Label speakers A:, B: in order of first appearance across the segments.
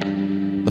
A: The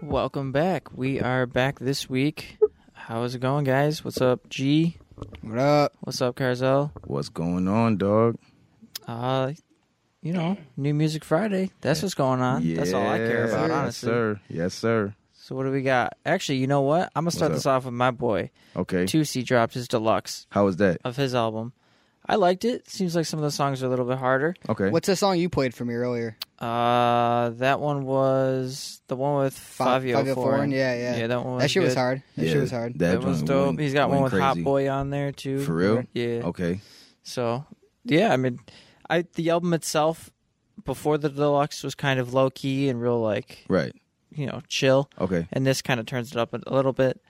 B: Welcome back. We are back this week. How is it going, guys? What's up, G?
C: What up?
B: What's up, Carzel?
C: What's going on, dog?
B: Uh, you know, New Music Friday. That's what's going on. That's all I care
C: Yes,
B: about,
C: yes,
B: honestly.
C: sir. Yes, sir.
B: So what do we got? Actually, you know what? I'm gonna start
C: up?
B: this off with my boy.
C: Okay.
B: Two C dropped his deluxe
C: How was that?
B: of his album. I liked it. Seems like some of the songs are a little bit harder.
C: Okay.
D: What's the song you played for me earlier?
B: Uh, that one was the one with
D: Fa-
B: Fabio, Foreign.
D: Foreign, E yeah, yeah.
B: E yeah. That one. Was
D: that shit was
B: good.
D: hard. That shit was hard.
B: That was
C: joint
B: dope.
C: went-
B: He's got
C: went
B: one with Hot
C: crazy.
B: Boy on there too.
C: For real? Oh.
B: Yeah.
C: Okay.
B: So, yeah, I mean, I the album itself before the deluxe was kind of low key and real like
C: Right.
B: you know chill,
C: Okay.
B: and this kind of turns it up a, a little bit.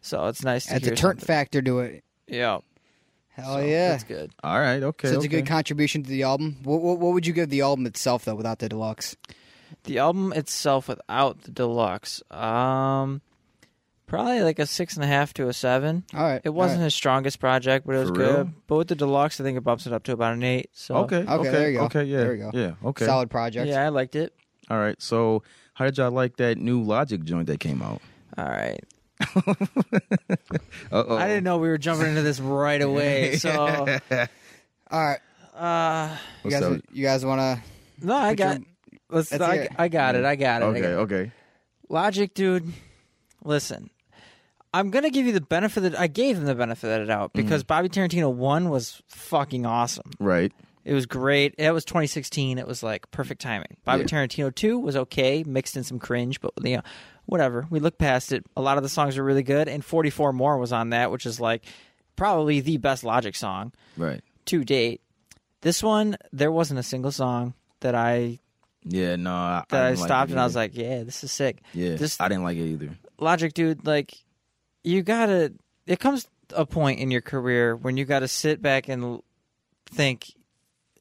B: So it's nice to
D: That's
B: hear
D: a turn
B: something.
D: factor to it.
B: yeah.
D: Hell
B: so
D: yeah.
B: that's good.
C: All right. Okay.
D: So it's a
C: okay.
D: good contribution to the album. What, what, what would you give the album itself though, without the deluxe?
B: The album itself without the deluxe, um, probably like a six and a half to a seven.
D: All right,
B: It wasn't his strongest project, but it was
C: For
B: good.
C: real?
B: But with the deluxe, I think it bumps it up to about an eight. So
C: Okay.
D: Okay, there you go.
C: Okay. Yeah.
D: There you go.
C: Yeah. Okay.
D: solid project.
B: yeah, I liked it.
C: All right. So, how did y'all like that new Logic joint that came out?
B: All right.
C: Uh oh.
B: I didn't know we were jumping into this right away. So
D: All right,
B: Uh,
D: you
C: What's
D: guys,
C: up?
D: you guys want to?
B: no, I
D: Put your-
B: got. Let's.
D: Let's hear
B: I,
D: it.
B: I got it. I got it. I
C: Okay.
B: got it.
C: Okay.
B: Logic, dude. Listen, I'm gonna give you the benefit that I gave him the benefit of the doubt
C: Mm-hmm.
B: because Bobby Tarantino one was fucking awesome.
C: Right.
B: It was great. It was 2016. It was like perfect timing. Bobby
C: Yeah.
B: Tarantino 2 was okay, mixed in some cringe, but you know, whatever. We looked past it. A lot of the songs were really good, and 44 more was on that, which is like probably the best Logic song.
C: Right.
B: to date. This one, there wasn't a single song that I
C: Yeah. No. I,
B: that I,
C: didn't like
B: stopped
C: it
B: and I was
C: either.
B: like, yeah, this is sick.
C: Yeah.
B: This
C: I didn't like it either.
B: Logic dude, like you gotta. It comes a point in your career when you gotta sit back and l- think,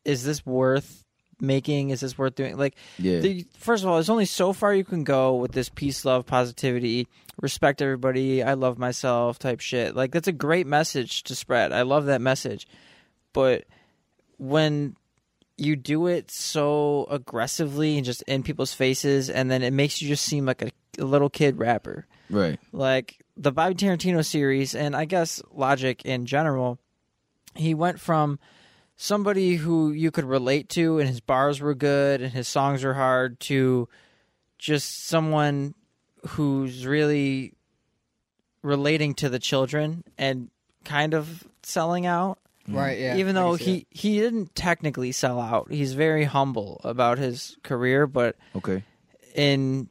B: is this worth making? Is this worth doing? Like,
C: Yeah.
B: the, first of all, there's only so far you can go with this peace, love, positivity, respect everybody, I love myself type shit. Like that's a great message to spread. I love that message. But when you do it so aggressively and just in people's faces and then it makes you just seem like a, a little kid rapper.
C: Right.
B: Like the Bobby Tarantino series and I guess Logic in general, he went from somebody who you could relate to and his bars were good and his songs were hard to just someone who's really relating to the children and kind of selling out
D: Right, yeah.
B: even
D: I can
B: though
D: see
B: he
D: that.
B: he didn't technically sell out he's very humble about his career but
C: Okay.
B: in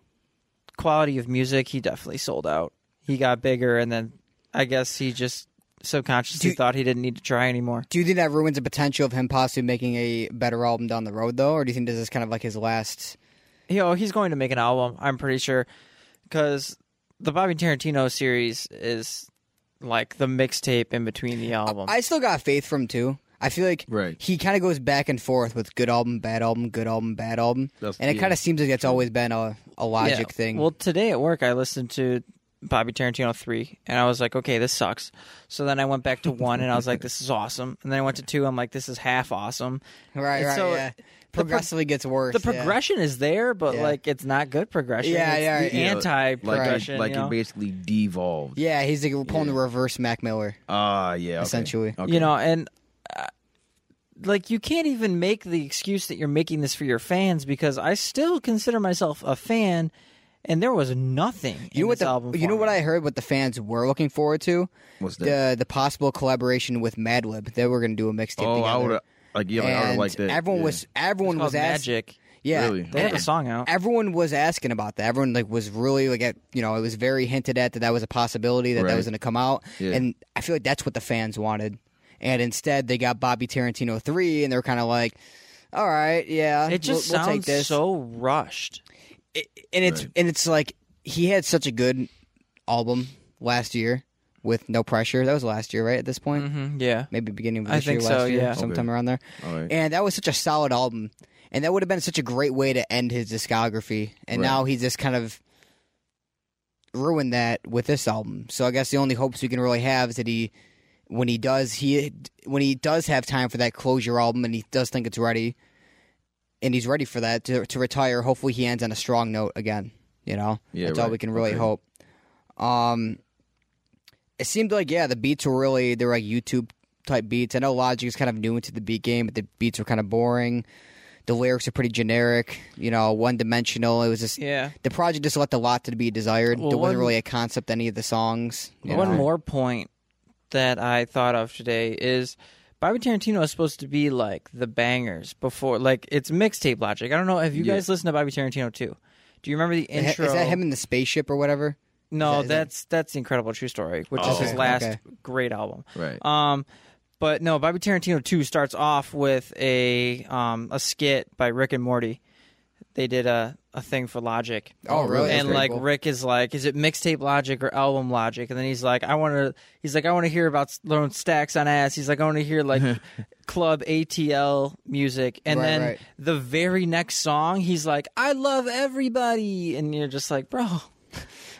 B: quality of music he definitely sold out he got bigger and then i guess he just subconsciously
D: Do-
B: thought he didn't need to try anymore
D: do you think that ruins the potential of him possibly making a better album down the road though, or do you think this is kind of like his last?
B: you know, he's going to make an album. I'm pretty sure because the Bobby Tarantino series is like the mixtape in between the album.
D: I still got faith from too. I feel like
C: Right.
D: he kind of goes back and forth with good album, bad album, good album, bad album,
C: That's-
D: and it
C: yeah.
D: kind of seems like that's always been a, a logic
B: Yeah.
D: thing.
B: Well, today at work, I listened to Bobby Tarantino three, and I was like, okay, this sucks. So then I went back to one, and I was like, this is awesome. And then I went to two, I'm like, this is half awesome.
D: right,
B: and
D: right,
B: so
D: yeah.
B: the pro-
D: Progressively gets worse.
B: The
D: yeah.
B: progression is there, but
D: Yeah.
B: like it's not good progression.
D: Yeah,
B: It's
D: yeah,
B: the
D: yeah.
B: anti progression.
C: Like, it-
B: you know?
C: like it basically devolved.
D: Yeah, he's like pulling the reverse Mac Miller.
C: Ah, yeah. okay.
D: Essentially.
C: Okay.
B: you know and uh, like you can't even make the excuse that you're making this for your fans because i still consider myself a fan and there was nothing in
D: You know what
B: this
D: the
B: album
D: you know
B: for
D: what
B: me.
D: I heard what the fans were looking forward to
C: What's that?
D: the the possible collaboration with Madlib. They were going to do a mixtape.
C: Oh, I
D: together.
C: would have. Like yeah, like, I would have
D: And
C: liked that.
D: Everyone
C: yeah.
D: was everyone
B: It's
D: was
B: called
D: asked,
B: magic
D: Yeah,
C: Really?
B: They have a song out.
D: everyone was asking about that. Everyone like was really like at, you know it was very hinted at that that was a possibility that that
C: Right.
D: was going to come out,
C: Yeah.
D: and I feel like that's what the fans wanted. And instead, they got Bobby Tarantino three, and they're kind of like, "All right, yeah,
B: It just
D: we'll, we'll take
B: sounds
D: this."
B: so rushed.
D: It- and it's
C: Right.
D: and it's like he had such a good album last year with No Pressure. That was last year, right? At this point,
C: Mm-hmm,
B: hmm yeah.
D: maybe beginning of
B: I
D: this year,
B: think
D: last
B: so,
D: year,
B: yeah.
D: sometime
C: Okay.
D: around there.
C: All right.
D: And that was such a solid album. And that would have been such a great way to end his discography. And
C: Right.
D: now he's just kind of ruined that with this album. So I guess the only hopes we can really have is that he when he does he when he does have time for that closure album and he does think it's ready and he's ready for that to, to retire, hopefully he ends on a strong note again. You know?
C: Yeah,
D: That's all
C: right.
D: we can really
C: Okay.
D: hope. Um it seemed like yeah, the beats were really they were like YouTube type beats. I know Logic is kind of new into the beat game, but the beats were kind of boring. The lyrics are pretty generic, you know, one dimensional. It was just
B: Yeah.
D: the project just left a lot to be desired.
B: Well,
D: there wasn't
B: one-
D: really a concept to any of the songs. you
B: One
D: know.
B: more point that I thought of today is Bobby Tarantino is supposed to be like the bangers before, like it's mixtape logic. I don't know if you guys listen to Bobby Tarantino too. Do you remember the
D: Is that-
B: intro?
D: Is that him in the spaceship or whatever?
B: No,
D: is that-
B: that's that's the incredible true story, which is
C: Oh.
B: his
C: Okay,
B: last
D: okay.
B: great album.
C: Right.
D: Uh,
B: Um, but no, Bobby Tarantino two starts off with a um a skit by Rick and Morty. They did a a thing for Logic.
D: Oh, really?
B: And
D: That's
B: like
D: pretty cool.
B: Rick is like, is it mixtape Logic or album Logic? And then he's like, I want to. He's like, I want to hear about throwing stacks on ass. He's like, I want to hear like. Club ATL music, and
D: Right,
B: then
D: right.
B: the very next song, he's like, "I love everybody," and you're just like, "Bro,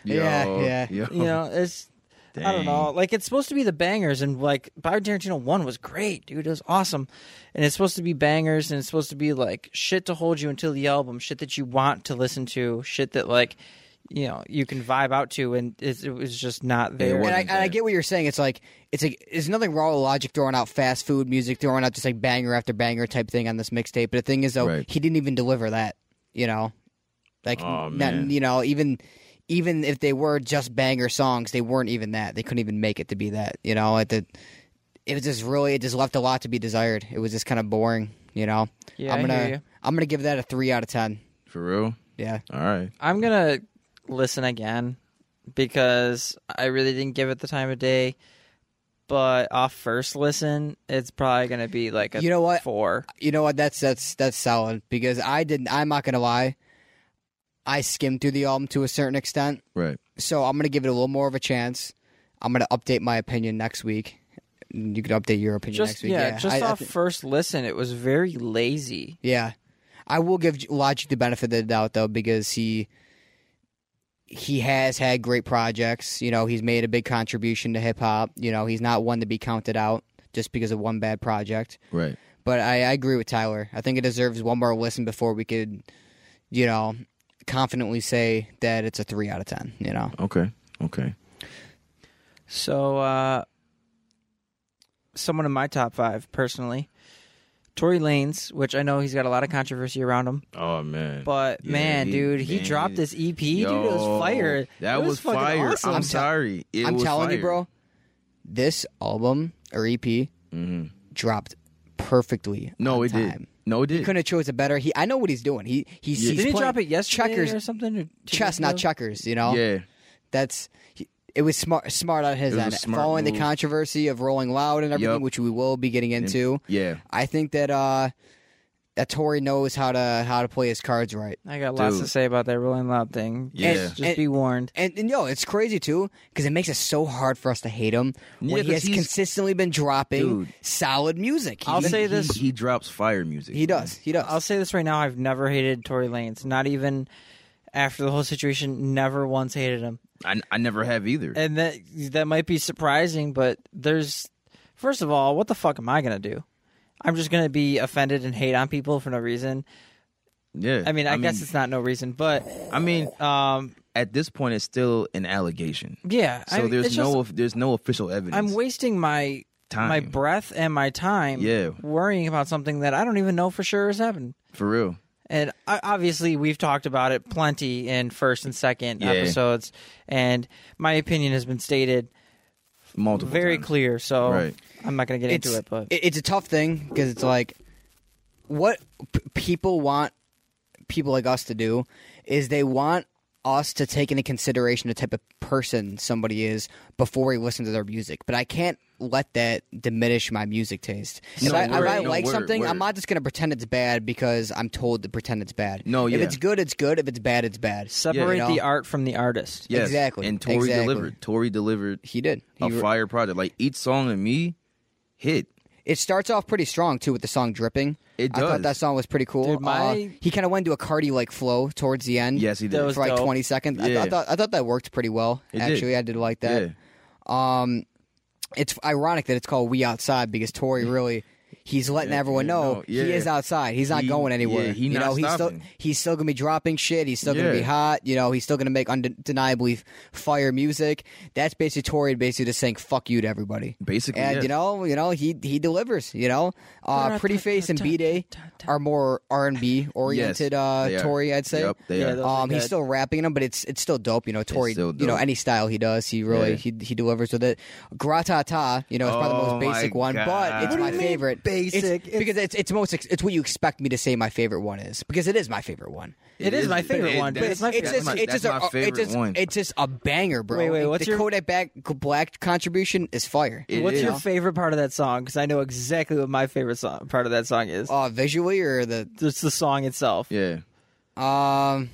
C: Yo,
D: yeah, yeah.
C: yo.
B: you know, it's I don't
C: Dang.
B: know. Like it's supposed to be the bangers, and like Bobby Tarantino one was great, dude. It was awesome, and it's supposed to be bangers, and it's supposed to be like shit to hold you until the album, shit that you want to listen to, shit that like you know you can vibe out to, and it's, it was just not there.
D: And I,
C: wasn't
D: and I
C: there.
D: get what you're saying. It's like it's like there's nothing wrong with Logic throwing out fast food music, throwing out just like banger after banger type thing on this mixtape. But the thing is, though,
C: Right.
D: he didn't even deliver that. You know, like
C: Aw,
D: not-
C: man.
D: you know even even if they were just banger songs, they weren't even that. They couldn't even make it to be that. You know, at the it was just really it just left a lot to be desired. It was just kind of boring. You know,
B: Yeah,
D: I'm
B: I
D: gonna
B: hear you.
D: I'm gonna give that a three out of ten.
C: For real?
D: Yeah.
C: All right.
B: I'm gonna listen again because I really didn't give it the time of day. But off first listen, it's probably gonna be like a
D: You know what?
B: four.
D: You know what? That's that's that's solid because I didn't. I'm not gonna lie. I skimmed through the album to a certain extent,
C: Right.
D: so I'm gonna give it a little more of a chance. I'm gonna update my opinion next week. You can update your opinion
B: Just
D: next week.
B: yeah,
D: Yeah,
B: just
D: I- I
B: off
D: thi-
B: first listen, it was very lazy.
D: yeah, I will give Logic the benefit of the doubt though because he he has had great projects. You know, he's made a big contribution to hip hop. You know, he's not one to be counted out just because of one bad project.
C: Right.
D: But I, I agree with Tyler. I think it deserves one more listen before we could, you know, confidently say that it's a three out of ten. You know,
C: Okay. Okay.
B: So, uh, someone in my top five personally, Tory Lanez, which I know he's got a lot of controversy around him,
C: Oh man.
B: but
C: Yeah,
B: man,
C: he-
B: dude, he
C: man,
B: dropped
C: he-
B: this E EP, dude. It
C: Yo,
B: was fire.
C: That
B: It was,
C: was,
B: fucking
C: fire.
B: Awesome.
C: I'm
D: t-
C: sorry. It
D: I'm
C: was
D: telling you,
C: fire.
D: bro, this album or EP dropped perfectly.
C: Mm-hmm. No,
D: on
C: it did.
D: time.
C: No, it did.
D: Couldn't have chose a better. He, I know what he's doing. He, he he's
B: Did he
D: playing
B: drop it yesterday
D: Checkers,
B: or something? Or two
D: chess,
B: days
D: not
B: ago?
D: checkers. You know,
C: Yeah.
D: that's he- it was smart, smart on his
C: It was a
D: end.
C: smart
D: Following the
C: move.
D: controversy of Rolling Loud and everything,
C: Yup.
D: which we will be getting into.
C: Yeah.
D: I think that uh that Tory knows how to how to play his cards right.
B: I got lots to
C: Dude.
B: say about that Rolling Loud thing.
C: Yeah.
B: Just, just
D: And-
B: be warned.
D: And, and yo, it's crazy too because it makes it so hard for us to hate him
C: Yeah,
D: when he
C: 'cause
D: has
C: he's-
D: consistently been dropping
C: Dude.
D: solid music. He,
B: I'll
D: he,
B: say
C: He-
B: this-
C: He drops fire music.
D: he does. He does.
B: I'll say this right now: I've never hated Tory Lanez. Not even after the whole situation. Never once hated him.
C: I, I never have either.
B: And that that might be surprising, but there's first of all, what the fuck am I gonna do? I'm just gonna be offended and hate on people for no reason.
C: yeah.
B: I mean, I, guess it's not no reason, but
C: I mean,
B: um,
C: at this point, it's still an allegation.
B: yeah.
C: So
B: I,
C: there's
B: it's
C: no
B: just-
C: of- there's no official evidence.
B: I'm wasting my
C: Time.
B: my breath and my time.
C: Yeah.
B: Worrying about something that I don't even know for sure has happened.
C: for real.
B: And I- obviously, we've talked about it plenty in first and second
C: Yeah.
B: episodes, and my opinion has been stated
C: Multiple.
B: very
C: times.
B: clear. So
C: Right.
B: I'm not going to get into it, but
D: it's a tough thing because it's like what p- people want people like us to do is they want us to take into consideration the type of person somebody is before we listen to their music. But I can't let that diminish my music taste. if
C: No
D: I, if
C: word,
D: I
C: no
D: like
C: word,
D: something, I'm
C: word.
D: not just going to pretend it's bad because I'm told to pretend it's bad.
C: No,
D: If
C: yeah.
D: it's good, it's good. If it's bad, it's bad.
B: Separate
D: Yeah.
B: the art from the artist.
C: Yes.
D: Exactly,
C: And Tori
D: exactly.
C: delivered. Tori delivered
D: He did. He
C: a
D: re-
C: fire project. Like each song to me hit.
D: It starts off pretty strong too with the song "Dripping."
C: It
D: I thought
C: does.
D: that song was pretty cool.
B: Dude, my-
D: Uh, he kind of went into a Cardi like flow towards the end.
C: Yes, he did.
B: That was
D: for like
B: dope.
D: twenty seconds. I, th- I
C: Yeah.
D: thought I thought that worked pretty well.
C: It did.
D: Actually, I did like that.
C: yeah.
D: Um, it's ironic that it's called "We Outside" because Tori really. He's letting
C: Yeah,
D: everyone
C: yeah,
D: know
C: no,
D: he
C: yeah.
D: is outside. He's not
C: He-
D: going anywhere.
C: yeah, he
D: you
C: not
D: know, he's
C: stopping.
D: still he's still gonna be dropping shit. He's still gonna be
C: Yeah.
D: hot. You know, he's still gonna make undeniably fire music. That's basically Tori basically just saying "fuck you" to everybody.
C: Basically,
D: And
C: yeah.
D: you know, you know, he he delivers. You know, uh, Pretty Face and B Day are more R and B oriented.
C: they
D: uh,
C: are.
D: Tory, I'd say.
C: Yep, they
B: Yeah,
C: are.
B: those are
D: Um, he's
B: good.
D: still rapping them, but it's it's still dope. You know, Tory.
C: still
D: You know,
C: dope.
D: any style he does, he really
C: Yeah.
D: he he delivers with it. Gratata, you know, it's probably the
C: Oh,
D: most basic
C: my
D: one, but
C: God.
D: it's
C: What do
D: my
C: you mean
D: favorite. It's-
B: basic? It's-
D: because it's it's most ex- it's what you expect me to say. My favorite one is because it is my favorite one.
B: It is my favorite
C: it-
B: one, but
C: that's-
B: it's my
D: It's
C: that's
D: just,
B: favorite.
C: my-
D: it's
C: that's
D: just
C: my
D: a,
C: favorite
D: it's just,
C: one.
D: It's just a banger, bro.
B: Wait, wait, what's
D: the
B: your-
D: Kodak Black, Black contribution is fire.
C: It
B: What's
C: is.
B: your favorite part of that song? Because I know exactly what my favorite song, part of that song is.
D: uh, visually or the
B: It's the song itself.
C: Yeah.
D: um.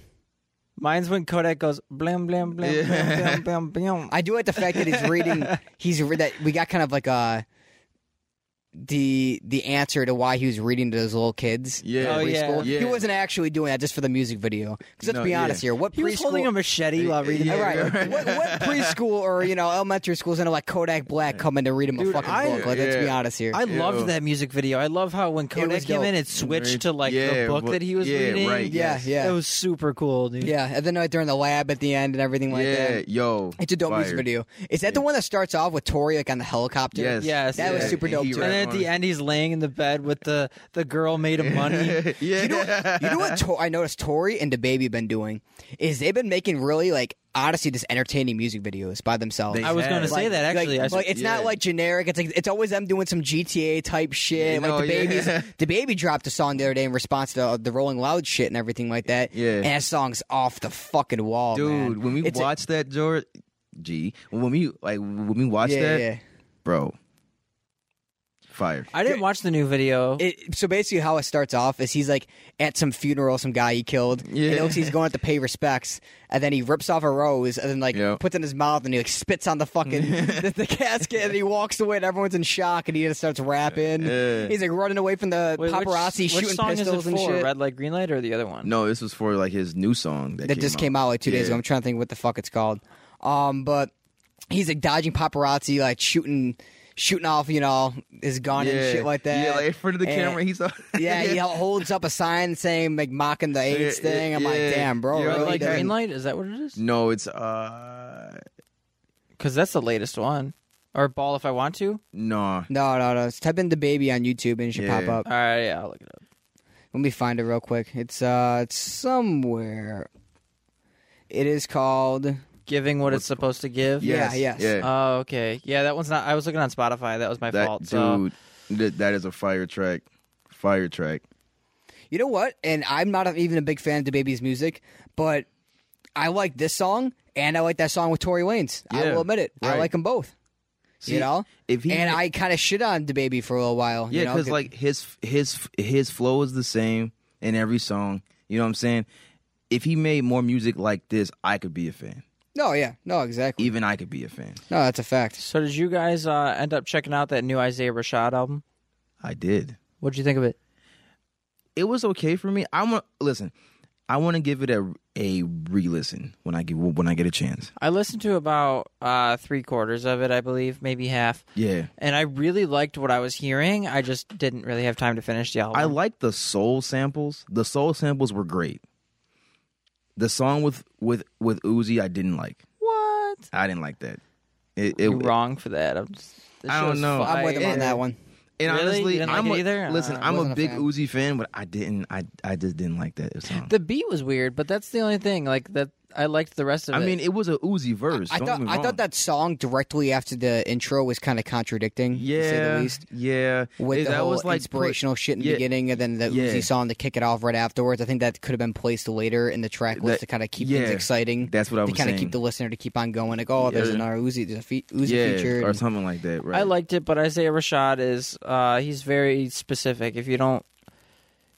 B: Mine's when Kodak goes blam blam blam
C: Yeah.
B: blam blam blam.
D: I do like the fact that he's reading. he's re- that we got kind of like a the the answer to why he was reading to those little kids.
C: Yeah.
D: in
B: Oh, yeah.
D: preschool.
C: Yeah.
D: He wasn't actually doing that just for the music video. Because let's
C: No,
D: be
C: yeah.
D: honest here, what
B: He
D: preschool?
B: was holding a machete while reading.
C: Yeah,
D: All
B: the
D: right,
B: book.
C: right.
D: what, what preschool or you know elementary schools into like Kodak Black coming to read him a
B: Dude,
D: fucking
B: I-
D: book? Like, Let's be
C: yeah.
D: honest here.
B: I
C: Ew.
B: loved that music video. I love how when Kodak
D: was
B: came
D: dope.
B: in, it switched to like
C: Yeah,
B: the book
C: what-
B: that he was
C: yeah,
B: reading.
C: right,
D: yeah,
C: yes.
D: yeah,
B: It was super cool, dude.
D: yeah. And then like, during the lab at the end and everything like
C: yeah.
D: that.
C: Yo.
D: It's a dope music
C: fire.
D: video. Is that the one that starts off with Tori like on the helicopter?
C: Yes.
B: Yes,
D: That was
B: yeah.
D: super dope
C: He
D: too.
B: And then at the
C: Right.
B: end, he's laying in the bed with the the girl made of money.
C: yeah.
D: You know, what- you know what to- I noticed Tori and the baby been doing is they've been making really like honestly just entertaining music videos by themselves.
C: They
B: I was going to
C: have.
B: say that actually. I
D: like,
B: s-
D: like, it's not
C: yeah.
D: like generic. It's like it's always them doing some GTA type shit.
C: Oh, Yeah,
D: like
C: no,
D: the babies,
C: yeah.
D: the baby dropped a song the other day in response to uh, the Rolling Loud shit and everything like that.
C: Yeah.
D: and that song's off the fucking wall,
C: dude.
D: Oh, man.
C: When we
D: It's a-
C: watched that, George G. When we like when we watched
D: yeah,
C: that,
D: yeah.
C: bro, fire.
B: I didn't watch the new video.
D: It, so basically, how it starts off is he's like at some funeral, some guy he killed. Yeah. And it
C: Yeah.
D: looks he's going to pay respects, and then he rips off a rose, and then like
C: Yeah.
D: puts it in his mouth, and he like spits on the fucking the, the casket, and he walks away, and everyone's in shock, and he just starts rapping.
C: Yeah.
D: He's like running away from the
B: Wait, which-
D: paparazzi,
B: which,
D: shooting
B: song
D: pistols
B: is it
D: and
B: for?
D: shit.
B: Red Light, Green Light, or the other one?
C: No, this was for like his new song that,
D: that just came out like two days
C: Yeah.
D: ago. I'm trying to think what the fuck it's called. Um, but he's like dodging paparazzi, like shooting, shooting off, you know, his gun and shit like that.
C: Yeah, like in front of the
D: And-
C: camera, he's all-
D: Yeah, he holds up a sign saying like mocking the AIDS
C: Yeah,
D: thing. I'm like,
C: yeah.
D: damn, bro.
C: Yeah,
D: really?
B: Red Light,
C: Like,
B: Green
D: Then-
B: Light. Is that what it is?
C: No, it's uh,
B: Because that's the latest one. Or Ball if I want to.
C: no.
D: No, no, no. Just type in the baby on YouTube and it should
C: Yeah.
D: pop
B: All
D: up.
B: right, yeah, I'll look it up.
D: Let me find it real quick. It's uh, it's somewhere. It is called.
B: Giving what it's supposed to give.
C: Yes,
D: yes.
C: Yeah.
B: Oh, okay. Yeah, that one's not. I was looking on Spotify. That was my
C: that
B: fault. So
C: dude, th- that is a fire track. Fire track.
D: You know what? And I'm not even a big fan of the baby's music, but I like this song and I like that song with Tori Lanez. I
C: Yeah,
D: will admit it. I
C: right.
D: like them both.
C: See,
D: you know.
C: if he
D: and I kind of shit on the baby for a little while. you
C: Yeah,
D: know,
C: because like his his his flow is the same in every song. You know what I'm saying? If he made more music like this, I could be a fan.
D: no, yeah, no, exactly.
C: Even I could be a fan.
D: No, that's a fact.
B: So did you guys uh, end up checking out that new Isaiah Rashad album?
C: I did.
B: What'd you think of it?
C: It was okay for me. I want listen. I want to give it a a re-listen when I get when I get a chance.
B: I listened to about uh, three quarters of it, I believe, maybe half,
C: Yeah,
B: and I really liked what I was hearing. I just didn't really have time to finish the album.
C: I like the soul samples. The soul samples were great. The song with with with Uzi, I didn't like.
B: what?
C: I didn't like that. It, it
B: You're wrong for that. I'm just, that
C: I
B: shit
C: don't
B: was
C: know.
D: I'm with him
B: fire.
D: on that one.
C: And
B: Really?
C: honestly,
B: You didn't like
C: I'm
B: it
C: a,
B: either?
C: Listen,
B: Uh,
C: I'm
D: wasn't
C: a
D: a
C: big
D: fan.
C: Uzi fan, but I didn't. I I just didn't like that song.
B: The beat was weird, but that's the only thing. Like that,
E: I liked the rest of
C: I
E: it.
C: mean, it was a Uzi verse.
D: I
C: don't
D: thought
C: get me
D: I
C: wrong.
D: thought that song directly after the intro was kind of contradicting, to say
C: Yeah,
D: the least.
C: yeah.
D: With
C: It-
D: the
C: that
D: whole
C: was like
D: inspirational shit in the
C: yeah.
D: beginning, and then the
C: Yeah.
D: Uzi song to kick it off right afterwards. I think that could have been placed later in the track list
C: That-
D: to kind of keep
C: yeah.
D: things exciting.
C: That's what I
D: to
C: was
D: kind of
C: saying.
D: keep the listener to keep on going. Like, oh, there's
C: Yeah.
D: another Uzi, there's a fe- Uzi
C: yeah,
D: feature.
C: or something like that. Right.
E: I liked it, but Isaiah Rashad is uh, he's very specific. If you don't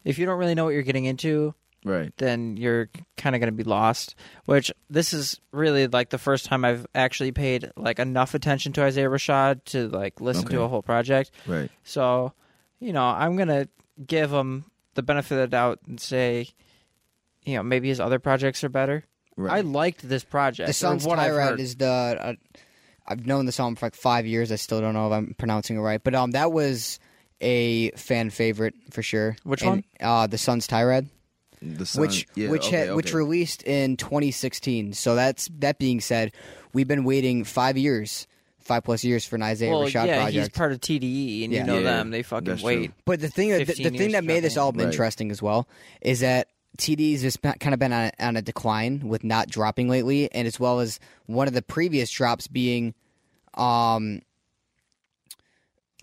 E: if you don't really know what you're getting into,
C: Right.
E: then you're kind of going to be lost. Which this is really like the first time I've actually paid like enough attention to Isaiah Rashad to like listen to
C: Okay.
E: a whole project.
C: Right.
E: So, you know, I'm gonna give him the benefit of the doubt and say, you know, maybe his other projects are better. I
C: Right.
E: liked this project.
D: the
E: or
D: song's
E: what I've
D: Tyrant
E: heard.
D: is the. Uh, I've known the song for like five years. I still don't know if I'm pronouncing it right, but um, that was a fan favorite for sure.
E: Which
D: And,
E: one?
D: Uh, the Sun's Tyrad.
C: the sun,
D: which
C: yeah,
D: which
C: okay,
D: had, which
C: okay.
D: released in 2016. So that's that being said, we've been waiting five years, five plus years for an Isaiah
E: well,
D: Rashad
E: yeah, he's
D: project.
E: part of TDE, and
D: Yeah.
E: you know
C: Yeah,
E: them; they fucking
C: that's
E: wait.
C: true.
D: but the thing that the,
E: 15
D: thing
E: years
D: that made this
E: traveling.
D: album
C: Right.
D: interesting as well is that TD's has kind of been on, on a decline with not dropping lately, and as well as one of the previous drops being, um,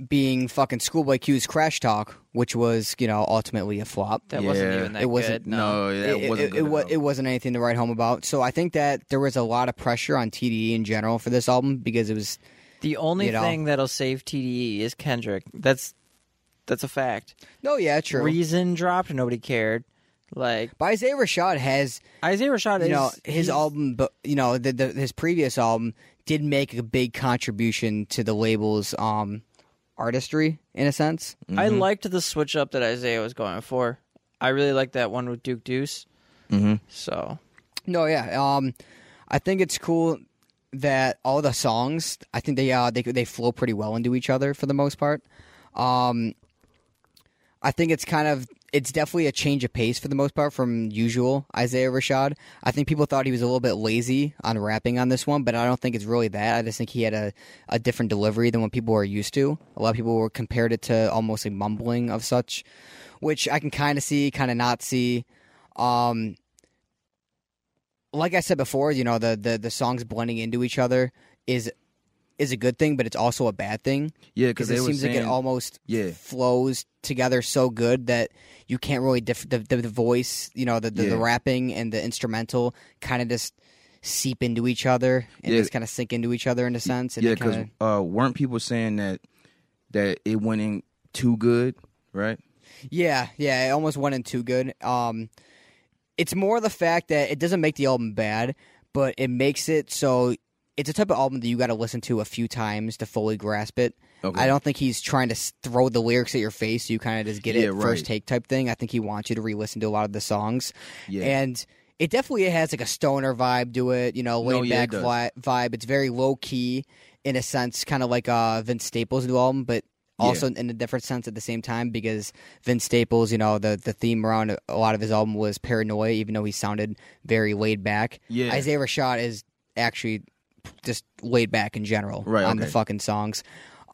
D: being fucking Schoolboy Q's Crash Talk, which was you know ultimately a flop.
E: That wasn't
C: Yeah.
E: even that
D: It wasn't-
E: good.
C: no, that
D: it,
C: wasn't.
D: it,
C: good
D: it, wa-
C: enough.
D: it wasn't anything to write home about. So I think that there was a lot of pressure on TDE in general for this album because it was
E: The only
D: You know.
E: thing that'll save TDE is Kendrick. That's that's a fact.
D: no, oh, yeah, true.
E: Reason dropped, nobody cared. Like
D: but Isaiah Rashad has
E: Isaiah Rashad
D: you
E: is
D: know his
E: he's-
D: album, but you know the, the, his previous album did make a big contribution to the label's um artistry in a sense.
E: I
C: Mm-hmm.
E: liked the switch up that Isaiah was going for. I really liked that one with Duke Deuce. Mm-hmm. So
D: No, yeah, um, I think it's cool that all the songs I think they uh they they flow pretty well into each other for the most part. Um, I think it's kind of it's definitely a change of pace for the most part from usual Isaiah Rashad. I think people thought he was a little bit lazy on rapping on this one, but I don't think it's really that. I just think he had a, a different delivery than what people were used to. A lot of people were compared it to almost a mumbling of such, which I can kind of see, kind of not see. Um, like I said before, you know the, the the songs blending into each other is is a good thing, but it's also a bad thing
C: yeah,
D: because
C: they
D: it
C: were
D: seems like it
C: saying-
D: almost
C: Yeah.
D: flows together so good that you can't really diff- the, the the voice, you know, the the, the
C: Yeah.
D: rapping and the instrumental kind of just seep into each other and
C: Yeah.
D: just kind of sink into each other in a sense. And
C: yeah,
D: it
C: because
D: kinda,
C: uh, weren't people saying that that it went in too good, right?
D: yeah, yeah, it almost went in too good. Um, it's more the fact that it doesn't make the album bad, but it makes it so it's a type of album that you got to listen to a few times to fully grasp it.
C: Okay.
D: I don't think he's trying to s- throw the lyrics at your face. So you kind of just get
C: Yeah,
D: it first
C: right.
D: take type thing. I think he wants you to re-listen to a lot of the songs,
C: Yeah.
D: and it definitely has like a stoner vibe to it. You know,
C: No,
D: laid
C: yeah, it
D: back
C: does.
D: vi- vibe. It's very low key in a sense, kind of like uh, Vince Staples' new album, but also in a different sense at the same time because Vince Staples, you know, the the theme around a lot of his album was paranoia, even though he sounded very laid back.
C: Yeah.
D: Isaiah Rashad is actually just laid back in general
C: Right,
D: on the
C: okay.
D: fucking songs.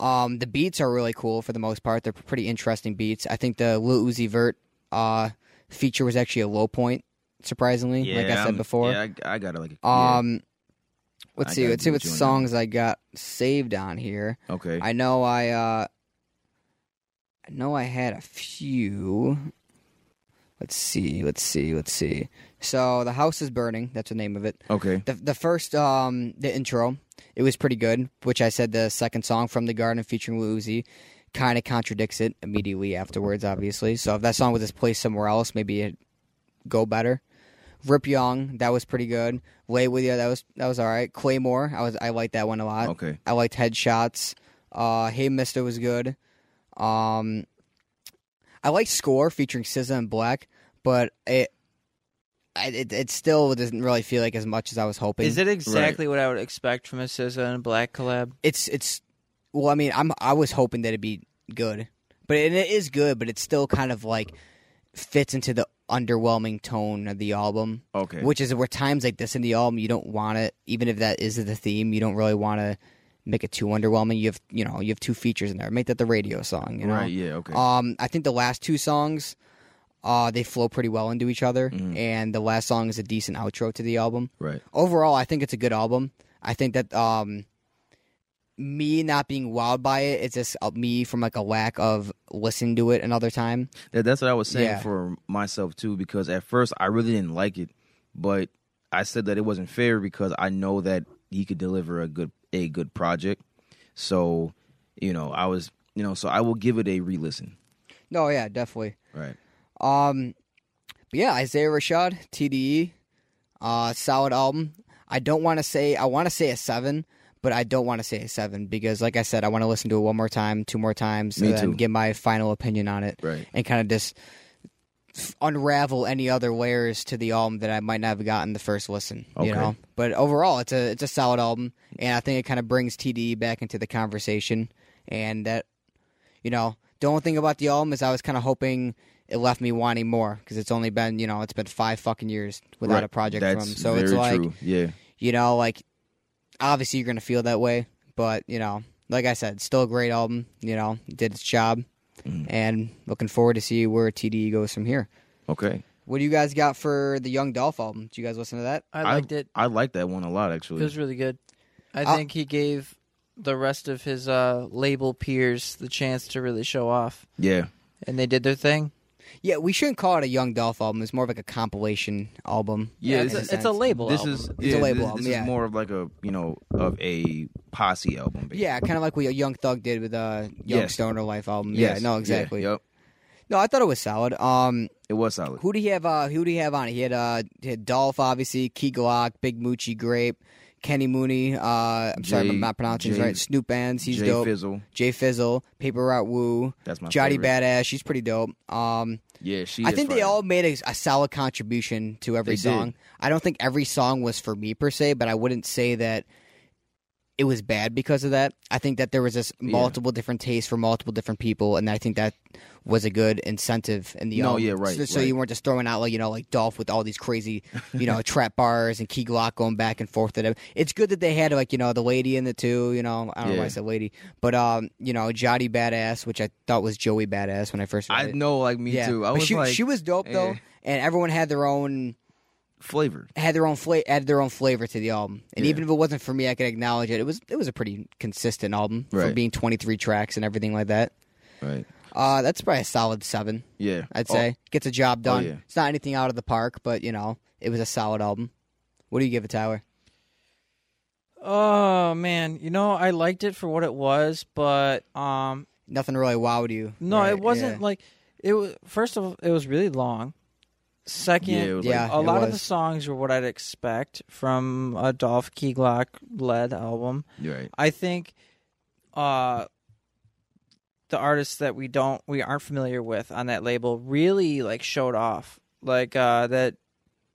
D: Um, the beats are really cool for the most part. They're pretty interesting beats. I think the Lil Uzi Vert uh, feature was actually a low point, surprisingly. like I said
C: I'm-
D: before.
C: Yeah, I, I got it. Like, a- yeah.
D: um, let's
C: I
D: see.
C: gotta
D: Let's
C: do
D: see what
C: what you want to do.
D: songs I got saved on here.
C: okay,
D: I know I uh I know I had a few. Let's see, let's see, let's see. So the house is burning, that's the name of it.
C: okay,
D: The the first um the intro, it was pretty good, which I said the second song from the garden featuring Lil Uzi kind of contradicts it immediately afterwards obviously. So if that song was just placed somewhere else, maybe it go better. Rip Young, that was pretty good. Lay with you, that was that was all right. Claymore, I was I liked that one a lot.
C: okay.
D: I liked headshots. Uh, hey Mister was good. Um, I liked score featuring SZA and Black, but it, I, it it still doesn't really feel like as much as I was hoping.
E: is it exactly what I would expect from a SZA and Black collab?
D: It's it's. Well, I mean, I'm I was hoping that it'd be good, but and it is good, but it's still kind of like fits into the underwhelming tone of the album.
C: Okay.
D: Which is where times like this in the album, you don't want to, even if that is the theme, you don't really want to make it too underwhelming. You have, you know, you have two features in there. Make that the radio song, you know?
C: Right. Yeah. Okay.
D: Um, I think the last two songs Uh, they flow pretty well into each other, and the last song is a decent outro to the album.
C: Right.
D: Overall, I think it's a good album. I think that um, me not being wowed by it, it's just uh, me from like a lack of listening to it another time.
C: That, that's what I was saying
D: Yeah.
C: for myself too, because at first I really didn't like it, but I said that it wasn't fair because I know that he could deliver a good a good project. So, you know, I was you know, so I will give it a re listen.
D: No, yeah, definitely.
C: Right.
D: Um, but yeah, Isaiah Rashad, TDE, uh, solid album. I don't want to say I want to say a seven, but I don't want to say a seven because, like I said, I want to listen to it one more time, two more times,
C: Me
D: and then
C: too.
D: get my final opinion on it,
C: Right.
D: and kind of just f- unravel any other layers to the album that I might not have gotten the first listen.
C: Okay.
D: You know, but overall, it's a it's a solid album, and I think it kind of brings TDE back into the conversation, and that you know, the only thing about the album is I was kind of hoping it left me wanting more because it's only been, you know, it's been five fucking years without
C: Right.
D: a project
C: That's
D: from him. So
C: very
D: it's like,
C: true. Yeah.
D: you know, like obviously you're gonna feel that way, but you know, like I said, still a great album. You know, it did its job, and looking forward to see where TDE goes from here.
C: Okay.
D: What do you guys got for the Young Dolph album? Did you guys listen to that?
B: I liked it.
C: I like that one a lot actually.
B: It was really good. I
D: I'll-
B: think he gave the rest of his uh, label peers the chance to really show off,
C: yeah.
B: and they did their thing.
D: Yeah, we shouldn't call it a Young Dolph album. It's more of like a compilation album.
C: Yeah,
B: it's,
D: in
B: a,
D: a
B: it's a
D: sense.
B: label.
C: This
B: album.
C: is
D: a
C: yeah,
D: label
C: this,
D: album,
C: this
D: yeah.
C: is more of like a you know of a posse album. Basically.
D: Yeah, kind of like what Young Thug did with uh, Young
C: Yes.
D: Stoner Life album.
C: Yes.
D: Yeah, no, exactly.
C: yep.
D: No, I thought it was solid. Um,
C: It was solid.
D: who do he have? Uh, who do he have on it? He had uh, he had Dolph, obviously, Key Glock, Big Moochie Grape, Kenny Mooney. Uh, I'm sorry, if
C: Jay-
D: I'm not pronouncing
C: Jay-
D: this right. Snoop Bands, he's
C: Jay
D: dope.
C: Fizzle.
D: Jay Fizzle, Paper Route Woo,
C: That's my
D: Jody
C: favorite.
D: Badass. She's pretty dope. Um,
C: Yeah, she.
D: I
C: is
D: think they
C: fire.
D: all made a, a solid contribution to every
C: They did.
D: song. I don't think every song was for me per se, but I wouldn't say that it was bad because of that. I think that there was this multiple different tastes for multiple different people, and I think that was a good incentive in the
C: No,
D: album.
C: yeah, right,
D: So, so
C: right.
D: you weren't just throwing out like you know like Dolph with all these crazy you know trap bars and Key Glock going back and forth. That it's good that they had like you know the lady in the two. You know I don't know why I
C: Yeah.
D: said lady, but um you know Jody Badass, which I thought was Joey Badass when I first. Read
C: I
D: it
C: know, like me too. I
D: but
C: was
D: she,
C: like,
D: she was dope though,
C: eh.
D: and everyone had their own
C: flavored.
D: had their own fla- had their own flavor to the album. And
C: Yeah.
D: even if it wasn't for me, I could acknowledge it. It was it was a pretty consistent album for
C: Right.
D: being twenty three tracks and everything like that.
C: Right.
D: Uh, that's probably a solid seven,
C: Yeah,
D: I'd
C: Oh,
D: say. Gets a job done.
C: yeah.
D: It's not anything out of the park, but you know it was a solid album. What do you give it, Tyler?
B: Oh man, you know I liked it for what it was, but um
D: Nothing really wowed you.
B: no,
D: right?
B: it wasn't
D: Yeah.
B: like it was first of all it was really long. Second,
C: yeah, it was
D: Yeah.
C: Like,
B: a
D: it
B: lot of the
D: was.
B: songs were what I'd expect from a Dolph Keeglock led album.
C: you're right.
B: I think uh the artists that we don't we aren't familiar with on that label really like showed off. Like uh that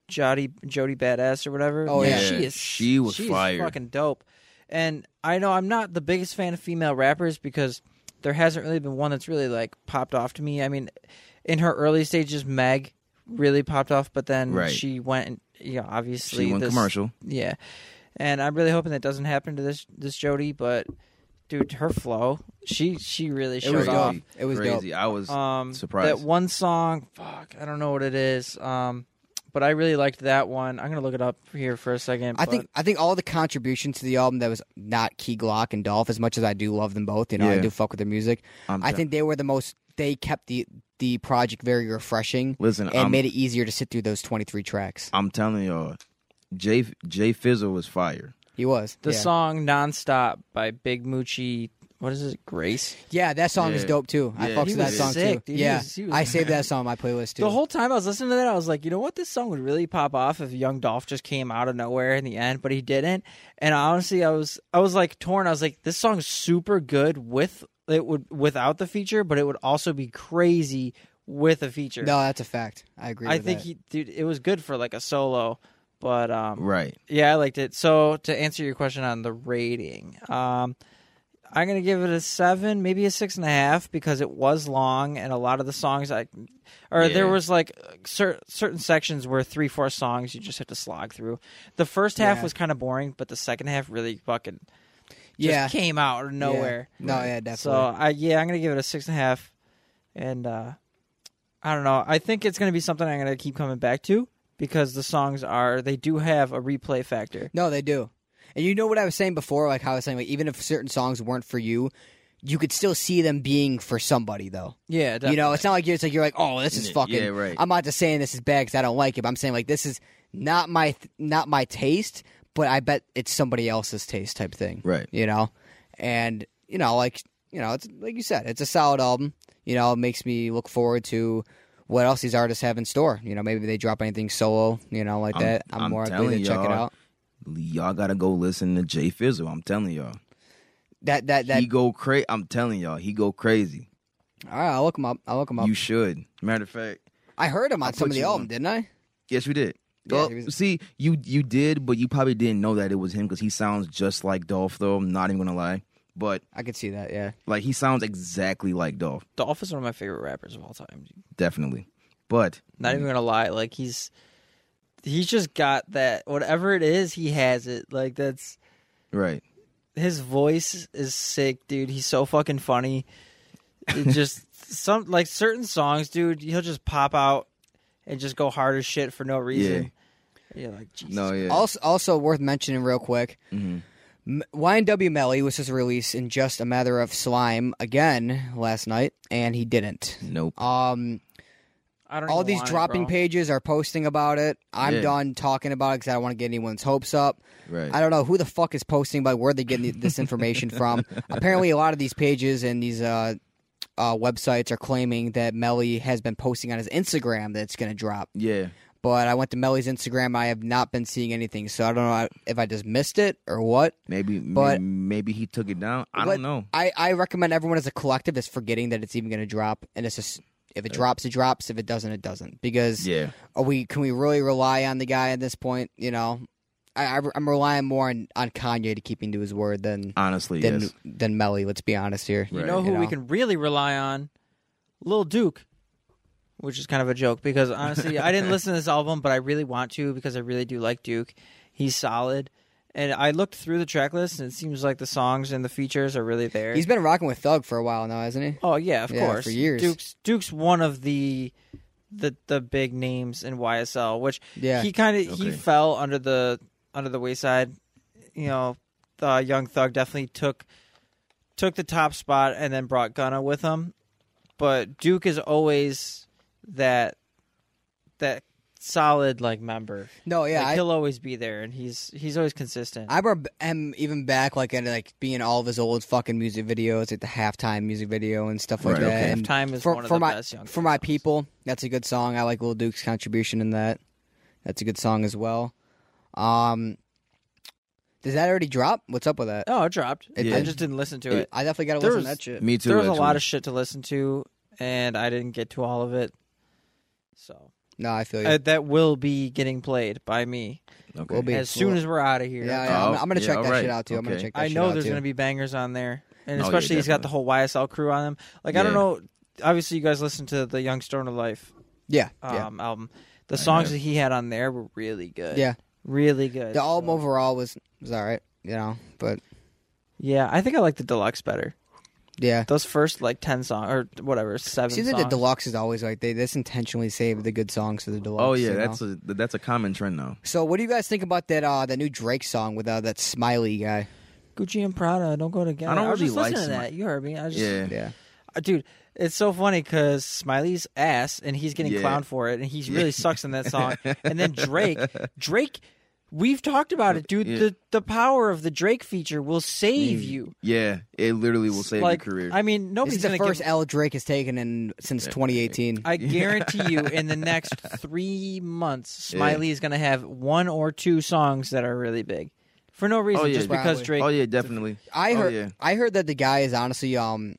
B: Jody Jody Badass or whatever.
D: Oh,
B: Man,
D: yeah.
B: she is
C: She was
B: she is
C: fire.
B: fucking dope. And I know I'm not the biggest fan of female rappers because there hasn't really been one that's really like popped off to me. I mean, in her early stages, Meg really popped off, but then
C: Right.
B: she went, and, you know, obviously
C: She went
B: this-
C: commercial.
B: yeah, and I'm really hoping that doesn't happen to this this Jody. But dude, her flow, she she really
D: It
B: showed
D: was
B: off.
D: dope. It was
C: crazy. I was
B: Um,
C: surprised.
B: that one song, fuck, I don't know what it is. Um, but I really liked that one. I'm gonna look it up here for a second.
D: I
B: but-
D: think I think all the contributions to the album that was not Key Glock and Dolph, as much as I do love them both, you know, I
C: Yeah.
D: do fuck with their music.
C: I'm
D: I
C: t-
D: think they were the most. They kept the the project very refreshing
C: Listen,
D: and
C: I'm,
B: Um,
D: made it easier to sit through those twenty three tracks.
C: I'm telling y'all, Jay Jay Fizzle was fire.
D: He was
B: the
D: yeah.
B: song "Nonstop" by Big Moochie. What is it, Grace?
D: Yeah, that song is
C: Yeah.
D: dope too. I
C: Yeah.
D: fucks
C: He
D: with that
C: was
D: song
B: sick,
D: too.
B: dude. He
D: Yeah,
B: was- he was-
D: I saved that song on my playlist too.
B: The whole time I was listening to that, I was like, you know what? This song would really pop off if Young Dolph just came out of nowhere in the end, but he didn't. And honestly, I was I was like torn. I was like, this song's super good with it would without the feature, but it would also be crazy with a feature.
D: no, that's a fact. I agree.
B: I
D: with
B: think
D: that.
B: he dude, it was good for like a solo, but um,
C: Right.
B: yeah, I liked it. So to answer your question on the rating, um, I'm gonna give it a seven, maybe a six and a half, because it was long and a lot of the songs I, or there
C: Yeah.
B: was like cer- certain sections were three, four songs you just have to slog through. The first half
D: Yeah.
B: was kind of boring, but the second half really fucking just
D: Yeah.
B: came out of
D: Yeah.
B: nowhere.
D: No, yeah, definitely.
B: So I yeah, I'm gonna give it a six and a half, and uh, I don't know. I think it's going to be something I'm going to keep coming back to because the songs are they do have a replay factor.
D: No, they do. And you know what I was saying before, like how I was saying, like even if certain songs weren't for you, you could still see them being for somebody though.
B: Yeah, definitely.
D: You know, it's not like you're it's like you're like, oh, this is
C: Yeah,
D: fucking.
C: yeah, right.
D: I'm not just saying this is bad because I don't like it. But I'm saying like this is not my th- not my taste, but I bet it's somebody else's taste type thing.
C: Right.
D: You know, and you know, like you know, it's like you said, it's a solid album. You know, it makes me look forward to what else these artists have in store. You know, maybe they drop anything solo. You know, like
C: I'm-
D: that. I'm,
C: I'm
D: more likely
C: telling
D: to check it
C: y'all.
D: out.
C: Y'all gotta go listen to Jay Fizzle. I'm telling y'all,
D: That that that.
C: he go crazy. I'm telling y'all, he go crazy.
D: all right, I'll look him up. I'll look him up.
C: You should. Matter of fact,
D: I heard him on
C: I'll
D: some
C: put
D: of the
C: you
D: album,
C: on.
D: didn't I?
C: yes, we did.
D: Yeah,
C: well,
D: he was-
C: see, you you did, but you probably didn't know that it was him because he sounds just like Dolph. Though I'm not even gonna lie, but
D: I could see that. Yeah.
C: like he sounds exactly like Dolph,
B: Dolph is one of my favorite rappers of all time.
C: definitely. But
D: Mm.
B: Not even gonna lie, like he's he's just got that whatever it is, he has it. Like that's
C: right,
B: his voice is sick, dude. He's so fucking funny. It just some like certain songs, dude. He'll just pop out and just go hard as shit for no reason. Yeah, like Jesus.
C: no, yeah, Mm-hmm.
D: Also, also worth mentioning real quick. M- YNW Melly was his release in just a matter of slime again last night, and he didn't.
C: nope.
D: Um,
B: I don't.
D: all
B: even
D: these
B: want it,
D: dropping
B: bro.
D: pages are posting about it. I'm
C: Yeah.
D: done talking about it because I don't want to get anyone's hopes up.
C: Right.
D: I don't know who the fuck is posting about where they getting this information from. Apparently, a lot of these pages and these uh, uh, websites are claiming that Melly has been posting on his Instagram that it's going to drop
C: yeah,
D: but I went to Melly's Instagram. I have not been seeing anything, so I don't know if I just missed it or what.
C: maybe,
D: But-
C: maybe, maybe he took it down. I
D: But
C: don't know.
D: I, I recommend everyone as a collective is forgetting that it's even going to drop, and it's just if it drops, it drops. If it doesn't, it doesn't. Because
C: Yeah,
D: are we can we really rely on the guy at this point? You know, I, I am relying more on, on Kanye to keeping to his word than
C: honestly,
D: than
C: Ah, yes.
D: than Melly. Let's be honest here.
B: You
C: Right.
B: know who
D: You
B: we
D: know?
B: can really rely on? Lil Duke, which is kind of a joke because honestly, I didn't listen to this album, but I really want to because I really do like Duke. He's solid. And I looked through the track list and it seems like the songs and the features are really there.
D: He's been rocking with Thug for a while now, hasn't he?
B: oh yeah, of
D: Yeah,
B: course.
D: for years.
B: Duke's Duke's one of the the the big names in YSL, which
D: Yeah.
B: he kind of he
C: Okay.
B: fell under the under the wayside. You know, the young thug definitely took took the top spot and then brought Gunna with him. But Duke is always that that solid like member.
D: No, yeah,
B: Like,
D: I-
B: he'll always be there, and he's he's always consistent.
D: I brought him even back, like and like being all of his old fucking music videos, like the halftime music video and stuff like
C: Right,
D: that.
C: okay.
D: And
B: Halftime is
D: for,
B: one of
D: for
B: the
D: my,
B: best Young
D: For
B: Thug
D: my
B: songs.
D: people, that's a good song. I like Lil Duke's contribution in that. That's a good song as well. Um, does that already drop? What's up with that?
B: oh, it dropped.
D: It
B: I
D: did.
B: just didn't listen to it.
D: I definitely got to
B: There
D: listen to
B: was-
D: that shit.
C: Me too.
B: there was a
C: actually.
B: lot of shit to listen to, and I didn't get to all of it. So
D: No, I feel you.
B: uh, that will be getting played by me
C: Okay.
D: Will be.
B: as soon
D: Well,
B: as we're out of here. Uh,
D: yeah, yeah, I'm,
C: Oh,
D: I'm gonna
C: yeah,
D: check that
C: alright.
D: shit out too. I'm gonna
C: Okay.
D: check. That
B: I
D: shit
B: know
D: out
B: there's
D: too.
B: going to be bangers on there, and
C: Oh, yeah,
B: especially he's got the
C: definitely.
B: whole YSL crew on him. Like I don't
C: Yeah.
B: know. Obviously, you guys listen to the Young Stoner Life
D: yeah, yeah,
B: um, album. The songs
C: have.
B: that he had on there were really good.
D: yeah.
B: really good.
D: The album
B: So-
D: overall was was all right, you know, but
B: yeah, I think I like the deluxe better.
D: yeah.
B: Those first like ten songs or whatever seven.
D: See that
B: songs.
D: the deluxe is always like they just intentionally save the good songs for the deluxe.
C: Oh yeah,
D: you know?
C: that's a that's a common trend now.
D: so. What do you guys think about that? Uh, that new Drake song with uh, that smiley guy.
B: Gucci and Prada don't go together.
C: I don't
B: was
C: really
B: just
C: like
B: listening to
C: Smi-
B: that. You heard me. I just
C: Yeah,
D: Yeah,
B: Uh, dude it's so funny because smiley's ass and he's getting
C: Yeah.
B: clowned for it and he really sucks in that song and then drake drake we've talked about it dude
C: Yeah.
B: the, the power of the drake feature will save you
C: yeah, it literally will save
B: like
C: your career.
B: i mean
D: this
B: nobody's
D: is the
B: gonna
D: first
B: give
D: L Drake has taken in since 2018.
B: I guarantee you, in the next three months, Smiley is going to have one or two songs that are really big, for no reason,
C: yeah.
B: just because
D: Probably.
B: Drake.
C: oh yeah, definitely.
D: I
C: Oh,
D: heard.
C: yeah.
D: I heard that the guy is honestly um,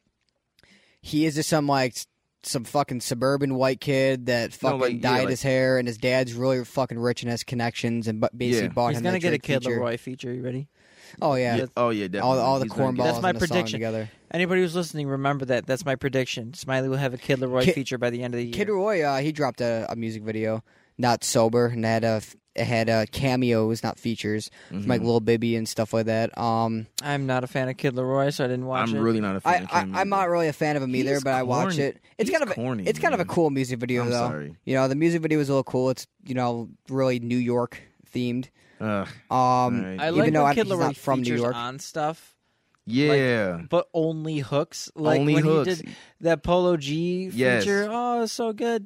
D: he is just some like s- some fucking suburban white kid that
C: No,
D: fucking
C: like, yeah,
D: dyed
C: like-
D: his hair, and his dad's really fucking rich and has connections, and bu- basically
C: Yeah.
D: bought
B: He's
D: him.
B: gonna
D: that
B: get a
D: Drake
B: Kid
D: feature.
B: Leroy feature. You ready?
D: Oh yeah,
C: Yeah, Oh yeah,
D: all
C: definitely.
D: all the
C: He's gonna
D: cornballs.
C: get-
B: That's my
D: in the song
B: prediction.
D: Together.
B: Anybody who's listening, remember that. That's my prediction. Smiley will have a Kid Leroy
D: Kid-
B: feature by the end of the year.
D: Kid Roy, uh, he dropped a, a music video, not sober, and had a f- It had uh, cameos, not features, from
C: Mm-hmm.
D: like Lil Bibby and stuff like that. Um,
B: I'm not a fan of Kid Leroy, so I didn't watch
C: I'm
B: it.
C: really not a
D: I,
C: fan. of
D: I
C: Cameron
D: I'm not really a fan of him either,
C: He's
D: but I watch
C: corny.
D: it. It's
C: He's
D: kind of
C: corny,
D: a, it's kind of a
C: man.
D: cool music video
C: I'm
D: though.
C: sorry.
D: You know, the music video was a little cool. It's you know really New York themed.
C: Ugh,
D: Um,
C: Right.
B: I
D: even
B: like
D: though
B: when
D: I'm,
B: Kid
D: he's
B: Leroy
D: not from New
B: features
D: York.
B: on stuff,
C: yeah.
B: but only hooks. Like
C: Only
B: when
C: hooks.
B: he did that Polo G
C: Yes.
B: feature. Oh, it was so good.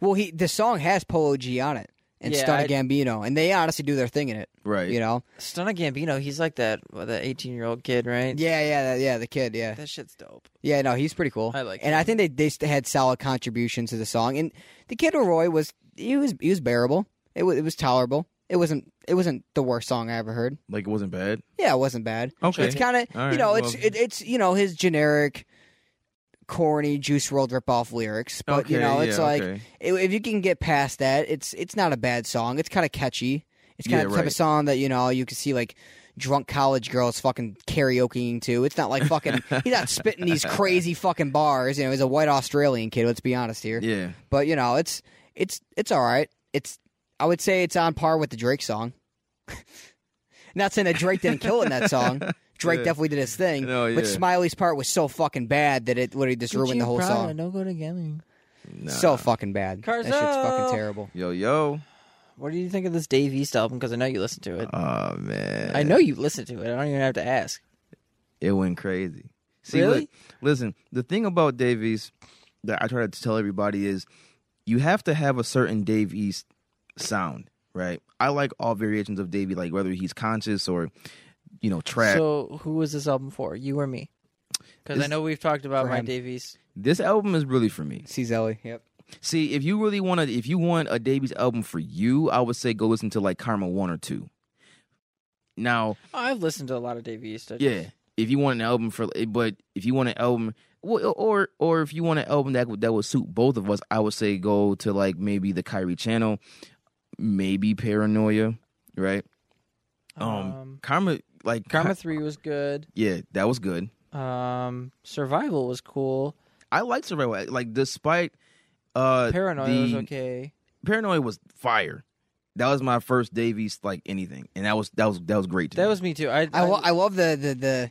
D: Well, he the song has Polo G on it and
B: Yeah,
D: Stunna
B: I-
D: Gambino, and they honestly do their thing in it.
C: right.
D: You know,
B: Stunna Gambino, he's like that what, that 18 year old kid, right?
D: yeah, yeah, yeah. The kid, yeah.
B: that shit's dope.
D: Yeah, no, he's pretty cool.
B: I like
D: and I think they they st- had solid contributions to the song. And the Kid Leroy was he was he was bearable. It was it was tolerable. It wasn't it wasn't the worst song I ever heard.
C: Like it wasn't bad.
D: Yeah, it wasn't bad.
C: Okay.
D: It's kind of
C: All
D: you
C: right,
D: know
C: well-
D: it's it, it's you know his generic corny Juice World ripoff lyrics, but you
C: Okay,
D: know it's
C: yeah,
D: like
C: okay.
D: i- if you can get past that, it's it's not a bad song. It's kind of catchy. It's kind
C: Yeah,
D: of the type
C: right.
D: of song that you know you can see like drunk college girls fucking karaokeing to. It's not like fucking he's not spitting these crazy fucking bars. You know, he's a white Australian kid. Let's be honest here.
C: Yeah.
D: But you know, it's it's it's all right. It's I would say it's on par with the Drake song. Not saying that Drake didn't kill it in that song. Drake
C: Yeah.
D: definitely did his thing,
C: No,
D: but
C: yeah.
D: Smiley's part was so fucking bad that it literally just ruined the whole song.
B: No go together.
C: Nah.
D: So fucking bad. That shit's
B: Carzel!
D: fucking terrible.
C: yo yo.
B: What do you think of this Dave East album? Because I know you listen to
D: Uh,
B: it.
C: Oh man.
B: I know you listen to it. I don't even have to ask.
C: It went crazy. See,
B: Really?
C: look, listen, the thing about Dave East that I try to tell everybody is you have to have a certain Dave East sound, right? I like all variations of Davey, like whether he's conscious or, you know, trap.
B: So, who was this album for? You or me? Because I
C: This-
B: know we've talked about
D: for
B: my
D: him.
B: Dave East.
C: this album is really for me.
D: See Zelly. Yep.
C: See, if you really want to, if you want a Davies album for you, I would say go listen to like Karma One or Two. Now,
B: I've listened to a lot of Dave East. I just-
C: yeah, if you want an album for, eh, but if you want an album, well, or or if you want an album that would- that would suit both of us, I would say go to like maybe the Kyrie Channel, maybe Paranoia, right? Um, Karma, like
B: Karma
C: Ki-
B: Three was good.
C: yeah, that was good.
B: Um, Survival was cool.
C: I liked Survival, like despite uh
B: Paranoia
C: the,
B: was okay.
C: Paranoia was fire. That was my first Davies like anything, and that was that was that was great. To
B: That
C: me.
B: was me too. I,
D: I, lo- I love the the the.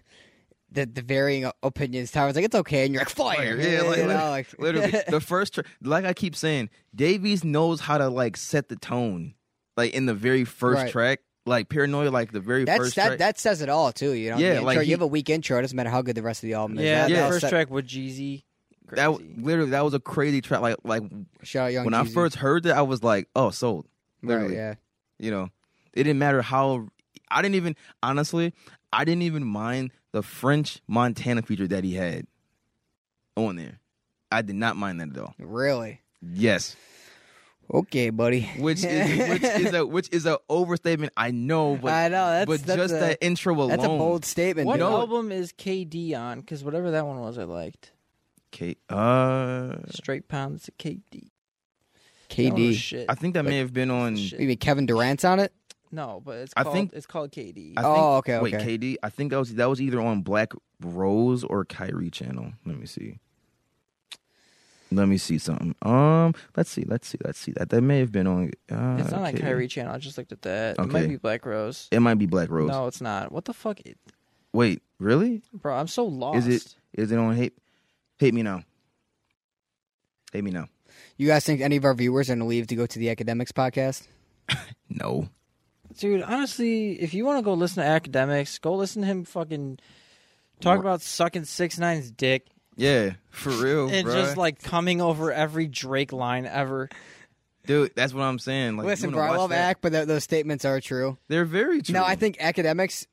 D: The, the varying o- opinions. Tyler's like, it's okay. And you're like, fire.
C: Yeah, like,
D: You know,
C: literally,
D: like-
C: literally. the first. Tra- like I keep saying, Davies knows how to like set the tone, like in the very first
D: Right.
C: track, like Paranoia, like the very
D: That's
C: first
D: that.
C: track.
D: That says it all too. You know,
C: Yeah,
D: The intro,
C: like he-
D: you have a weak intro. It doesn't matter how good the rest of the album is.
B: yeah,
D: That-
B: the
D: that'll
B: first
D: set-
B: track with Jeezy.
C: that w-
B: Crazy.
C: literally that was a crazy track. Like like
D: Shout out, Young
C: when I
D: Jeezy.
C: first heard that, I was like, oh, sold.
D: Right,
C: Literally,
D: yeah.
C: you know, it didn't matter how. I didn't even honestly. I didn't even mind the French Montana feature that he had on there. I did not mind that at all.
D: Really?
C: Yes,
D: Okay, buddy.
C: which is which is a which is a overstatement. I know, but
D: I know that's
C: but
D: that's
C: just
D: a,
C: that intro alone.
D: that's a bold statement.
B: What
D: dude.
C: No.
B: album is KD on? Because whatever that one was, I liked.
C: Kate, uh,
B: Straight Pound. It's a KD. That one was
D: KD.
B: shit.
C: I think that Oh, may have been on.
B: shit.
D: You mean Kevin Durant's on it?
B: No, but it's
C: I
B: called.
C: think-
B: it's called KD.
C: I think,
D: oh, okay,
C: wait,
D: okay.
C: KD. I think that was that was either on Black Rose or Kyrie Channel. Let me see. Let me see something. Um, let's see, let's see, let's see. That that may have been on. Uh,
B: it's not on
C: okay.
B: Kyrie Channel. I just looked at that. It might
C: Okay.
B: be Black Rose.
C: It might be Black Rose.
B: No, it's not. What the fuck, It-
C: Wait, really?
B: bro? I'm so lost.
C: Is it is it on Hate? Hate me now. Hate me now.
D: You guys think any of our viewers are going to leave to go to the academics podcast?
C: No.
B: dude? Honestly, if you want to go listen to academics, go listen to him fucking talk about sucking six nine's dick
C: Yeah, for real,
B: and
C: bruh.
B: just like coming over every Drake line ever.
C: dude. That's what I'm saying. Like, you
D: Listen,
C: wanna
D: bro, I
C: watch
D: love
C: that?
D: act, but th- those statements are true.
C: They're very true.
D: No, I think academics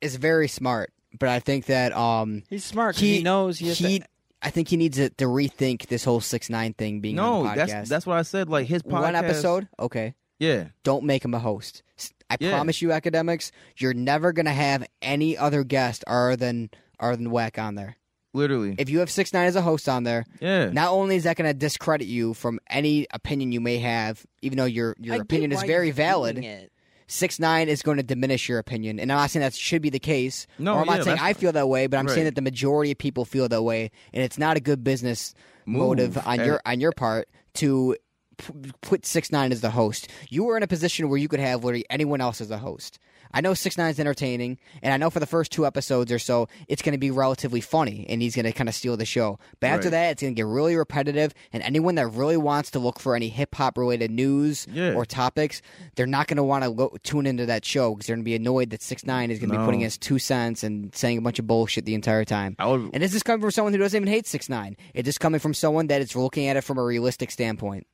D: is very smart, but I think that um
B: He's smart. 'cause He, knows. He, has to-
D: I think he needs to, to rethink this whole six nine thing being on
C: no.
D: the podcast.
C: That's that's what I said. Like his podcast.
D: one episode. Okay,
C: Yeah,
D: don't make him a host. S- I
C: Yeah.
D: promise you, academics, you're never gonna have any other guest other than other than Whack on there.
C: literally.
D: If you have six nine as a host on there,
C: yeah,
D: not only is that gonna discredit you from any opinion you may have, even though your your
B: I get
D: opinion is
B: why
D: very
B: he's doing
D: valid,
B: it.
D: six nine is going to diminish your opinion. And I'm not saying that should be the case.
C: No,
D: or I'm
C: yeah,
D: not saying
C: that's
D: I feel that way, but I'm saying
C: Right.
D: that the majority of people feel that way, and it's not a good business
C: Move.
D: motive on
C: Eh,
D: your on your part to p- put Six Nine as the host, you were in a position where you could have literally anyone else as a host. I know Six Nine's entertaining, and I know for the first two episodes or so, it's going to be relatively funny, and he's going to kind of steal the show. But after
C: Right.
D: that, it's going to get really repetitive, and anyone that really wants to look for any hip hop related news
C: Yeah.
D: or topics, they're not going to want to lo- tune into that show because they're going to be annoyed that Six Nine is going to be
C: No.
D: putting his two cents and saying a bunch of bullshit the entire time.
C: I would
D: And this is coming from someone who doesn't even hate six nine. It's just coming from someone that is looking at it from a realistic standpoint.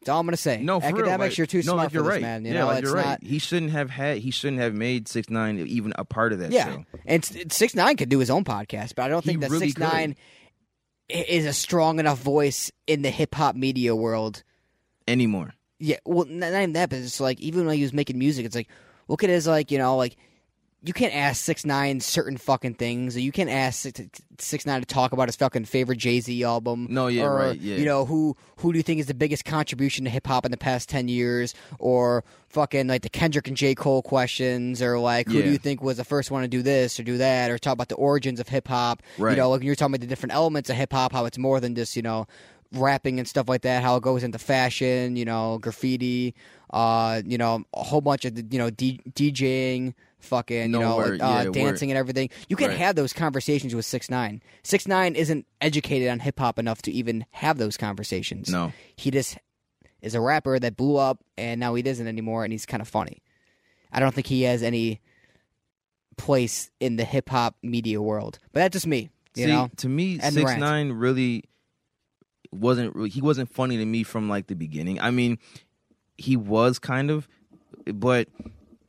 D: That's all I'm gonna say.
C: no for real,
D: academics,
C: like-
D: you're too
C: no,
D: smart
C: like, you're
D: for
C: right.
D: this, man. You
C: yeah,
D: know,
C: like
D: it's
C: you're right.
D: not.
C: He shouldn't have had. He shouldn't have made six nine even a part of that
D: Yeah,
C: show.
D: and six nine could do his own podcast, but I don't
C: He
D: think that
C: really
D: six nine is a strong enough voice in the hip hop media world.
C: anymore.
D: Yeah, well, n- not even that, but it's like even when he was making music, it's like look at his like you know like you can't ask six nine certain fucking things, or you can't ask six, six nine to talk about his fucking favorite Jay Z album.
C: No, yeah,
D: or,
C: right, yeah.
D: You know who who do you think is the biggest contribution to hip hop in the past ten years, or fucking like the Kendrick and J Cole questions, or like who do
C: Yeah.
D: you think was the first one to do this or do that, or talk about the origins of hip hop. You
C: Right.
D: know, like when you're talking about the different elements of hip hop, how it's more than just you know rapping and stuff like that, how it goes into fashion, you know, graffiti, uh, you know, a whole bunch of the- you know D- DJing, fucking,
C: No
D: you know,
C: word,
D: uh,
C: yeah, word.
D: dancing and everything. You can't
C: Right.
D: have those conversations with Six Nine. Six Nine isn't educated on hip hop enough to even have those conversations.
C: No,
D: he just is a rapper that blew up, and now he doesn't anymore, and he's kind of funny. I don't think he has any place in the hip hop media world, but that's just me. You
C: See,
D: know,
C: to me,
D: and
C: six
D: rant.
C: nine really wasn't. Really, he wasn't funny to me from like the beginning. I mean, he was kind of, but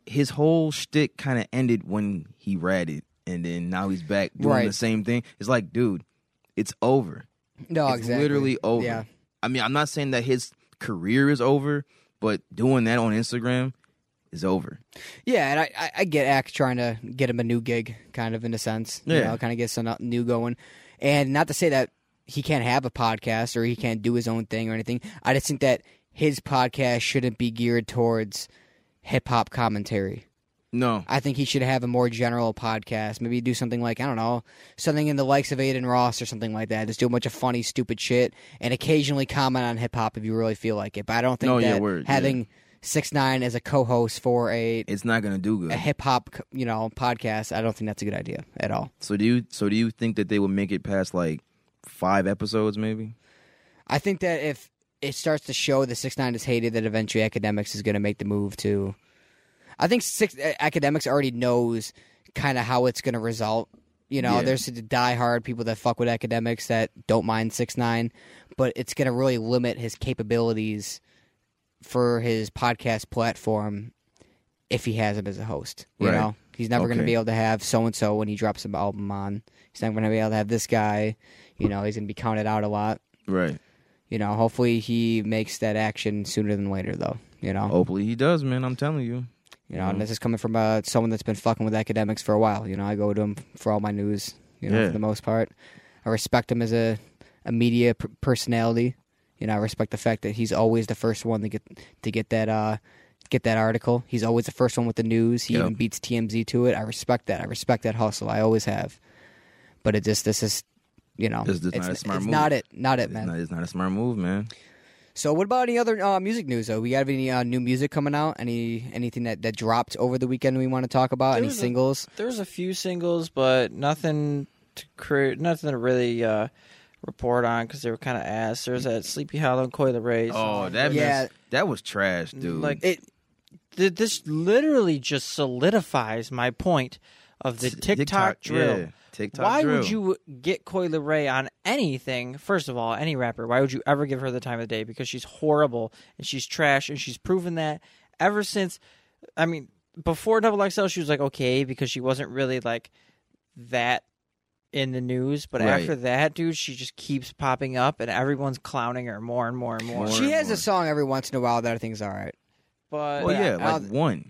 C: his whole shtick kind of ended when he ratted, and then now he's back doing
D: Right.
C: the same thing. It's like, dude, it's over.
D: no,
C: it's
D: Oh, exactly.
C: literally over.
D: Yeah.
C: I mean, I'm not saying that his career is over, but doing that on Instagram is over.
D: Yeah, and I, I, I get Ack trying to get him a new gig, kind of in a sense. You
C: Yeah.
D: know, kind of get some uh, new going. And not to say that he can't have a podcast or he can't do his own thing or anything. I just think that his podcast shouldn't be geared towards hip hop commentary.
C: No,
D: I think he should have a more general podcast. Maybe do something like, I don't know, something in the likes of Aiden Ross or something like that. Just do a bunch of funny, stupid shit and occasionally comment on hip hop if you really feel like it. But I don't think
C: No, yeah,
D: that
C: word, yeah.
D: having six nine as a co host for a
C: it's not gonna do good.
D: a hip hop, you know, podcast, I don't think that's a good idea at all.
C: So do you so do you think that they will make it past like five episodes maybe?
D: I think that if it starts to show that six nine is hated, that eventually academics is going to make the move to. I think six uh, academics already knows kind of how it's going to result. You know,
C: Yeah.
D: there's the diehard people that fuck with academics that don't mind six nine, but it's going to really limit his capabilities for his podcast platform if he has him as a host. You
C: Right.
D: know, he's never going to
C: Okay.
D: be able to have so and so when he drops an album on. He's not going to be able to have this guy. You know, he's going to be counted out a lot.
C: Right.
D: You know, hopefully he makes that action sooner than later, though. You know,
C: Hopefully he does, man. I'm telling you.
D: you know, and this is coming from uh, someone that's been fucking with academics for a while. You know, I go to him for all my news. You know,
C: Yeah.
D: for the most part, I respect him as a a media p- personality. You know, I respect the fact that he's always the first one to get to get that uh get that article. He's always the first one with the news. He
C: Yep.
D: even beats TMZ to it. I respect that. I respect that hustle. I always have. But it just this is, you know,
C: It's just not a smart
D: it's
C: move.
D: not it. Not it,
C: It's
D: man.
C: not, it's not a smart move, man.
D: So, what about any other uh, music news? Though we got any uh, new music coming out? Any anything that, that dropped over the weekend we want to talk about? any
E: There's a-
D: singles?
E: There's a few singles, but nothing to create, nothing to really uh, report on because they were kind of ass. There's that Sleepy Hollow and Coil Ray.
C: Oh, that
D: Yeah.
C: mess- that was trash, dude.
E: Like
D: It-
E: th- this literally just solidifies my point of the
C: T-
E: TikTok, drill.
C: yeah. TikTok
E: Why
C: drill.
E: would you get Coyle Ray on anything? First of all, any rapper. Why would you ever give her the time of day? Because she's horrible and she's trash, and she's proven that ever since. I mean, before Double XL, she was like okay because she wasn't really like that in the news. But
C: Right.
E: after that, dude, she just keeps popping up, and everyone's clowning her more and more and more.
C: More
D: She
C: and
D: has
C: more.
D: a song every once in a while that I think is all right.
E: But
C: Well, Oh,
B: uh,
C: yeah,
D: I-
C: like one.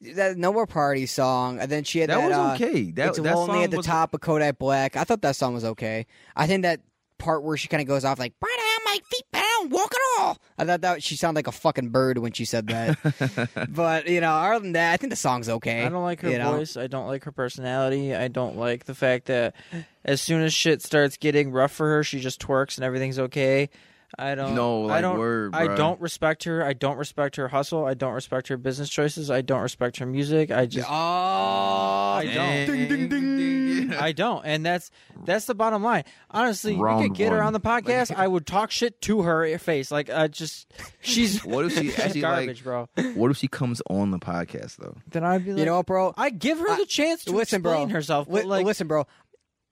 D: That No More Party song, and then she had
C: That,
D: that.
C: was
D: uh,
C: okay. That,
D: it's
C: that
D: lonely
C: song
D: at the
C: was,
D: top of Kodak Black. I thought that song was okay. I think that part where she kind of goes off like "Right on my feet, but I don't walk at all." I thought that she sounded like a fucking bird when she said that. but you know, other than that, I think the song's okay.
E: I don't like her
D: you know?
E: voice. I don't like her personality. I don't like the fact that as soon as shit starts getting rough for her, she just twerks and everything's okay.
B: I don't.
C: No,
B: I
C: like,
B: don't.
C: word,
B: I
C: bruh.
B: don't respect her. I don't respect her hustle. I don't respect her business choices. I don't respect her music. I just.
D: Oh,
B: I don't.
C: Ding, ding, ding.
B: I don't, and that's that's the bottom line. Honestly,
C: Round
B: you could get her
C: one.
B: on the podcast. I would talk shit to her face. Like I just, she's
C: What if she actually,
B: garbage,
C: like-
B: bro.
C: What if she comes on the podcast though?
B: Then I'd be like,
D: you know what, bro?
B: I give her the chance to
D: listen,
B: explain
D: bro.
B: herself, but
D: Li-
B: like,
D: listen, bro.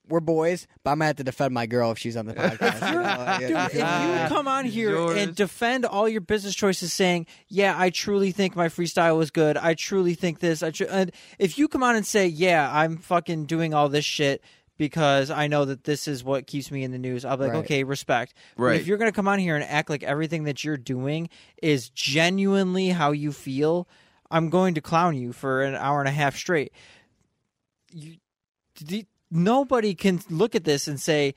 D: We're boys, but I'm gonna have to defend my girl if she's on the podcast. you know? Like,
B: Dude, if you
D: yeah.
B: come on here
C: Yours.
B: and defend all your business choices, saying, "Yeah, I truly think my freestyle was good. I truly think this." I tru-, and if you come on and say, "Yeah, I'm fucking doing all this shit because I know that this is what keeps me in the news," I'll be like,
D: Right.
B: "Okay, respect." But
C: Right.
B: if you're gonna come on here and act like everything that you're doing is genuinely how you feel, I'm going to clown you for an hour and a half straight. You, the- nobody can look at this and say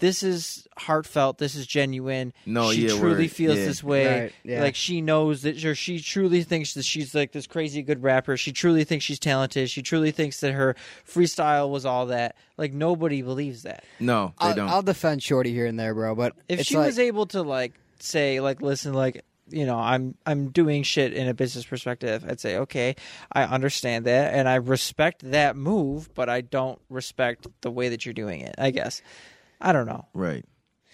B: this is heartfelt this is genuine
C: No,
B: she
C: yeah,
B: truly
C: word,
B: feels
C: yeah.
B: this way
D: Right, yeah.
B: like she knows that or she truly thinks that she's like this crazy good rapper she truly thinks she's talented she truly thinks that her freestyle was all that like nobody believes that
C: No, they
D: I'll,
C: don't.
D: I'll defend Shorty here and there, bro. But
B: if
D: it's
B: she
D: like,
B: was able to like say like listen like you know i'm i'm doing shit in a business perspective i'd say okay i understand that and i respect that move but i don't respect the way that you're doing it i guess i don't know
C: right.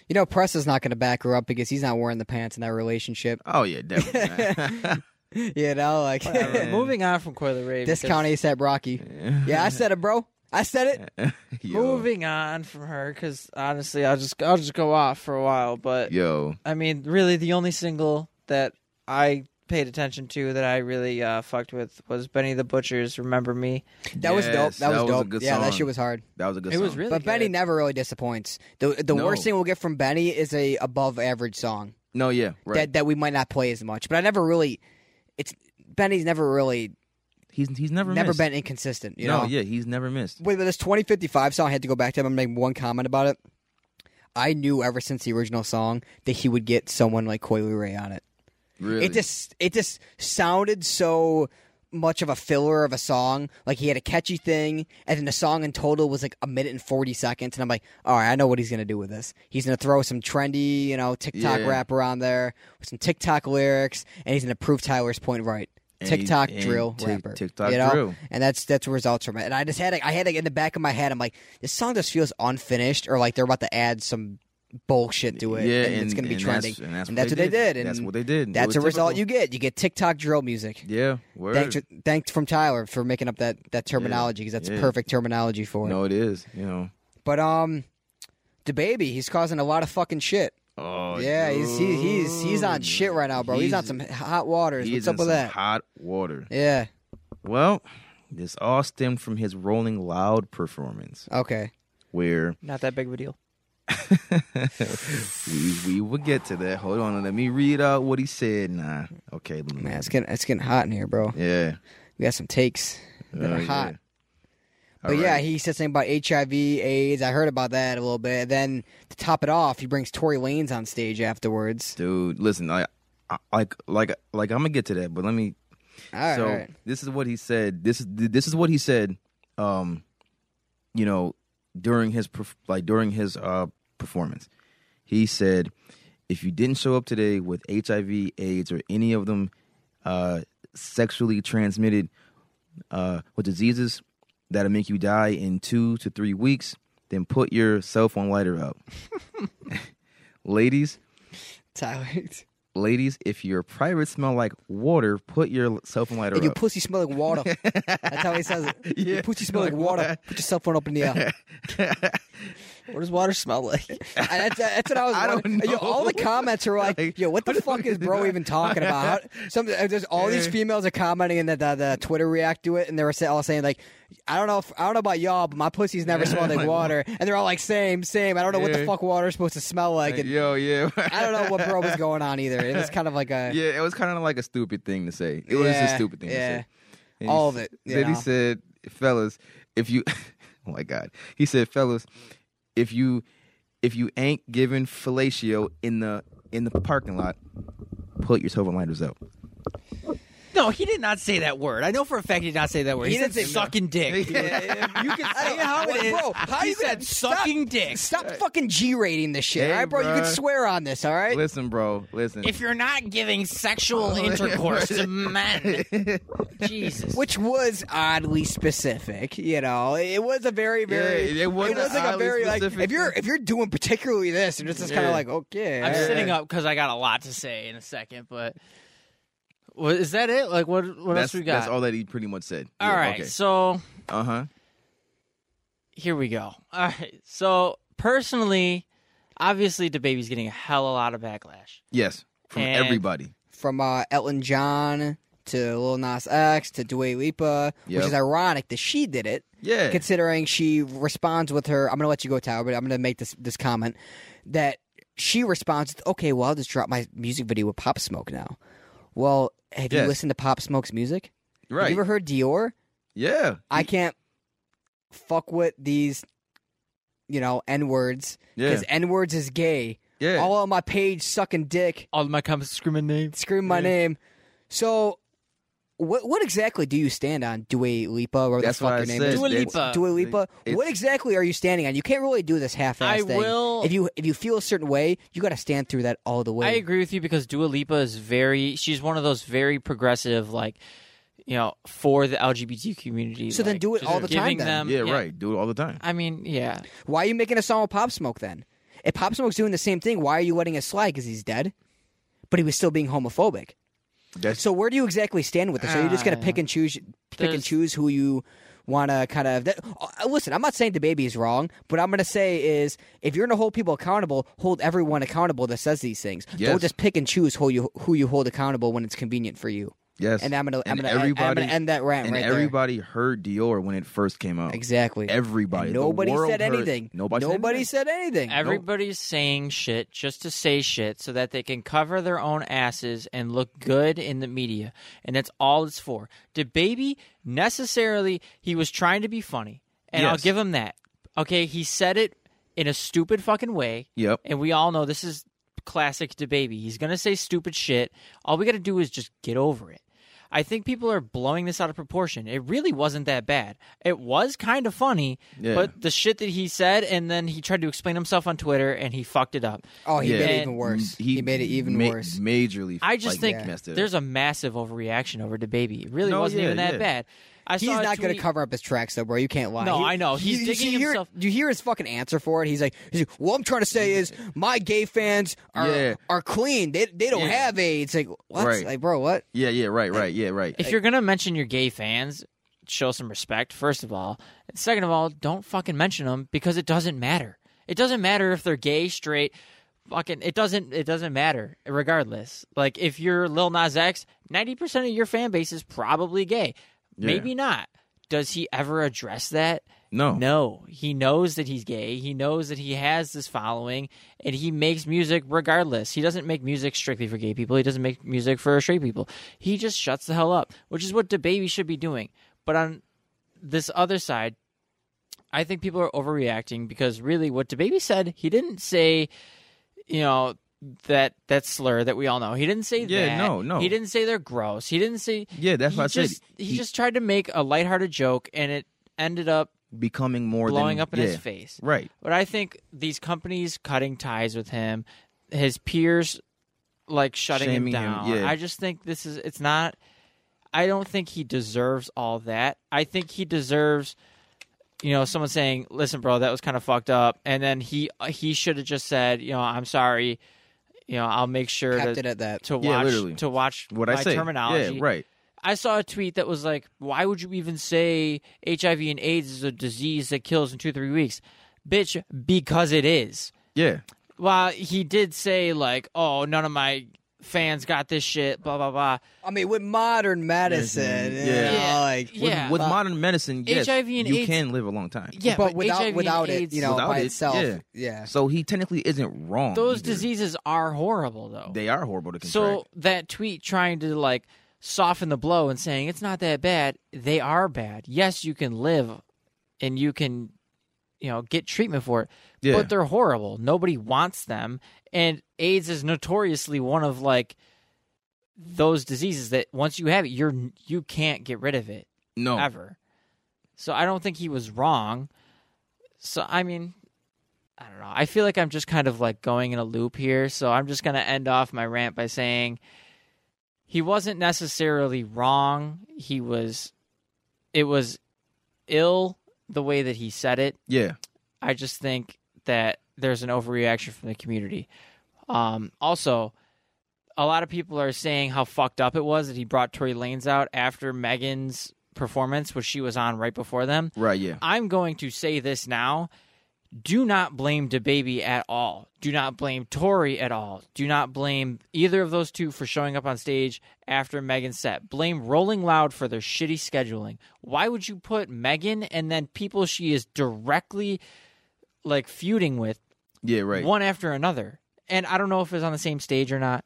D: you know, Press is not gonna back her up because he's not wearing the pants in that relationship.
C: Oh yeah, definitely. man.
D: You know, like
B: Whatever. Moving on from Coil Ray. because-
D: discount ASAP Rocky. Yeah, I said it, bro. I said it.
C: Yo.
B: Moving on from her, because honestly, I'll just I'll just go off for a while. But
C: Yo.
B: I mean, really, the only single that I paid attention to that I really uh, fucked with was Benny the Butcher's "Remember Me."
D: That was dope.
C: Yes,
D: That, was
C: a
D: dope.
C: good
D: yeah, that
C: song.
D: shit was hard.
C: That was a good
B: It
C: song.
B: was really,
D: but
B: good.
D: Benny never really disappoints. The the
C: No.
D: worst thing we'll get from Benny is a above average song
C: No, yeah, right.
D: that that we might not play as much. But I never really, it's Benny's never really
C: he's he's never
D: never
C: missed.
D: been inconsistent. You
C: no,
D: know?
C: yeah, he's never missed.
D: Wait, but this 2055 song, I had to go back to him and make one comment about it. I knew ever since the original song that he would get someone like Coily Ray on it.
C: Really.
D: It just it just sounded so much of a filler of a song. Like he had a catchy thing, and then the song in total was like a minute and forty seconds. And I'm like, all right, I know what he's gonna do with this. He's gonna throw some trendy, you know, TikTok
C: Yeah.
D: rap around there with some TikTok lyrics, and he's gonna prove Tyler's point right.
C: And he-
D: TikTok
C: and
D: drill
C: Tik-
D: rapper,
C: TikTok
D: you know?
C: drill.
D: and that's that's what results from it. And I just had it, I had it in the back of my head. I'm like, this song just feels unfinished, or like they're about to add some bullshit to it,
C: yeah,
D: and, it's gonna be trending.
C: That's, and that's,
D: And
C: what
D: that's what they did, and
C: that's what they did. It
D: That's
C: was
D: a result
C: typical.
D: you get. You get TikTok drill music.
C: Yeah, word.
D: Thanks, thanks from Tyler for making up that that terminology because that's
C: yeah.
D: perfect terminology for it.
C: no, it is. You know.
D: But um, the baby, he's causing a lot of fucking shit.
C: Oh
D: yeah, he's he, he's he's on
C: dude.
D: shit right now, bro. He's, on some hot waters.
C: He's
D: What's
C: in
D: up with
C: some
D: that?
C: Hot water.
D: yeah.
C: Well, this all stemmed from his Rolling Loud performance,
D: Okay.
C: where
B: Not that big of a deal.
C: we we will get to that. Hold on, let me read out what he said. Nah, okay, let me-
D: Man, it's getting it's getting hot in here, bro.
C: yeah,
D: We got some takes that
C: Oh,
D: are
C: yeah.
D: hot.
C: All
D: But yeah,
C: right.
D: he said something about HIV, AIDS. I heard about that a little bit. Then to top it off, he brings Tory Lanez on stage afterwards.
C: dude. Listen, I, I like like like I'm gonna get to that, but let me
D: All right.
C: so
D: all right.
C: this is what he said. This is this is what he said. Um, you know, during his perf- like during his uh performance, he said, "If you didn't show up today with HIV, AIDS, or any of them uh, sexually transmitted uh, with diseases that'll make you die in two to three weeks, then put your cell phone lighter up, ladies."
D: Tyler.
C: Ladies, if your privates smell like water, put your cell phone lighter
D: And your
C: up.
D: pussy smell like water. That's how he says it.
C: Yeah.
D: Your pussy smell like
C: Like
D: water.
C: what?
D: Put your cell phone up in the air.
B: What does water smell like?
D: And that's, that's what I was.
C: I don't
D: wondering. Yo,
C: know.
D: all the comments are like,
C: Like,
D: "Yo, what the fuck is bro even talking about?" How, some uh, there's all these females are commenting and the, the, the Twitter react to it, and they were say, all saying like, "I don't know, if, I don't know about y'all, but my pussy's never smelled like water." And they're all like, "Same, same." I don't know what the
C: Yeah.
D: fuck water's supposed to smell like. And
C: Yo, yeah.
D: I don't know what bro was going on either. It was kind of like a
C: Yeah, it was kind of like a stupid thing to say. It was
D: Yeah,
C: a stupid thing
D: yeah.
C: to say. And
D: All
C: he
D: of it,
C: s-
D: you
C: Then he
D: know.
C: said, "Fellas, if you, oh my God," he said, "Fellas, if you, if you ain't giving fellatio in the in the parking lot, put your cell phone lighters up."
E: No, he did not say that word. I know for a fact he did not say that word. He,
D: He didn't
E: said
D: say-
E: sucking dick.
C: Yeah.
E: You can say how it is.
D: Bro, how
E: he
D: you
E: said
D: gonna- stop-
E: sucking dick.
D: Stop fucking G rating this shit,
C: Hey,
D: all right, bro? You can
C: bruh.
D: swear on this, all right?
C: Listen, bro. Listen.
E: If you're not giving sexual intercourse to men, Jesus.
D: Which was oddly specific, you know. It was a very, very.
C: Yeah, it was an
D: like a
C: oddly
D: very like.
C: specific
D: If you're
C: thing.
D: if you're doing particularly this, and it's just kind
C: Yeah.
D: of like okay,
E: I'm
D: all right.
E: sitting up because I got a lot to say in a second, but what, is that it? Like, what what
C: that's,
E: else we got?
C: that's all that he pretty much said.
E: all
C: Yeah,
E: right,
C: Okay.
E: so
C: Uh huh.
E: here we go. All right, so personally, obviously, the baby's getting a hell of a lot of backlash.
C: Yes. From
E: And-
C: everybody.
D: from uh, Elton John to Lil Nas X to Dua Lipa,
C: Yep.
D: which is ironic that she did it.
C: Yeah.
D: considering she responds with her. I'm going to let you go, Tyler, but I'm going to make this this comment that she responds. with, Okay, well, I'll just drop my music video with Pop Smoke now. Well, have
C: Yes.
D: you listened to Pop Smoke's music? Have
C: right.
D: you ever heard Dior?
C: yeah.
D: I can't fuck with these, you know, n words
C: Yeah.
D: because n words is gay.
C: Yeah.
D: All on my page, sucking dick,
E: All my comments screaming names.
D: screaming my name. So, what what exactly do you stand on, Dua Lipa? Or whatever
C: That's
D: the fuck
C: what
D: your
C: I
D: name
C: said.
D: is.
E: Dua
C: That's-
E: Lipa.
D: Dua Lipa.
C: It's-
D: what exactly are you standing on? You can't really do this half-ass
E: I
D: thing.
E: will-
D: If you if you feel a certain way, you got to stand through that all the way.
E: I agree with you because Dua Lipa is very. She's one of those very progressive, like you know, for the LGBT community.
D: So then
E: like,
D: do it
E: just
D: all the time
E: giving
D: then.
E: Them,
C: Yeah, Right. Do it all the time.
E: I mean, yeah.
D: Why are you making a song with Pop Smoke then? If Pop Smoke's doing the same thing, why are you letting it slide? Because he's dead. But he was still being homophobic.
C: That's
D: So where do you exactly stand with this? Are you just going
C: Uh,
D: to pick and choose, pick
E: There's-
D: and choose who you want to kind of? That, uh, listen, I'm not saying the baby is wrong, but I'm going to say is if you're going to hold people accountable, hold everyone accountable that says these things.
C: Yes.
D: Don't just pick and choose who you who you hold accountable when it's convenient for you.
C: yes.
D: And I'm going to I'm
C: And
D: going to I'm going
C: everybody-
D: to end that rant
C: and
D: right
C: everybody heard Dior when it first came out.
D: there. Exactly.
C: Everybody.
D: And
C: The
D: nobody
C: world
D: said
C: heard-
D: anything.
C: Nobody.
D: Nobody
C: Said
D: said anything.
E: Everybody's saying shit just to say shit so that they can cover their own asses and look good in the media. And that's all it's for. The baby necessarily he was trying to be funny. And I'll
C: Yes.
E: give him that. Okay, he said it in a stupid fucking way.
C: anything. Yep.
E: And we all know this is classic DeBaby. He's going to say stupid shit. All we got to do is just get over it. I think people are blowing this out of proportion. It really wasn't that bad. It was kind of funny,
C: Yeah.
E: but the shit that he said, and then he tried to explain himself on Twitter, and he fucked it up.
D: Oh, he
C: Yeah.
D: made it
E: And
D: even worse.
C: He,
D: He, made it even
C: ma-
D: worse.
C: Majorly.
E: I just
C: like,
E: think
C: messed it up.
E: there's a massive overreaction over DeBaby. It really
C: No,
E: wasn't
C: yeah,
E: even that
C: yeah.
E: bad. I
D: He's
E: saw a
D: not going to
E: tweet-
D: cover up his tracks, though, bro. You can't lie.
E: No,
D: He-
E: I know. He's
D: you-
E: digging
D: you hear,
E: himself-
D: You hear his fucking answer for it. He's like, he's like, "What I'm trying to say is, my gay fans are
C: Yeah.
D: are clean. They they don't
C: Yeah.
D: have AIDS." Like, what?
C: Right.
D: Like, bro, what?
C: Yeah. Yeah. Right. Right. Yeah. Right.
E: If you're gonna mention your gay fans, show some respect. First of all, And second of all, don't fucking mention them because it doesn't matter. It doesn't matter if they're gay, straight, fucking. It doesn't. It doesn't matter. Regardless, like if you're Lil Nas X, ninety percent of your fan base is probably gay. Maybe not. Does he ever address that?
C: No.
E: No, he knows that he's gay. He knows that he has this following, and he makes music regardless. He doesn't make music strictly for gay people. He doesn't make music for straight people. He just shuts the hell up, which is what the baby should be doing. But on this other side, I think people are overreacting because really, what the baby said, he didn't say, you know. That that slur that we all know. He didn't say
C: Yeah,
E: that.
C: no, no.
E: He didn't say they're gross. He didn't say
C: Yeah, that's
E: he
C: what I said.
E: just, He,
C: He-
E: just tried to make a lighthearted joke, and it ended up
C: becoming more
E: blowing
C: than,
E: up in
C: yeah.
E: his face.
C: Right.
E: But I think these companies cutting ties with him, his peers like shutting
C: Shaming
E: him
C: him,
E: down.
C: yeah.
E: I just think this is it's not I don't think he deserves all that. I think he deserves you know someone saying, "Listen, bro, that was kind of fucked up." And then he he should have just said, "You know, I'm sorry. You know, I'll make sure
D: Kept
E: to
D: it at that.
E: to watch
C: Yeah, literally.
E: to watch
C: What
E: my
C: I say.
E: terminology."
C: Yeah. Right.
E: I saw a tweet that was like, "Why would you even say HIV and AIDS is a disease that kills in two three weeks, bitch? Because it is."
C: Yeah.
E: Well, he did say like, "Oh, none of my fans got this shit." Blah blah blah.
D: I mean, with modern medicine,
C: Yeah.
D: you know,
E: Yeah.
D: like,
E: Yeah.
C: With, with modern medicine, yes,
E: HIV and
C: you
E: AIDS-
C: can live a long time.
E: Yeah,
D: but without
E: HIV and
D: without it,
E: AIDS-
D: you know,
C: Without
D: by
C: it,
D: itself,
C: yeah.
D: yeah.
C: So he technically isn't wrong.
E: those
C: either.
E: diseases are horrible though.
C: They are horrible to contract.
E: so that tweet trying to like soften the blow and saying it's not that bad. They are bad. Yes, you can live, and you can, you know, get treatment for it.
C: yeah.
E: but they're horrible. Nobody wants them, and AIDS is notoriously one of like those diseases that once you have it, you're you can't get rid of it
C: No,
E: ever. So I don't think he was wrong. So I mean, I don't know. I feel like I'm just kind of like going in a loop here. So I'm just going to end off my rant by saying he wasn't necessarily wrong. He was it was ill the way that he said it.
C: yeah,
E: I just think that there's an overreaction from the community. Um, also, a lot of people are saying how fucked up it was that he brought Tory Lanez out after Megan's performance, which she was on right before them.
C: right, yeah,
E: I'm going to say this now. Do not blame DeBaby at all. Do not blame Tori at all. Do not blame either of those two for showing up on stage after Megan's set. Blame Rolling Loud for their shitty scheduling. Why would you put Megan and then people she is directly like feuding with
C: yeah, right.
E: one after another? And I don't know if it was on the same stage or not.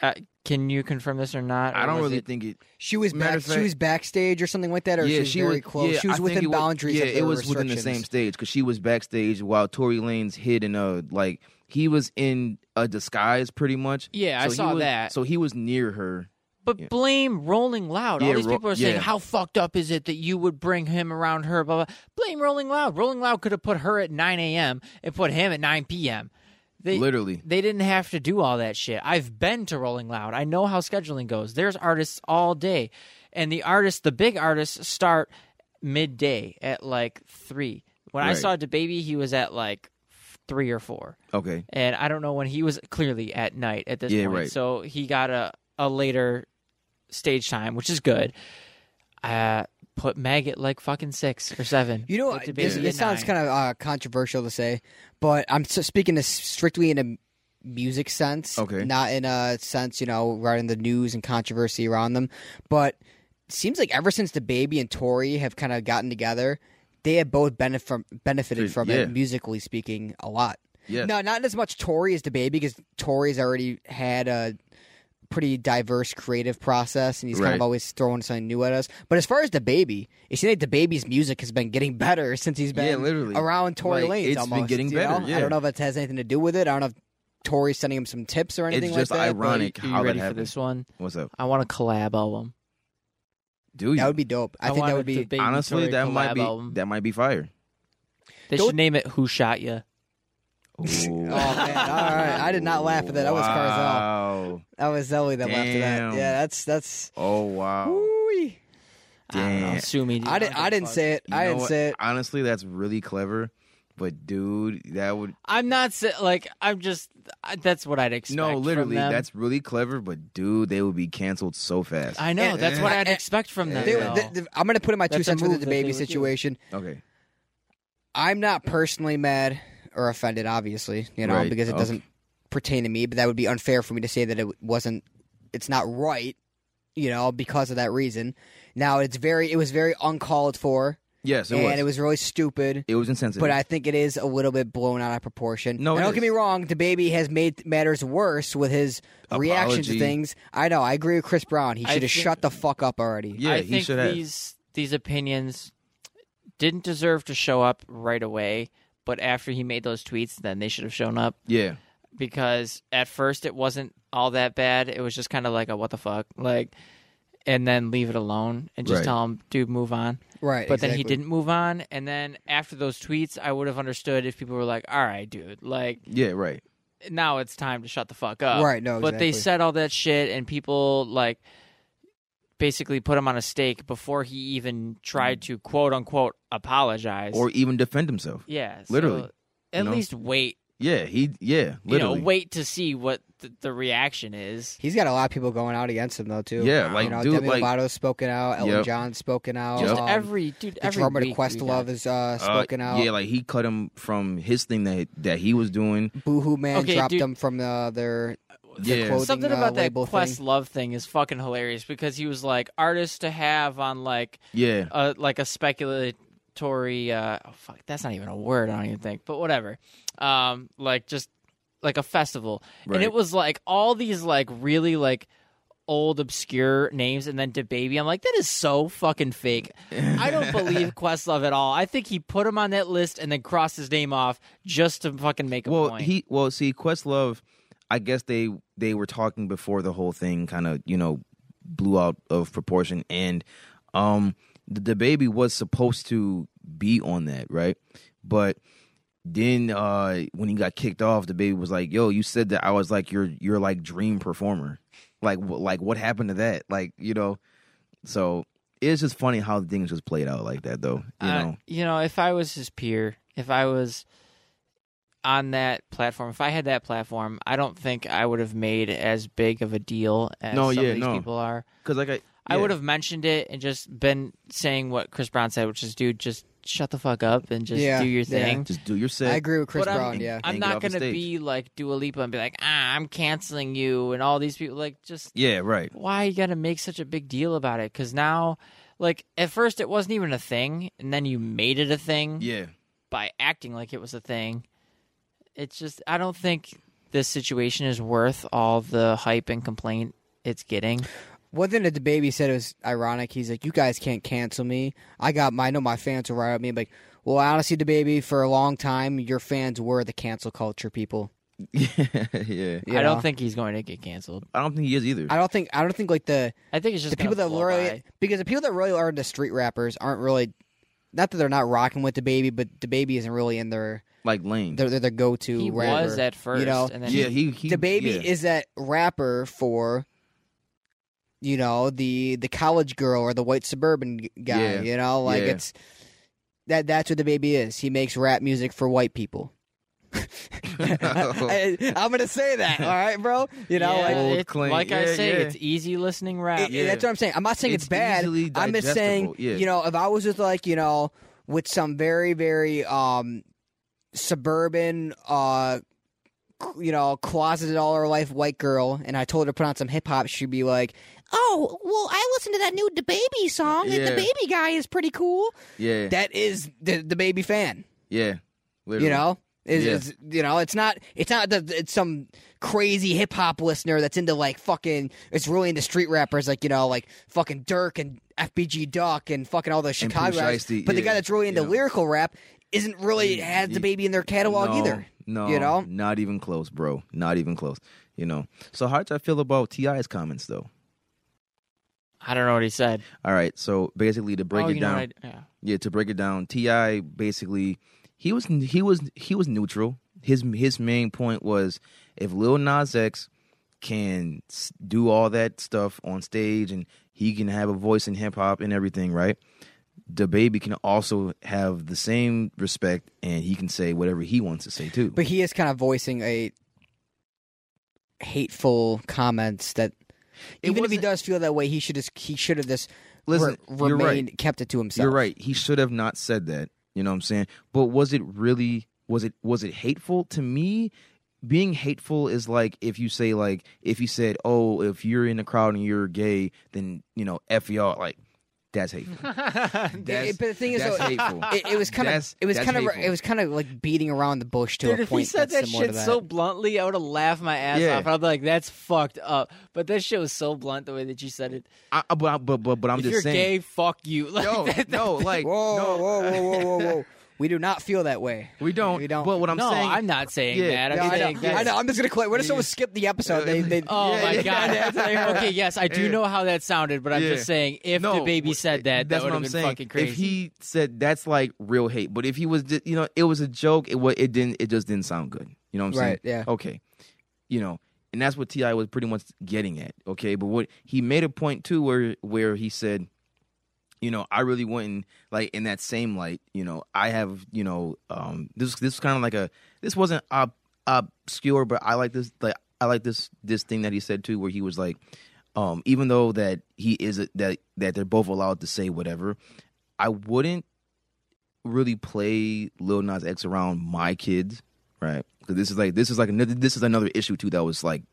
E: Uh, can you confirm this or not?
C: I
E: Or
C: don't
E: was
C: really
E: it-
C: think it.
D: She was
C: Matter
D: back,
C: of
D: she
C: fact-
D: was backstage or something like that, or she was very close.
C: yeah,
D: she was
C: I think
D: within
C: it was-
D: boundaries.
C: Yeah,
D: of
C: it
D: their
C: was within the same
D: restrictions.
C: stage because she was backstage while Tory Lanez hid in a like he was in a disguise pretty much.
E: Yeah, I
C: he
E: saw
C: was-
E: that.
C: So he was near her.
E: But blame Rolling Loud. All
C: Yeah,
E: these
C: Ro-
E: people are saying,
C: yeah.
E: "How fucked up is it that you would bring him around her?" Blah blah. Blame Rolling Loud. Rolling Loud could have put her at 9 a.m. and put him at 9 p.m. They
C: Literally.
E: they didn't have to do all that shit. I've been to Rolling Loud. I know how scheduling goes. There's artists all day, and the artists, the big artists, start midday at like three. When I
C: Right.
E: saw DaBaby, he was at like three or four
C: Okay.
E: and I don't know when he was clearly at night at this
C: Yeah,
E: point.
C: right.
E: So he got a, a later stage time, which is good. Uh, put Meg at like fucking six or seven.
D: You know,
E: Put
D: it,
E: DaBaby
D: this,
E: at
D: it sounds
E: nine.
D: kind of uh, controversial to say, but I'm s speaking this strictly in a music sense,
C: Okay.
D: not in a sense, you know, right in the news and controversy around them. But it seems like ever since the baby and Tori have kind of gotten together, they have both benefit from, benefited
C: Dude,
D: from
C: yeah.
D: it musically speaking a lot.
C: Yes.
D: No, not as much Tori as the baby because Tori's already had a pretty diverse creative process and he's kind of
C: Right.
D: always throwing something new at us. But as far as the baby, it seems like the baby's music has been getting better since he's been
C: Yeah, literally.
D: around Tory
C: Like,
D: Lanez.
C: it's been
D: almost,
C: getting
D: you
C: better,
D: know? I
C: yeah.
D: don't know if it has anything to do with it. I don't know if Tori's sending him some tips or anything
C: It's
D: like
C: just
D: that. but
C: ironic
E: Are you
C: how that
E: ready for
C: happened.
E: this one?
C: What's up?
E: I want a collab album.
C: Do you?
D: That would be dope. I, think that
E: want
D: would
E: the
D: be.
E: Baby
C: Honestly,
E: Tory
C: that
E: collab
C: might be
E: Album.
C: that might be fire.
E: They
D: Don't-
E: should name it "Who Shot Ya."
C: Oh,
D: Oh man! All right, I did not laugh at that. That was Carzell.
C: Wow.
D: That was Zoe that laughed at that.
C: Damn.
D: Yeah, that's that's.
C: Oh wow.
D: Ooh-wee.
E: I don't know.
C: Damn.
E: Sue me. dude.
D: I
E: don't
D: didn't.
E: give
D: I
E: a
D: didn't
E: fuck.
D: say it.
C: You
D: I
C: know
D: didn't
C: what?
D: say it.
C: Honestly, that's really clever. But dude, that would
E: I'm not say, like I'm just. I, that's what I'd expect.
C: no,
E: from
C: literally,
E: them.
C: that's really clever. But dude, they would be canceled so fast.
E: I know.
D: Yeah.
E: that's what
C: Eh,
D: Yeah.
E: I'd expect from them.
D: They-
E: though.
D: th- th- I'm going to put in my two
E: That's a
D: cents for
E: move
D: the
E: that they
D: baby
E: would do.
D: situation.
C: okay.
D: I'm not personally mad or offended, obviously, you know,
C: Right,
D: because it
C: okay.
D: doesn't pertain to me. But that would be unfair for me to say that it w- wasn't. It's not right, you know, because of that reason. Now it's very. It was very uncalled for,
C: Yes, it
D: and
C: was.
D: it was really stupid.
C: It was insensitive.
D: But I think it is a little bit blown out of proportion.
C: No,
D: And
C: it
D: don't get
C: is.
D: me wrong. The baby has made matters worse with his reaction to
C: Apology.
D: things. I know. I agree with Chris Brown. He
E: I
D: should have
E: think-
D: shut the fuck up already.
C: yeah,
E: I
C: he
E: think
C: should have.
E: these these opinions didn't deserve to show up right away, but after he made those tweets, then they should have shown up
C: yeah,
E: because at first it wasn't all that bad. It was just kind of like a what the fuck, like, and then leave it alone and just
C: Right.
E: tell him, dude, move on.
D: Right.
E: But then he
D: exactly.
E: didn't move on, and then after those tweets, I would have understood if people were like, all right, dude, like
C: yeah, right.
E: now it's time to shut the fuck up.
D: Right, no,
E: But they
D: exactly.
E: said all that shit, and people like basically put him on a stake before he even tried to quote unquote apologize.
C: Or even defend himself.
E: yeah, so
C: literally,
E: At
C: know?
E: least wait.
C: Yeah, he. Yeah, literally.
E: You know, wait to see what th- the reaction is.
D: He's got a lot of people going out against him though too.
C: Yeah, like,
D: you know,
C: dude,
D: Demi
C: like-
D: Lovato's spoken out, Elton
C: Yep.
D: John's spoken out.
C: Yep.
E: Just
D: um,
E: every dude,
D: the
E: every
D: drummer to
E: week we got-
D: Questlove is uh,
C: Uh,
D: spoken out.
C: Yeah, like he cut him from his thing that that he was doing.
D: Boohoo Man
E: Okay,
D: dropped
E: dude.
D: him from uh, their
C: yeah,
D: clothing,
E: Something
D: uh,
E: about that
D: label
E: Quest
D: thing.
E: Love thing is fucking hilarious because he was like artist to have on like
C: yeah,
E: a like a speculatory uh oh, fuck that's not even a word I don't even think but whatever um like just like a festival and it
C: Right.
E: was like all these like really like old obscure names and then DeBaby I'm like that is so fucking fake I don't believe Questlove at all I think he put him on that list and then crossed his name off just to fucking make a
C: Well,
E: point
C: he well see Questlove. I guess they they were talking before the whole thing kind of you know blew out of proportion, and um the baby was supposed to be on that right, but then uh when he got kicked off, the baby was like, "Yo, you said that I was like your your like dream performer, like wh- like what happened to that? Like you know." So it's just funny how things just played out like that, though. You
E: I-
C: know,
E: Uh, you know, if I was his peer, if I was on that platform, if I had that platform, I don't think I would have made as big of a deal as
C: No,
E: some
C: yeah,
E: of these
C: no.
E: people are.
C: because like I,
E: I
C: yeah.
E: would have mentioned it and just been saying what Chris Brown said, which is, dude, just shut the fuck up and just
D: Yeah,
E: do your
D: yeah.
E: thing.
C: just do your set.
D: I agree with Chris
E: But I'm-
D: Brown. yeah,
E: I'm
C: And get
E: not
C: off the
E: gonna
C: stage.
E: be like Dua Lipa and be like, ah, I'm canceling you and all these people. Like, just
C: Yeah, right.
E: why you gotta make such a big deal about it? Because now, like, at first it wasn't even a thing, and then you made it a thing
C: Yeah,
E: by acting like it was a thing. It's just I don't think this situation is worth all the hype and complaint it's getting.
D: One thing that the baby said was ironic. He's like, "You guys can't cancel me. I got my. I know my fans will write at me. Like, well, honestly, the baby for a long time, your fans were the cancel culture people.
C: yeah.
D: you
E: I
D: know?
E: don't think he's going to get canceled.
C: I don't think he is either.
D: I don't think. I don't think like the
E: I think it's just
D: the people that
E: gonna blow
D: really
E: by.
D: because the people that really are the street rappers aren't really. Not that they're not rocking with the baby, but the baby isn't really in their
C: like Lane.
D: they're, they're their go to.
E: he
D: rapper,
E: was at first,
D: you know.
E: and then
C: yeah, he, he.
D: the baby
C: yeah.
D: is that rapper for you know the the college girl or the white suburban g- guy
C: Yeah.
D: you know like
C: Yeah.
D: it's that that's what the baby is he makes rap music for white people I, am gonna say that all right bro you know
E: Yeah,
D: like,
C: Old
E: it-
C: clean.
E: like I
C: Yeah,
E: say,
C: yeah.
E: it's easy listening rap.
D: it- it- that's what i'm saying i'm not saying it's,
C: It's
D: bad
C: easily
D: i'm just saying
C: digestible, yeah.
D: you know if i was with like you know with some very very um suburban uh you know, closeted all her life white girl, and I told her to put on some hip hop, she'd be like, "Oh, well, I listened to that new the baby song, and
C: Yeah.
D: the baby guy is pretty cool."
C: yeah,
D: That is the the baby fan,
C: yeah. Literally.
D: you know. Is,
C: Yeah.
D: is you know, it's not it's not the, it's some crazy hip hop listener that's into like fucking it's really into street rappers like you know like fucking Dirk and FBG Duck and fucking all those
C: And
D: Chicago
C: Pooh
D: guys.
C: Shiesty,
D: But the
C: yeah,
D: guy that's really into
C: yeah.
D: lyrical rap isn't really has the
C: Ye-
D: baby in their catalog
C: no,
D: either.
C: No,
D: you know?
C: not even close, bro. Not even close. You know. So how did I feel about Ti's comments though?
E: I don't know what he said.
C: All right, so basically to break
E: Oh,
C: it
E: you know
C: down,
E: what I- yeah.
C: yeah, to break it down, Ti basically he was he was he was neutral. His his main point was if Lil Nas X can s- do all that stuff on stage and he can have a voice in hip hop and everything, right? The baby can also have the same respect and he can say whatever he wants to say too.
D: But he is kind of voicing a hateful comments that
C: It
D: even if he
C: wasn't-
D: does feel that way, he should just he should have just
C: Listen,
D: re-
C: you're right.
D: remained kept it to himself.
C: You're right. He should have not said that. You know what I'm saying? But was it really was it was it hateful to me? Being hateful is like if you say like if you said, "Oh, if you're in the crowd and you're gay, then, you know, F y'all." Like that's hateful. That's,
D: but the thing is,
C: that's
D: though,
C: hateful.
D: It, it was kind of
C: That's-
D: it was
C: that's
D: kind of
C: hateful.
D: it was kind of like beating around the bush to
E: Dude,
D: a
E: if he
D: point.
E: said
D: that's
E: that
D: similar
E: shit
D: to that.
E: so bluntly, I would have laughed my ass
C: Yeah.
E: off. I'd be like, "That's fucked up." But that shit was so blunt the way that you said it.
C: I, I- but, but but but I'm
E: if
C: just
E: you're
C: saying.
E: gay, fuck you. Like,
C: No,
E: that-
C: no, like
D: whoa,
C: no,
D: whoa, whoa, whoa, whoa, whoa, whoa! We do not feel that way.
C: We don't.
D: We don't.
C: But what I'm
E: no,
C: saying
E: I'm not saying
C: Yeah.
E: that. I'm
D: No, I,
E: saying
D: know, I
E: that-
D: know. I'm just gonna quit. What if someone skipped the episode? They, they,
E: Oh
C: Yeah,
E: my
C: yeah,
E: god!
C: that's what I heard.
E: okay, yes, I do
C: Yeah.
E: know how that sounded, but I'm
C: Yeah.
E: just saying, if the baby said that,
C: that's
E: that would
C: what
E: have
C: I'm
E: been
C: saying.
E: fucking crazy.
C: If he said that's like real hate, but if he was, just, you know, it was a joke. It was, it didn't, it just didn't sound good. You know what I'm
D: Right,
C: saying?
D: yeah.
C: Okay. You know, and that's what Ti was pretty much getting at. Okay, but what he made a point too, where where he said, you know, I really wouldn't like in that same light. You know, I have, you know, um, this this was kind of like a this wasn't ob- obscure, but I like this like I like this this thing that he said too, where he was like, um, even though that he is a, that that they're both allowed to say whatever, I wouldn't really play Lil Nas X around my kids, right? Because this is like this is like another this is another issue too that was like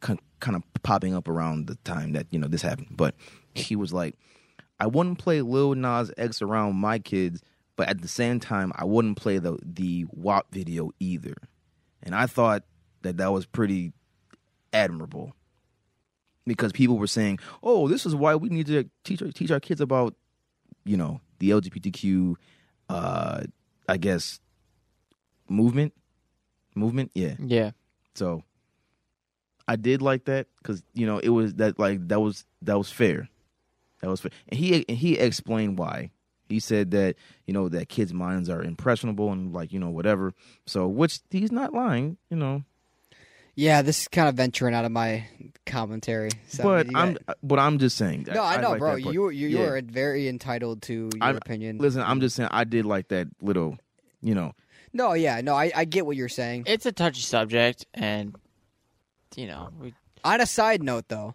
C: kind of popping up around the time that you know this happened. But he was like, I wouldn't play Lil Nas X around my kids, but at the same time, I wouldn't play the the WAP video either. And I thought that that was pretty admirable because people were saying, "Oh, this is why we need to teach our, teach our kids about, you know, the LGBTQ, uh, I guess, movement, movement." Yeah.
E: yeah,
C: So I did like that because you know it was that like that was that was fair, that was fair. And he and he explained why. He said that you know that kids' minds are impressionable and like you know whatever. So which he's not lying, you know.
D: Yeah, this is kind of venturing out of my commentary. So
C: but
D: you
C: I'm but I'm just saying.
D: got- no, I, know,
C: like
D: bro.
C: that part.
D: You you you
C: Yeah.
D: are very entitled to your
C: I'm-
D: opinion.
C: Listen, I'm just saying I did like that little, you know.
D: No, yeah, no, I, I get what you're saying.
E: It's a touchy subject, and you know, we,
D: On a side note, though,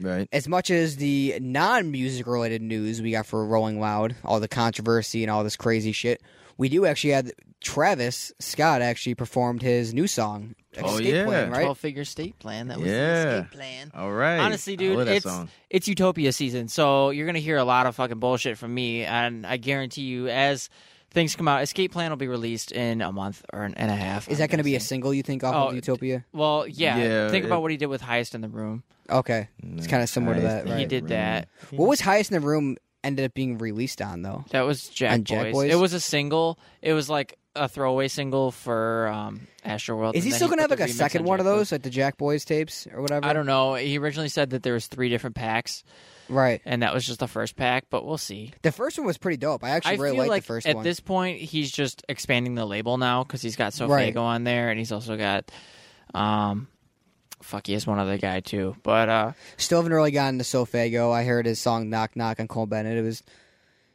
C: Right.
D: as much as the non-music related news we got for Rolling Loud, all the controversy and all this crazy shit, we do actually have Travis Scott actually performed his new song,
C: Oh,
D: Escape
C: yeah.
D: Plan, right?
E: twelve-figure state plan. That was the
C: Yeah.
E: escape plan.
C: All right.
E: Honestly,
C: I
E: dude,
C: love that
E: it's
C: song.
E: it's utopia season, so you're gonna hear a lot of fucking bullshit from me, and I guarantee you, as things come out, escape plan will be released in a month or an, and a half.
D: Is
E: I'm
D: that going to be a
E: guessing.
D: single you think off
E: Oh,
D: of Utopia?
E: Well, yeah.
C: Yeah,
E: think
C: it-
E: about what he did with highest in the room.
D: Okay, it's kind of similar to
C: Nice.
D: that,
C: He
D: right?
E: He did
C: right.
E: that.
D: What was highest in the room ended up being released on though?
E: That was Jack,
D: On Jack
E: Boys.
D: Boys?
E: It was a single. It was like a throwaway single for um, Astroworld.
D: Is he
E: and then
D: still going to have
E: put
D: like
E: the
D: a
E: remix
D: second
E: on
D: one
E: Jack
D: of
E: Boys.
D: those, like the Jack Boys tapes or whatever?
E: I don't know. He originally said that there was three different packs,
D: Right.
E: and that was just the first pack. But we'll see.
D: The first one was pretty dope. I actually
E: I
D: really
E: feel
D: liked
E: like
D: the first
E: at
D: one.
E: this point he's just expanding the label now because he's got Sofago
D: Right.
E: on there, and he's also got, um, fuck, he has one other guy too. But uh,
D: Still haven't really gotten to Sofago. I heard his song "Knock Knock" on Cole Bennett. It was, it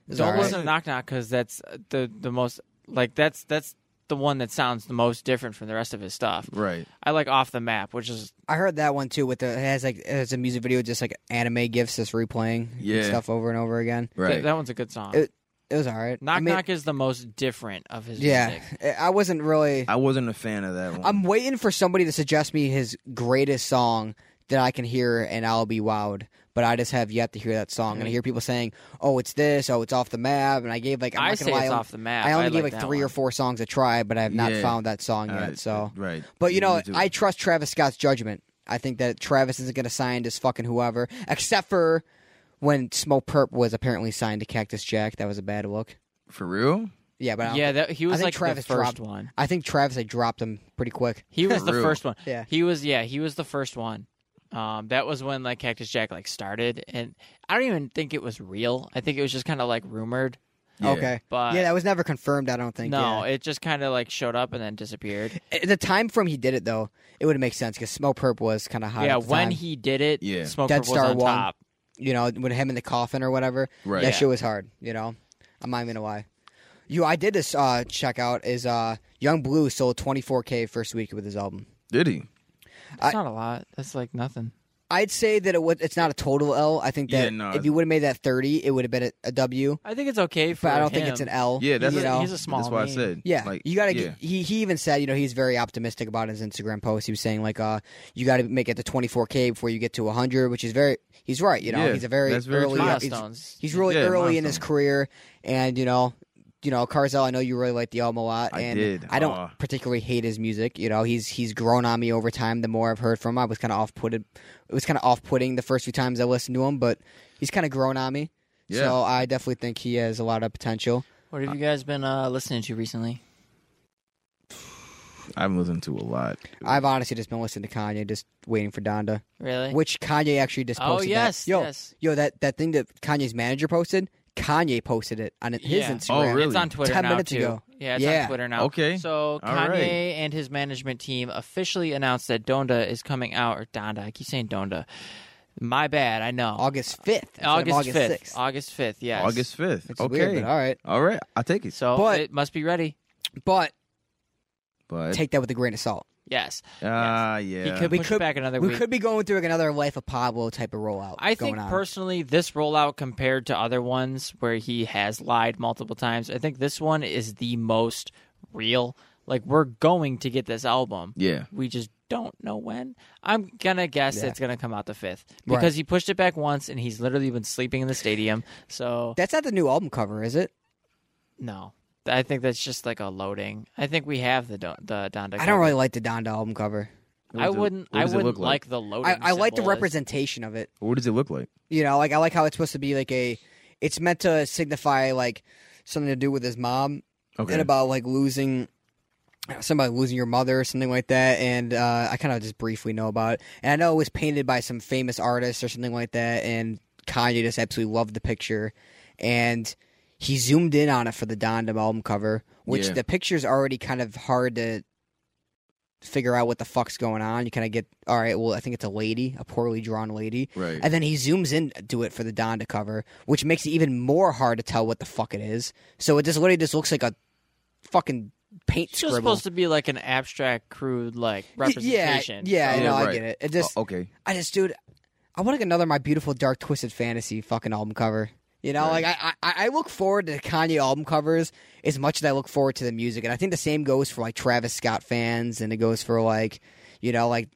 D: was
E: Don't
D: alright.
E: listen to Knock Knock because that's the the most like that's that's the one that sounds the most different from the rest of his stuff.
C: Right.
E: I like Off the Map, which is
D: I heard that one too. With the it has like it has a music video, just like anime gifs, just replaying
C: Yeah.
D: stuff over and over again.
C: Right.
E: that one's a good song.
D: It- It was all right.
E: Knock
D: I mean,
E: Knock is the most different of his
D: Yeah,
E: music.
D: I wasn't really.
C: I wasn't a fan of that one.
D: I'm waiting for somebody to suggest me his greatest song that I can hear and I'll be wowed. But I just have yet to hear that song.
E: Mm.
D: And I hear people saying, "Oh, it's this. Oh, it's off the map." And I gave like I'm
E: I
D: not gonna
E: say
D: lie,
E: it's Off the Map.
D: I only
E: I
D: gave
E: like
D: like
E: that
D: three or
E: one.
D: four songs a try, but I have not
C: Yeah.
D: found that song
C: Uh,
D: yet. So
C: right.
D: But you know,
C: Me too.
D: I trust Travis Scott's judgment. I think that Travis isn't going to sign this fucking whoever, except for when Smoke Perp was apparently signed to Cactus Jack. That was a bad look.
C: for real.
D: Yeah, but I don't
E: Yeah,
D: think-
E: that, he
D: I
E: was
D: think
E: like
D: Travis
E: the first
D: dropped-
E: one.
D: I think Travis had dropped him pretty quick.
E: He was
C: For
E: the
C: real.
E: first one.
D: Yeah.
E: He was yeah, he was the first one. Um, that was when like Cactus Jack like started, and I don't even think it was real. I think it was just kind of like rumored.
C: Yeah.
D: Okay,
E: But-
D: yeah, that was never confirmed. I don't think.
E: No,
D: yeah.
E: it just kind of like showed up and then disappeared.
D: At the time frame he did it though, it would make sense because Smoke Perp was kind of hot.
E: yeah,
D: at the
E: when
D: time.
E: he did it,
C: Yeah.
E: Smoke
D: Dead
E: Purple's
D: Star
E: on
D: One.
E: top.
D: you know, with him in the coffin or whatever.
C: Right.
D: That
E: Yeah.
D: shit was hard, you know. I'm not even gonna lie. You I did this uh check out is uh Young Blue sold twenty four K first week with his album.
C: Did he?
E: That's not a lot. That's like nothing.
D: I'd say that it was it's not a total L. I think that
C: Yeah, no.
D: if you would have made that thirty, it would have been a, a W.
E: I think it's okay for
D: But I don't think it's
E: him.
D: an L.
C: Yeah, that's
D: you
E: a-
D: know?
E: he's a small
C: That's why I
E: man.
C: said.
D: Yeah,
C: Like
D: you gotta.
C: Yeah.
D: He he even said, you know, he's very optimistic about his Instagram post. He was saying like, uh, you got to make it to 24k before you get to 100, which is very. He's right, you know.
C: Yeah,
D: he's a very,
C: that's very
D: early.
C: true.
D: he's-
E: milestones.
D: He's really
C: Yeah,
D: early in his
C: milestone.
D: career, and you know, you know, Carzell. I know you really like the album a lot,
C: I
D: and
C: did.
D: I don't
C: Aw.
D: particularly hate his music. You know, he's he's grown on me over time. The more I've heard from him, I was kind of off putted. It was kind of off putting the first few times I listened to him, but he's kind of grown on me.
C: Yeah.
D: So I definitely think he has a lot of potential.
E: What have you guys been uh, listening to recently?
C: I've listened to a lot.
D: I've honestly just been listening to Kanye, just waiting for Donda,
E: Really?
D: which Kanye actually just
E: oh
D: posted.
E: yes,
D: that. yo,
E: yes.
D: yo, that that thing that Kanye's manager posted, Kanye posted it on his
E: Yeah. Oh,
D: Instagram.
C: really?
E: It's on Twitter
D: 10
E: now
D: minutes
E: too.
D: ago.
E: Yeah, it's
D: Yeah.
E: on Twitter now.
C: Okay.
E: So
C: All
E: Kanye
C: right.
E: and his management team officially announced that Donda is coming out or Donda. I keep saying Donda. My bad. I know.
D: August fifth, instead of August
E: August
D: sixth.
E: August fifth. Yes.
C: August fifth.
D: It's
C: Okay.
D: weird, but all right.
C: all right. I'll take it.
E: So
D: But-
E: it must be ready.
D: But
E: Uh,
C: But
D: take that with a grain of salt.
E: Yes.
C: ah, yeah.
E: He could
D: We
E: push
D: could-
E: it back another
D: We
E: week.
D: could be going through like another Life of Pablo type of rollout.
E: I
D: going
E: think
D: on.
E: personally, this rollout compared to other ones where he has lied multiple times, I think this one is the most real. Like we're going to get this album.
C: yeah.
E: We just don't know when. I'm gonna guess it's gonna come out the fifth
D: Right.
E: because he pushed it back once, and he's literally been sleeping in the stadium. So
D: that's not the new album cover, is it?
E: no, I think that's just like a loading. I think we have the Don- the Donda.
D: I
E: cover.
D: don't really like the Donda album cover.
E: I
C: What does it-
E: wouldn't.
C: what
E: I
C: does it
E: wouldn't
C: look like?
E: like the loading.
D: I, I like the
E: symbol is-
D: representation of it.
C: What does it look like?
D: You know, like I like how it's supposed to be like a. It's meant to signify like something to do with his mom
C: Okay.
D: and about like losing somebody losing your mother or something like that. And uh, I kind of just briefly know about it. And I know it was painted by some famous artist or something like that. And Kanye just absolutely loved the picture. And he zoomed in on it for the Dondom album cover, which
C: Yeah.
D: the picture's already kind of hard to figure out what the fuck's going on. You kind of get, all right, well, I think it's a lady, a poorly drawn lady.
C: Right.
D: And then he zooms in to it for the Donda cover, which makes it even more hard to tell what the fuck it is. So it just literally just looks like a fucking paint
E: It's just
D: scribble.
E: supposed to be like an abstract, crude, like
D: Y-
E: representation.
D: Yeah, yeah,
C: so-
D: no,
C: Yeah,
D: I
C: right.
D: get it. It just,
C: Oh, okay.
D: I just, dude, I want to get another my beautiful dark twisted fantasy fucking album cover. You know,
C: Right.
D: like I, I, I look forward to Kanye album covers as much as I look forward to the music, and I think the same goes for like Travis Scott fans, and it goes for like, you know, like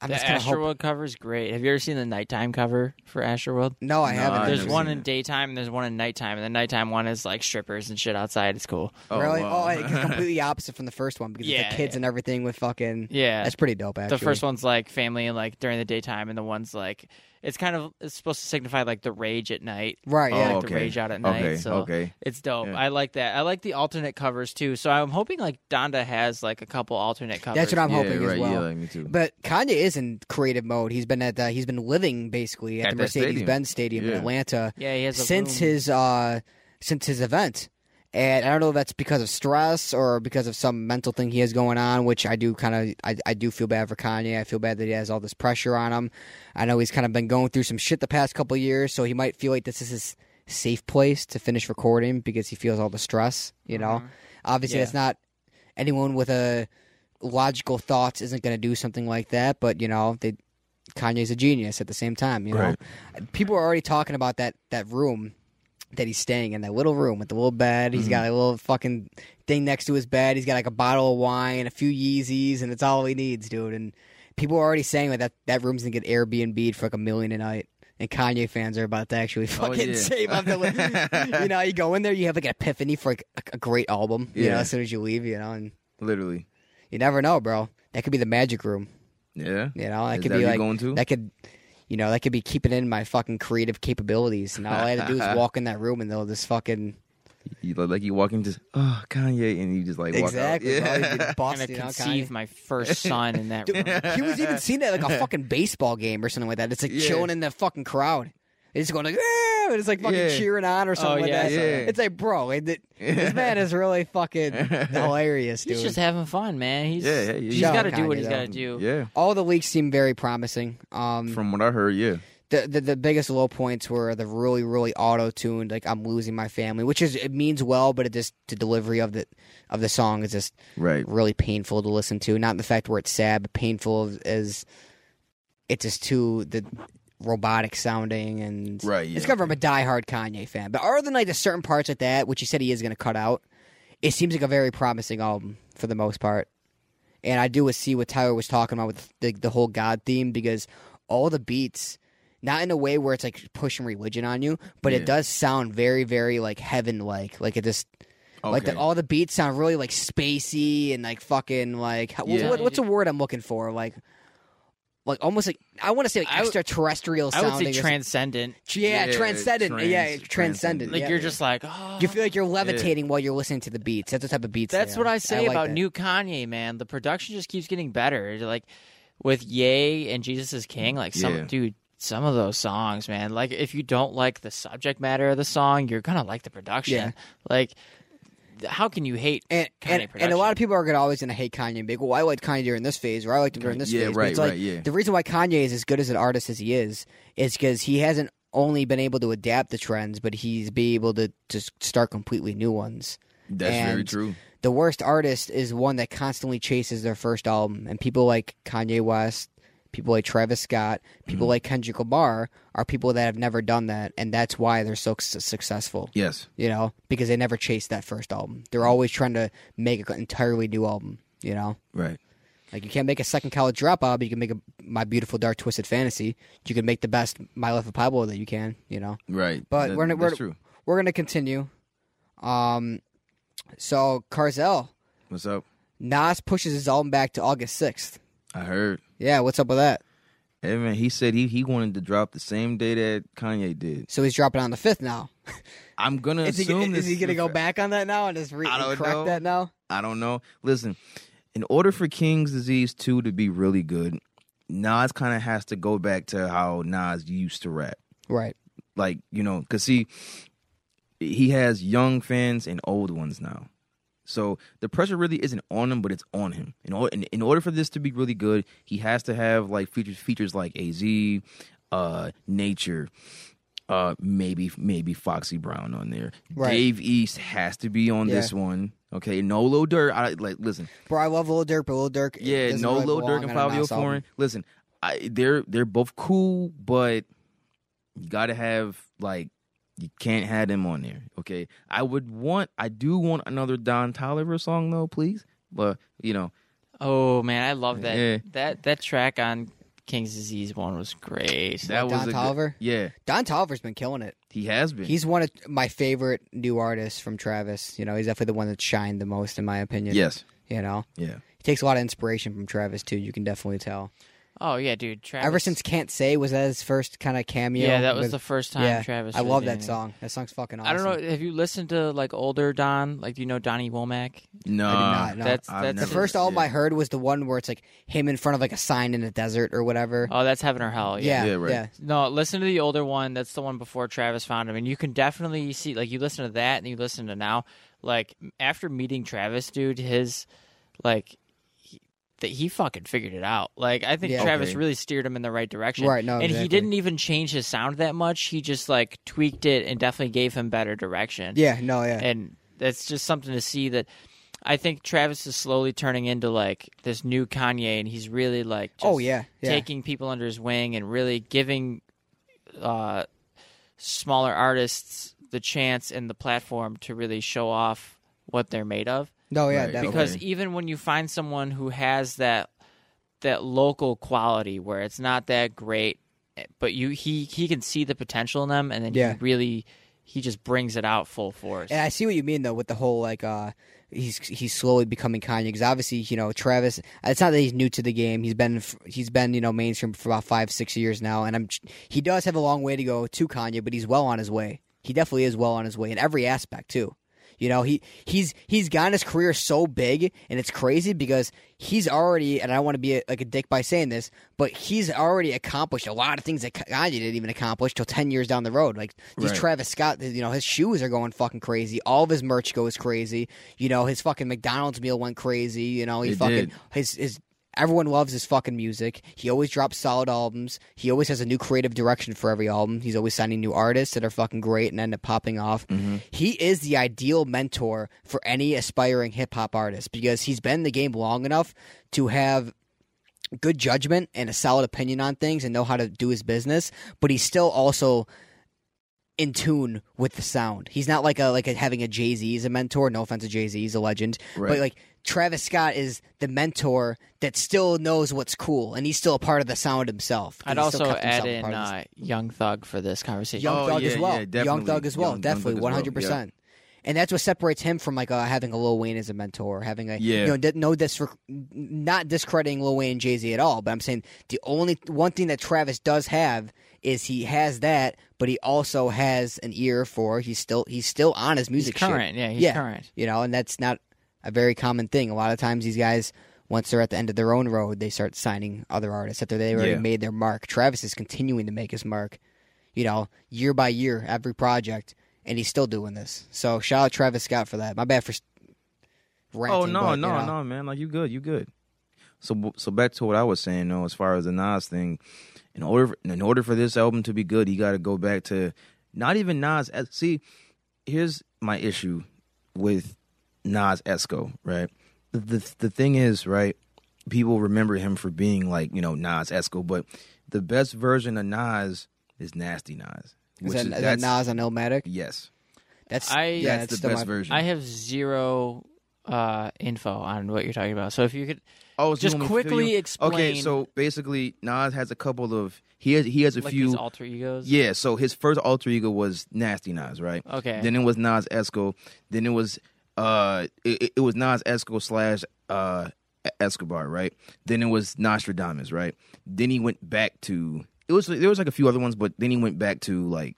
D: I'm
E: the
D: just gonna hope.
E: Astroworld cover is great. Have you ever seen the nighttime cover for Astroworld?
D: No, I
C: No,
D: haven't.
C: Uh, I've
E: there's
C: never
E: one
C: seen
E: in
C: it.
E: daytime and there's one in nighttime, and the nighttime one is like strippers and shit outside. It's cool.
C: Oh,
D: really?
C: wow.
D: Oh, it's completely opposite from the first one because it's
E: Yeah,
D: the kids
E: yeah.
D: and everything with fucking.
E: Yeah,
D: That's pretty dope. Actually,
E: the first one's like family and like during the daytime, and the one's like it's kind of it's supposed to signify like the rage at night.
D: right?
C: Oh,
D: Yeah,
E: like
C: okay.
E: the rage out at night.
C: okay.
E: so
C: Okay.
E: It's dope.
C: Yeah.
E: I like that. I like the alternate covers too. So I'm hoping like Donda has like a couple alternate covers.
D: that's what I'm
C: yeah,
D: hoping
C: right.
D: as well.
C: Yeah, like me too.
D: But Kanye is in creative mode. He's been at the, he's been living basically at,
C: At
D: the
C: that stadium.
D: Mercedes-Benz Stadium in
C: Yeah.
D: Atlanta
E: Yeah, he has a
D: since
E: room.
D: his uh since his event. And I don't know if that's because of stress or because of some mental thing he has going on, which I do kind of I, I do feel bad for Kanye. I feel bad that he has all this pressure on him. I know he's kind of been going through some shit the past couple of years, so he might feel like this is his safe place to finish recording because he feels all the stress. You know, obviously
E: Mm-hmm. Yeah.
D: that's not anyone with a logical thoughts isn't going to do something like that, but you know they Kanye's a genius at the same time, you know.
C: Right.
D: People are already talking about that that room that he's staying in, that little room with the little bed.
C: Mm-hmm.
D: He's got a little fucking thing next to his bed. He's got like a bottle of wine, a few Yeezys, and it's all he needs, dude. And people are already saying like that that room's gonna get Airbnb for like a million a night. And Kanye fans are about to actually fucking
C: Oh, yeah.
D: save up the li- You know, you go in there, you have like an epiphany for like a, a great album. You know,
C: Yeah.
D: as soon as you leave, you know, and
C: Literally.
D: you never know, bro. That could be the magic room.
C: Yeah.
D: You know, that
C: Is
D: could
C: that
D: be
C: you
D: like
C: going to?
D: that could, you know, that could be keeping in my fucking creative capabilities, and all I had to do is walk in that room, and they'll just fucking
C: You look like you walk into oh Kanye and you just like walk
D: exactly.
C: Out.
D: bro. You'd be
E: I'm
D: busted,
E: gonna
D: you know,
E: conceive
D: Kanye.
E: my first son in that room.
D: He was even seen at like a fucking baseball game or something like that. It's like
C: Yeah.
D: chilling in the fucking crowd. It's going like, "Ah," and it's like fucking
C: Yeah.
D: cheering on or something like
E: Oh, yeah,
D: that.
C: yeah.
D: It's like, bro, it, it- this man is really fucking hilarious, dude.
E: He's just having fun, man. He's
C: Yeah, yeah,
E: he's
C: yeah.
E: got to do
D: Kanye,
E: what he's got to
D: though.
E: do.
C: Yeah.
D: all the leaks seem very promising. Um,
C: From what I heard, yeah.
D: the, the the biggest low points were the really really auto tuned like I'm losing my family, which is it means well, but it just the delivery of the of the song is just
C: Right.
D: really painful to listen to. Not in the fact where it's sad, but painful as- as it's just too the robotic sounding and
C: Right, yeah,
D: it's coming from a diehard Kanye fan. But other than like the certain parts like that, which he said he is going to cut out, it seems like a very promising album for the most part. And I do see what Tyler was talking about with the, the whole God theme because all the beats, not in a way where it's like pushing religion on you, but it
C: Yeah.
D: does sound very, very like heaven like. Like it just like the,
C: Okay.
D: all the beats sound really like spacey and like fucking like how- what-
C: Yeah.
D: what, what's a word I'm looking for like like almost like I want to say like
E: I would-
D: extraterrestrial
E: I would
D: sounding.
E: say
D: or
E: transcendent.
D: something. yeah,
C: Yeah,
D: transcendent yeah
C: trans-
D: transcendent
E: Like
D: yeah.
E: you're just like, oh,
D: you feel like you're levitating while you're listening to the beats. That's the type of beats. they
E: That's
D: are.
E: what I say
D: like
E: about
D: that.
E: new Kanye, man. The production just keeps getting better. It's Like with Yay and Jesus is King, like some
C: Yeah.
E: dude, some of those songs, man. Like if you don't like the subject matter of the song, you're gonna like the production.
D: Yeah.
E: Like th- how can you hate
D: And,
E: Kanye
D: and,
E: production?
D: and a lot of people are gonna always going to hate Kanye and be like, well, I liked Kanye during this phase, or I liked him during this
C: Yeah,
D: phase. but
C: right,
D: it's like,
C: right, yeah.
D: The reason why Kanye is as good as an artist as he is is because he hasn't only been able to adapt the trends, but he's be able to, to start completely new ones.
C: That's very
D: and-
C: true.
D: the worst artist is one that constantly chases their first album. And people like Kanye West, people like Travis Scott, people like Kendrick Lamar are people that have never done that. And that's why they're so su- successful,
C: Yes.
D: you know, because they never chased that first album. They're always trying to make an entirely new album, you know?
C: Right.
D: Like you can't make a second college dropout, but you can make a My Beautiful Dark Twisted Fantasy. You can make the best My Life of Pablo that you can, you know?
C: Right.
D: But
C: That-
D: we're gonna-
C: that's
D: we're-
C: true.
D: We're going to continue. Um, so, Carzel.
C: What's up?
D: Nas pushes his album back to August 6th.
C: I heard.
D: Yeah, what's up with that?
C: Hey man, he said he, he wanted to drop the same day that Kanye did.
D: So he's dropping on the 5th now.
C: I'm gonna
D: Is he,
C: assume
D: is
C: this
D: he going to
C: the
D: go
C: fa-
D: back on that now and just re-
C: I don't
D: correct
C: know.
D: that now?
C: I don't know. Listen, in order for King's Disease 2 to be really good, Nas kind of has to go back to how Nas used to rap.
D: Right.
C: Like, you know, because see, he has young fans and old ones now. So the pressure really isn't on him, but it's on him. In, or- in, in order for this to be really good, he has to have like features features like AZ, uh, Nature, uh, maybe maybe Foxy Brown on there.
D: Right.
C: Dave East has to be on this one. Okay, no low dirt. I like listen.
D: Bro, I love Lil Durk, but Lil Durk.
C: Yeah,
D: doesn't
C: no
D: really
C: Lil Durk
D: belong
C: and
D: on a
C: Fabio
D: Nas album.
C: Foreign. Listen, I, they're they're both cool, but you gotta have like you can't have them on there. Okay, I would want I do want another Don Tolliver song though, please. But you know,
E: Oh man, I love that.
C: Yeah.
E: That that track on King's Disease one was great.
C: that was
D: Don
C: a good-
D: Tolliver?
C: yeah,
D: Don Tolliver's been killing it.
C: he has been.
D: He's one of my favorite new artists from Travis. You know, he's definitely the one that shined the most, in my opinion.
C: yes,
D: You know,
C: yeah,
D: he takes a lot of inspiration from Travis, too. You can definitely tell.
E: oh yeah, dude. Travis,
D: Ever since Can't Say, was that his first kind of cameo?
E: yeah, that was
D: with-
E: the first time
D: yeah,
E: Travis.
D: I
E: really
D: love
E: did
D: that
E: anything.
D: song. That song's fucking awesome.
E: I don't know. Have you listened to like older Don? Like do you know Donnie Womack?
C: no,
D: I did not. No.
E: that's
C: I've
E: that's
D: the
C: never-
D: first album
C: yeah.
D: I heard was the one where it's like him in front of like a sign in a desert or whatever.
E: Oh, that's Heaven or Hell. Yeah.
D: yeah,
C: Yeah, right.
E: No, listen to the older one. That's the one before Travis found him, and you can definitely see like you listen to that and you listen to now. Like after meeting Travis, dude, his like he, that he fucking figured it out. Like I think
D: Yeah.
E: Travis
C: Okay.
E: really steered him in the right direction.
D: Right, no,
E: and he
D: exactly.
E: didn't even change his sound that much. He just like tweaked it and definitely gave him better direction.
D: Yeah, no, yeah.
E: and that's just something to see that. I think Travis is slowly turning into like this new Kanye, and he's really like just
D: oh yeah, yeah.
E: taking people under his wing and really giving uh, smaller artists the chance and the platform to really show off what they're made of.
D: no, yeah,
C: Right,
D: definitely.
E: Because
C: Okay.
E: even when you find someone who has that that local quality where it's not that great, but you he he can see the potential in them, and then
D: Yeah.
E: he really he just brings it out full force.
D: And I see what you mean though with the whole like uh he's he's slowly becoming Kanye because obviously you know Travis it's not that he's new to the game he's been he's been you know mainstream for about five six years now and I'm he does have a long way to go to Kanye but he's well on his way he definitely is well on his way in every aspect too you know he he's he's gotten his career so big and it's crazy because he's already and I don't want to be a, like a dick by saying this but he's already accomplished a lot of things that Kanye didn't even accomplish till ten years down the road like he's
C: Right.
D: Travis Scott, you know, his shoes are going fucking crazy. All of his merch goes crazy. You know, his fucking McDonald's meal went crazy. You know, he
C: It
D: fucking
C: did.
D: his his everyone loves his fucking music. He always drops solid albums. He always has a new creative direction for every album. He's always signing new artists that are fucking great and end up popping off.
C: Mm-hmm.
D: He is the ideal mentor for any aspiring hip hop artist because he's been in the game long enough to have good judgment and a solid opinion on things and know how to do his business, but he's still also in tune with the sound. He's not like a like a, having a Jay Z as a mentor. No offense to Jay Z, he's a legend, but
C: Right.
D: like Travis Scott is the mentor that still knows what's cool and he's still a part of the sound himself.
E: I'd
D: He still
E: also
D: kept himself
E: add
D: a
E: in
D: part of the-
E: uh, Young Thug for this conversation.
D: Young
C: Oh,
D: Thug
C: yeah,
D: as well.
C: yeah,
D: Young
C: definitely.
D: Thug as well.
C: Young- Young
D: definitely,
C: Thug as
D: one
C: well,
D: hundred percent. And that's what separates him from like uh, having a Lil Wayne as a mentor, having a
C: Yeah.
D: you know di- no dis- not discrediting Lil Wayne and Jay Z at all. But I'm saying the only one thing that Travis does have is he has that, but he also has an ear for he's still he's still on his
E: he's
D: music. shit.
E: current. Yeah, he's
D: Yeah.
E: current.
D: you know, and that's not a very common thing. A lot of times these guys. Once they're at the end of their own road, they start signing other artists after they already
C: Yeah.
D: made their mark. Travis is continuing to make his mark you know, year by year, every project, and he's still doing this. So shout out Travis Scott for that. My bad for s- ranting.
C: oh no,
D: but, you
C: no,
D: know.
C: no, man! Like you good, you good. So so back to what I was saying though, as far as the Nas thing, in order for, in order for this album to be good, he got to go back to not even Nas. as- See, here's my issue with Nas Esco, right? The, the the thing is, right? People remember him for being like you know Nas Esco, but the best version of Nas is Nasty Nas.
D: Is
C: Which
D: that,
C: is-
D: is that Nas
C: that's-
D: on Illmatic?
C: Yes,
D: That's
E: I-
D: yeah,
C: that's
D: it's
C: the
D: still
C: best
D: my-
C: version.
E: I have zero uh, info on what you're talking about. So if you could
C: Oh, so
E: Just
C: you want me to fill
E: quickly
C: you-
E: explain-
C: Okay, so basically, Nas has a couple of he has he has a
E: like these
C: few.
E: alter egos.
C: yeah, so his first alter ego was Nasty Nas, right?
E: Okay.
C: Then it was Nas Esco. Then it was uh it, it- it was Nas Esco slash uh Escobar, right? Then it was Nostradamus, right? Then he went back to it was there was like a few other ones, but then he went back to like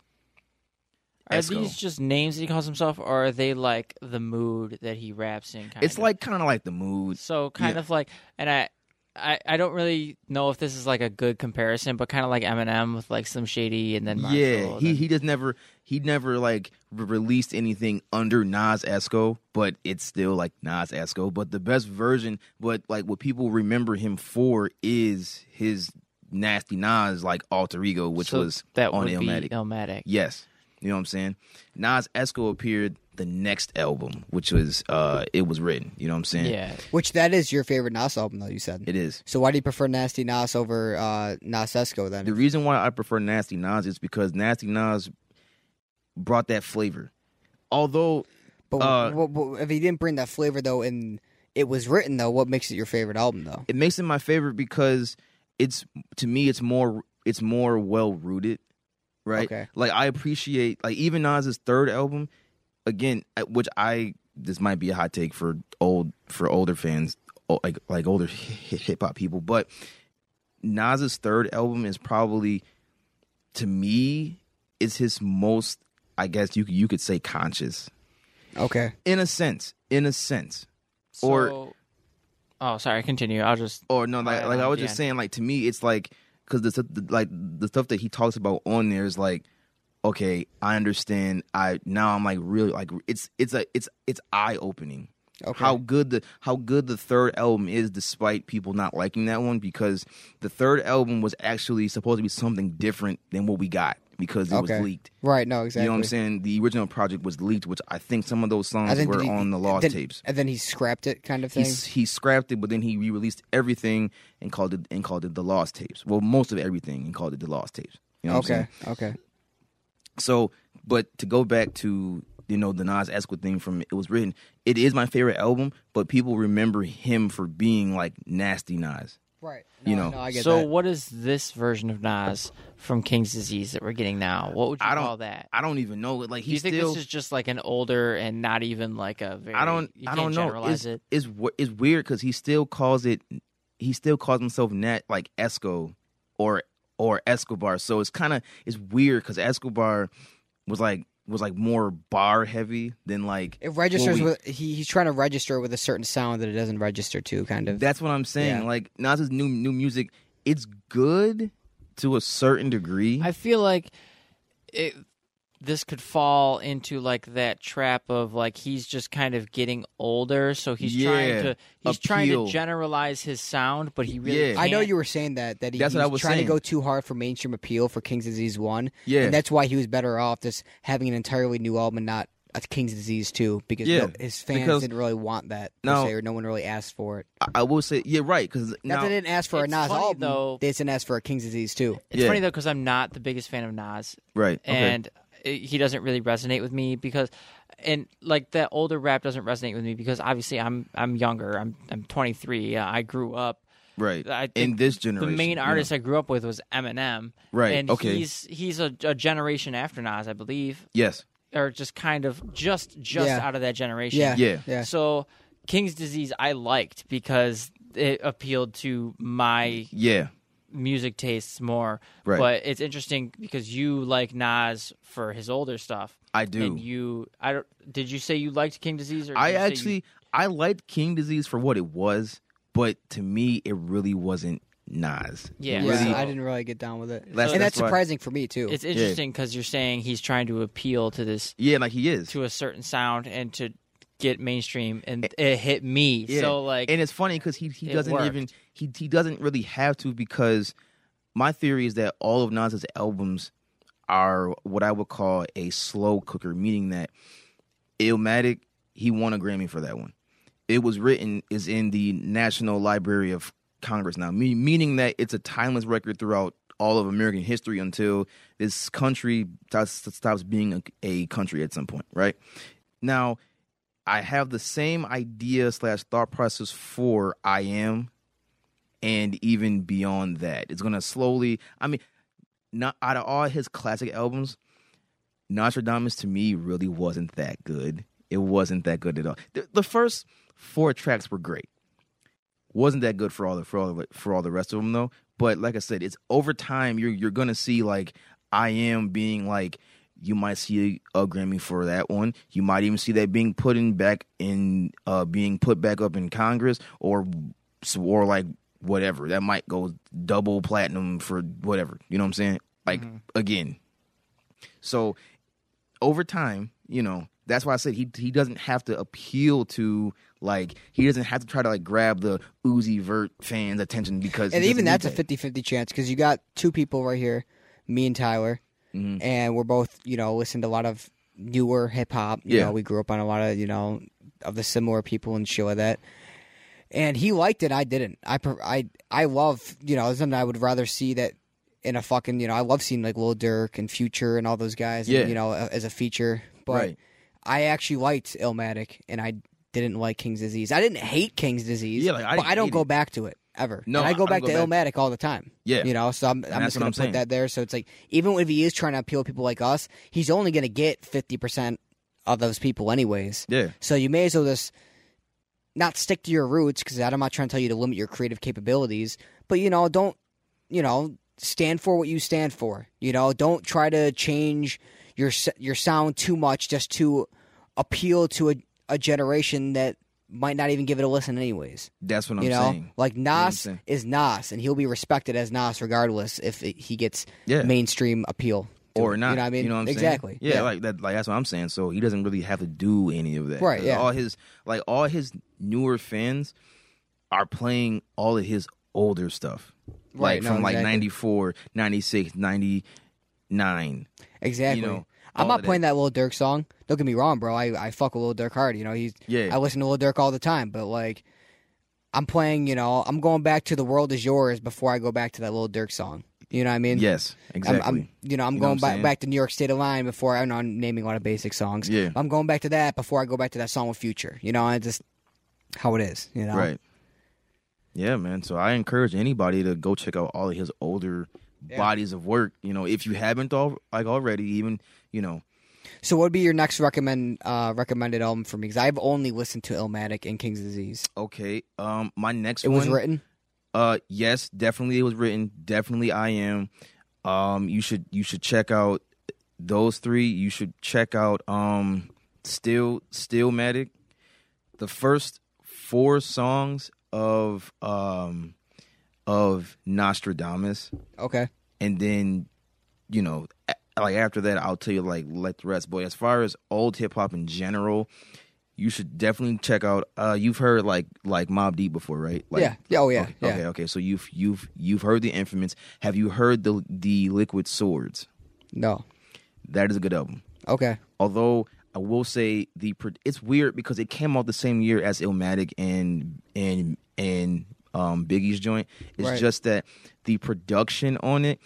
E: Are
C: Esco.
E: these just names that he calls himself, or are they like the mood that he raps in? Kind
C: It's
E: of?
C: like kind of like the mood.
E: so kind
C: yeah.
E: of like, and I, I, I don't really know if this is like a good comparison, but kind of like Eminem with like Slim Shady and then Marshall.
C: yeah,
E: and
C: he
E: then-
C: he just never he never like re- released anything under Nas Esco, but it's still like Nas Esco. But the best version, but like what people remember him for is his nasty Nas like alter ego, which
E: so
C: was
E: that
C: on
E: would
C: Illmatic.
E: Be Illmatic.
C: Yes. You know what I'm saying? Nas Esco appeared the next album, which was uh it was written. You know what I'm saying?
E: yeah.
D: Which that is your favorite Nas album, though you said.
C: It is.
D: so why do you prefer Nasty Nas over uh, Nas Esco then?
C: The reason why I prefer Nasty Nas is because Nasty Nas brought that flavor. Although
D: but
C: uh,
D: w- w- if he didn't bring that flavor though, and it was written though, what makes it your favorite album though?
C: it makes it my favorite because it's to me it's more it's more well rooted, right?
D: Okay.
C: Like I appreciate like even Nas's third album, again, I- which I this might be a hot take for old for older fans, o- like like older hip hop people, but Nas's third album is probably to me is his most I guess you you could say conscious
D: Okay,
C: in a sense in a sense Or-
E: Or. Oh, sorry. Continue. I'll just.
C: or no like
E: I-
C: like I
E: um,
C: was just
E: yeah.
C: saying like to me it's like because the, stuff- the like the stuff that he talks about on there is like okay I understand I now I'm like really like it's it's a it's it's eye opening
D: okay.
C: how good the how good the third album is despite people not liking that one because the third album was actually supposed to be something different than what we got because it
D: Okay.
C: was leaked
D: right? No, exactly.
C: you know what I'm saying the original project was leaked which I think some of those
D: I
C: songs
D: think
C: were
D: that he-
C: on the lost
D: then-
C: tapes
D: and then he scrapped it, kind of
C: he
D: thing.
C: s- he scrapped it, but then he re-released everything and called it and called it the Lost Tapes. Well, most of everything and called it the Lost Tapes. You know what I'm
D: okay,
C: saying?
D: okay,
C: So, but to go back to you know the Nas Esco thing from it was written. It is my favorite album, but people remember him for being like nasty Nas.
D: right.
C: You know,
D: no, I get
E: So
D: that.
E: what is this version of Nas from King's Disease that we're getting now? What would you
C: I don't-
E: call that?
C: I don't even know. Like
E: Do you
C: he's
E: think
C: still.
E: this is just like an older and not even like a very?
C: I don't.
E: You
C: I don't
E: can't
C: know. It's,
E: Generalize it.
C: it's we- it's weird because he still calls it. He still calls himself Nat like Esco, or or Escobar. So it's kind of it's weird because Escobar was like was like more bar heavy than like.
D: it registers
C: we-
D: with he, he's trying to register with a certain sound that it doesn't register to, kind of.
C: That's what I'm saying.
D: Yeah.
C: Like Nas's new new music, it's good to a certain degree.
E: I feel like it, this could fall into like that trap of like he's just kind of getting older, so he's
C: Yeah.
E: trying to he's trying to
C: Appeal.
E: generalize his sound, but he really
C: Yeah.
D: I know
E: can't.
D: you were saying that that he,
C: That's
D: he's
C: what I was
D: trying
C: saying.
D: to go too hard for mainstream appeal for King's Disease One.
C: Yeah.
D: and that's why he was better off just having an entirely new album, and not a King's Disease Two, because
C: Yeah,
D: no- his fans
C: because-
D: didn't really want that per
C: No.
D: se, or no one really asked for it.
C: I, I will say, yeah, right. Because
D: Not that
C: now,
D: they didn't ask for a
E: It's
D: Nas
E: funny,
D: album,
E: though.
D: they didn't ask for a King's Disease Two.
E: It's
C: Yeah.
E: funny though because I'm not the biggest fan of Nas,
C: right, okay.
E: and it- he doesn't really resonate with me because and like that older rap doesn't resonate with me because obviously I'm I'm younger. I'm I'm 23. Uh, I grew up
C: right.
E: I
C: In
E: think
C: this generation,
E: the main
C: you know.
E: artist I grew up with was Eminem.
C: Right,
E: And
C: okay.
E: he's he's a, a generation after Nas, I believe,
C: Yes.
E: or just kind of just just
D: Yeah.
E: out of that generation.
D: Yeah,
C: Yeah.
D: yeah.
E: So King's Disease I liked because it appealed to my
C: Yeah.
E: music tastes more.
C: Right.
E: But it's interesting because you like Nas for his older stuff.
C: I do.
E: And you I don't did you say you liked King Disease or did
C: I
E: you say you-
C: actually I liked King Disease for what it was, but to me it really wasn't Nas.
E: Yeah.
D: Yeah,
E: so-
D: I didn't really get down with it,
C: That's-
D: and
C: that's
D: that's
C: why-
D: surprising for me too.
E: It's interesting because you're saying he's trying to appeal to this
C: Yeah, like he is.
E: to a certain sound and to get mainstream and it hit me
C: Yeah.
E: so like
C: and it's funny because he, he
E: it
C: doesn't
E: worked.
C: even he he doesn't really have to because my theory is that all of Nas's albums are what I would call a slow cooker, meaning that Illmatic he won a Grammy for that one. It was written is in the National Library of Congress now, me- meaning that it's a timeless record throughout all of American history until this country stops, stops being a, a country at some point, right? Now, I have the same idea slash thought process for I am, and even beyond that, it's gonna slowly. I mean, not out of all his classic albums, Nostradamus to me really wasn't that good. It wasn't that good at all. The, the first four tracks were great. Wasn't that good for all the for all the, for all the rest of them though. But like I said, it's over time you're you're gonna see like I am being like you might see a, a Grammy for that one. You might even see that being put in back in uh being put back up in Congress or or like whatever. That might go double platinum for whatever. You know what I'm saying? Like again. So over time, you know, that's why I said he he doesn't have to appeal to like he doesn't have to try to like grab the Uzi Vert fans' attention because
D: and
C: he
D: even
C: doesn't
D: that's a
C: need that.
D: 50-50 chance because you got two people right here me and tyler
C: Mm-hmm.
D: and we're both you know listen to a lot of newer hip-hop you
C: Yeah.
D: know we grew up on a lot of you know of the similar people and shit like that and he liked it i didn't i pre- i i love you know it's something i would rather see that in a fucking you know i love seeing like lil durk and future and all those guys
C: Yeah.
D: and, you know as a feature but
C: Right.
D: i actually liked illmatic and i didn't like king's disease i didn't hate king's disease
C: Yeah, like,
D: but
C: I didn't
D: i don't
C: hate
D: go
C: it.
D: back to it ever.
C: No,
D: and I
C: I-
D: go
C: I
D: back
C: don't
D: to
C: go
D: Illmatic all the time.
C: Yeah.
D: you know, so I'm, I'm
C: that's
D: just
C: what
D: gonna
C: I'm
D: put
C: saying.
D: that there. So it's like even if he is trying to appeal to people like us, he's only gonna get fifty percent of those people anyways.
C: Yeah.
D: So you may as well just not stick to your roots because I'm not trying to tell you to limit your creative capabilities, but you know, don't you know stand for what you stand for. You know, don't try to change your s- your sound too much just to appeal to a, a generation that might not even give it a listen anyways
C: That's what I'm
D: you know,
C: saying.
D: like
C: what I'm
D: Nas
C: saying?
D: is Nas, and he'll be respected as Nas regardless if it, he gets
C: Yeah.
D: mainstream appeal to
C: or
D: it.
C: not.
D: You know what I mean?
C: am
D: exactly.
C: Saying? Yeah, like that. Like that's what I'm saying. So he doesn't really have to do any of that.
D: Right,
C: 'Cause
D: yeah.
C: All his like all his newer fans are playing all of his older stuff.
D: Right,
C: Like
D: no,
C: from like
D: exactly.
C: 94, 96, 99.
D: exactly.
C: you know,
D: I'm
C: all
D: not
C: of
D: playing that Lil Durk song. Don't get me wrong, bro. I, I fuck with Lil Durk hard. You know, he's
C: Yeah.
D: I listen to Lil Durk all the time, but like, I'm playing. You know, I'm going back to the world is yours before I go back to that Lil Durk song. You know what I mean?
C: Yes,
D: I'm-
C: exactly.
D: I'm, you know, I'm
C: You know what
D: going
C: I'm
D: back
C: saying?
D: back to New York State of Line before I know I'm naming a lot of basic songs.
C: Yeah.
D: I'm going back to that before I go back to that song with Future. You know, I just how it is. You know,
C: Right. Yeah, man. So I encourage anybody to go check out all of his older bodies of work. You know, if you haven't all like already, even you know,
D: So, what would be your next recommend uh, recommended album for me? Because I've only listened to Illmatic and King's Disease.
C: okay. Um, my next
D: It
C: one
D: was written.
C: Uh, yes, definitely it was written. Definitely I am. Um, you should you should check out those three. You should check out um still stillmatic. The first four songs of um of Nostradamus,
D: Okay.
C: and then you know a- like after that I'll tell you like let the rest. But as far as old hip hop in general. You should definitely check out. Uh, you've heard like like Mob Deep before, right? Like,
D: yeah. Yeah. Oh yeah.
C: Okay,
D: yeah.
C: okay, okay. So you've you've you've heard the Infamous. Have you heard the the Liquid Swords?
D: No.
C: That is a good album.
D: Okay.
C: Although I will say the pro- it's weird because it came out the same year as Illmatic and and and um, Biggie's joint. It's
D: Right.
C: just that the production on it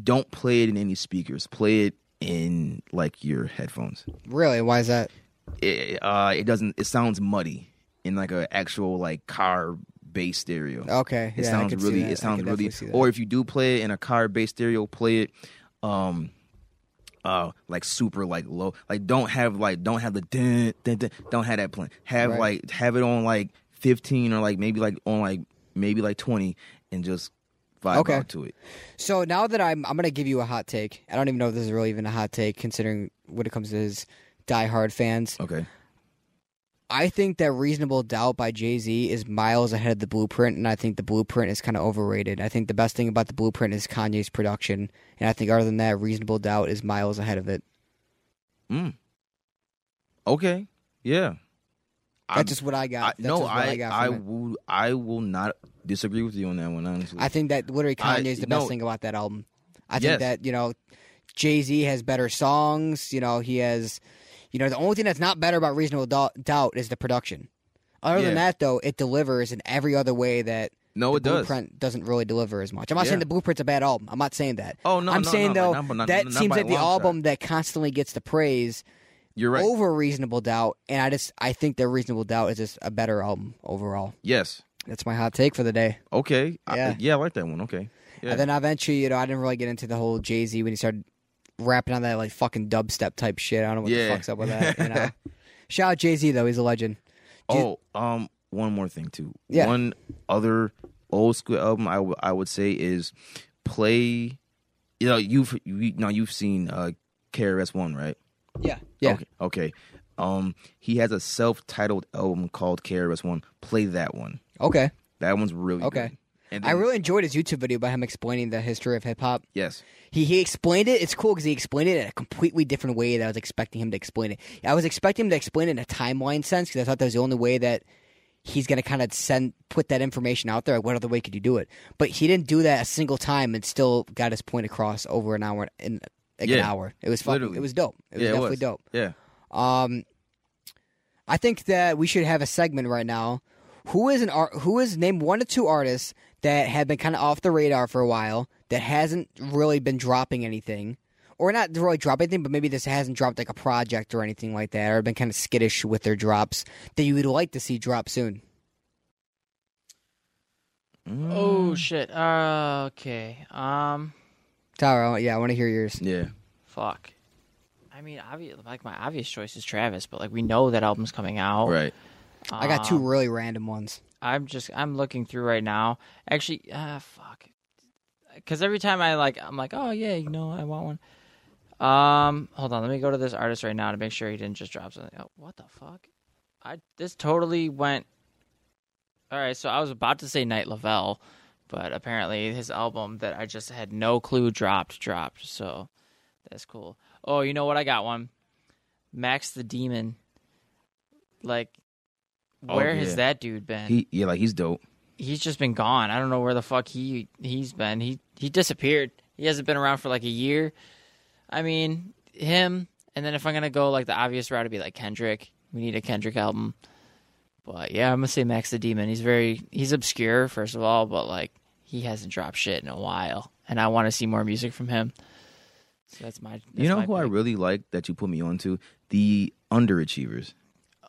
C: don't play it in any speakers. Play it in like your headphones.
D: Really? Why is that?
C: It, uh, it doesn't. It sounds muddy in like a actual like car bass stereo.
D: Okay.
C: It
D: yeah, I
C: sounds
D: could see
C: really.
D: that. I
C: It sounds
D: could
C: really.
D: definitely see that.
C: Or if you do play it in a car based stereo, play it, um, uh, like super like low. Like don't have like don't have the dun, dun, dun, don't have that playing. Have
D: Right.
C: like have it on like fifteen or like maybe like on like maybe like twenty and just vibe
D: Okay.
C: out to it.
D: So now that I'm, I'm gonna give you a hot take. I don't even know if this is really even a hot take, considering when it comes to his diehard fans.
C: Okay.
D: I think that Reasonable Doubt by Jay Z is miles ahead of the blueprint, and I think the blueprint is kind of overrated. I think the best thing about the blueprint is Kanye's production, and I think other than that, Reasonable Doubt is miles ahead of it.
C: Mm. Okay. Yeah.
D: That's just what I got. That's
C: no,
D: just what
C: I
D: I, got. From it.
C: will I will not disagree with you on that one. Honestly,
D: I think that literally
C: I-
D: Kanye is the
C: no.
D: best thing about that album. I
C: Yes.
D: think that you know, Jay Z has better songs. You know, he has, you know, the only thing that's not better about Reasonable Dou- Doubt is the production. Other
C: Yeah.
D: than that, though, it delivers in every other way that
C: no,
D: the
C: it does.
D: blueprint does. not really deliver as much. I'm not
C: Yeah.
D: saying the blueprint's a bad album. I'm not saying that.
C: Oh, no,
D: I'm
C: no,
D: saying
C: no,
D: though
C: but not- but not-
D: that
C: not
D: seems
C: by a
D: like the
C: long shot.
D: album that constantly gets the praise
C: You're right.
D: over Reasonable Doubt, and I just I think that Reasonable Doubt is just a better album overall.
C: Yes.
D: That's my hot take for the day.
C: Okay. I,
D: Yeah.
C: yeah, I like that one. Okay. Yeah.
D: And then eventually, you know, I didn't really get into the whole Jay Z when he started rapping on that like fucking dubstep type shit. I don't know what
C: Yeah.
D: the fuck's up with that. You know, shout out Jay Z though, he's a legend. Do you-
C: oh, um, one more thing too.
D: Yeah.
C: One other old school album I w- I would say is play. You know, you've you, now you've seen uh KRS One, right?
D: Yeah. Yeah.
C: Okay. okay. Um, he has a self-titled album called KRS One. Play that one.
D: Okay.
C: That one's really
D: Okay.
C: good. And
D: I
C: then-
D: really enjoyed his YouTube video about him explaining the history of hip hop.
C: yes.
D: He he explained it. It's cool because he explained it in a completely different way that I was expecting him to explain it. I was expecting him to explain it in a timeline sense because I thought that was the only way that he's going to kind of send put that information out there. Like, what other way could you do it? But he didn't do that a single time and still got his point across over an hour in like an
C: Yeah.
D: hour. It was fucking,
C: Literally.
D: it was dope. It was
C: yeah,
D: definitely
C: it was.
D: dope.
C: Yeah.
D: Um, I think that we should have a segment right now. Who is an art? Who is name one or two artists that have been kind of off the radar for a while that hasn't really been dropping anything, or not really drop anything, but maybe this hasn't dropped like a project or anything like that, or been kind of skittish with their drops that you would like to see drop soon.
C: Mm.
E: Oh shit. Uh, okay. Um.
D: Taro, yeah, I want to hear yours.
C: Yeah.
E: Fuck. I mean, obvious. Like my obvious choice is Travis, but like we know that album's coming out.
C: Right.
D: I got two
E: Um,
D: really random ones.
E: I'm just I'm looking through right now. Actually, ah, fuck. Because every time I like, I'm like, oh yeah, you know, I want one. Um, hold on, let me go to this artist right now to make sure he didn't just drop something. Oh, what the fuck? I this totally went. All right, so I was about to say Night Lavelle, but apparently his album that I just had no clue dropped dropped. So that's cool. Oh, you know what? I got one. Max the Demon. Like,
C: Oh,
E: where
C: yeah.
E: has that dude been?
C: He yeah, like he's dope.
E: he's just been gone. I don't know where the fuck he he's been. He he disappeared. He hasn't been around for like a year. I mean, him. And then if I'm gonna go like the obvious route, it'd be like Kendrick. We need a Kendrick album. But yeah, I'm gonna say Max the Demon. He's very he's obscure first of all, but like he hasn't dropped shit in a while, and I want to see more music from him. So that's my. That's
C: you know
E: my
C: who I
E: pick.
C: really like that you put me onto? The underachievers.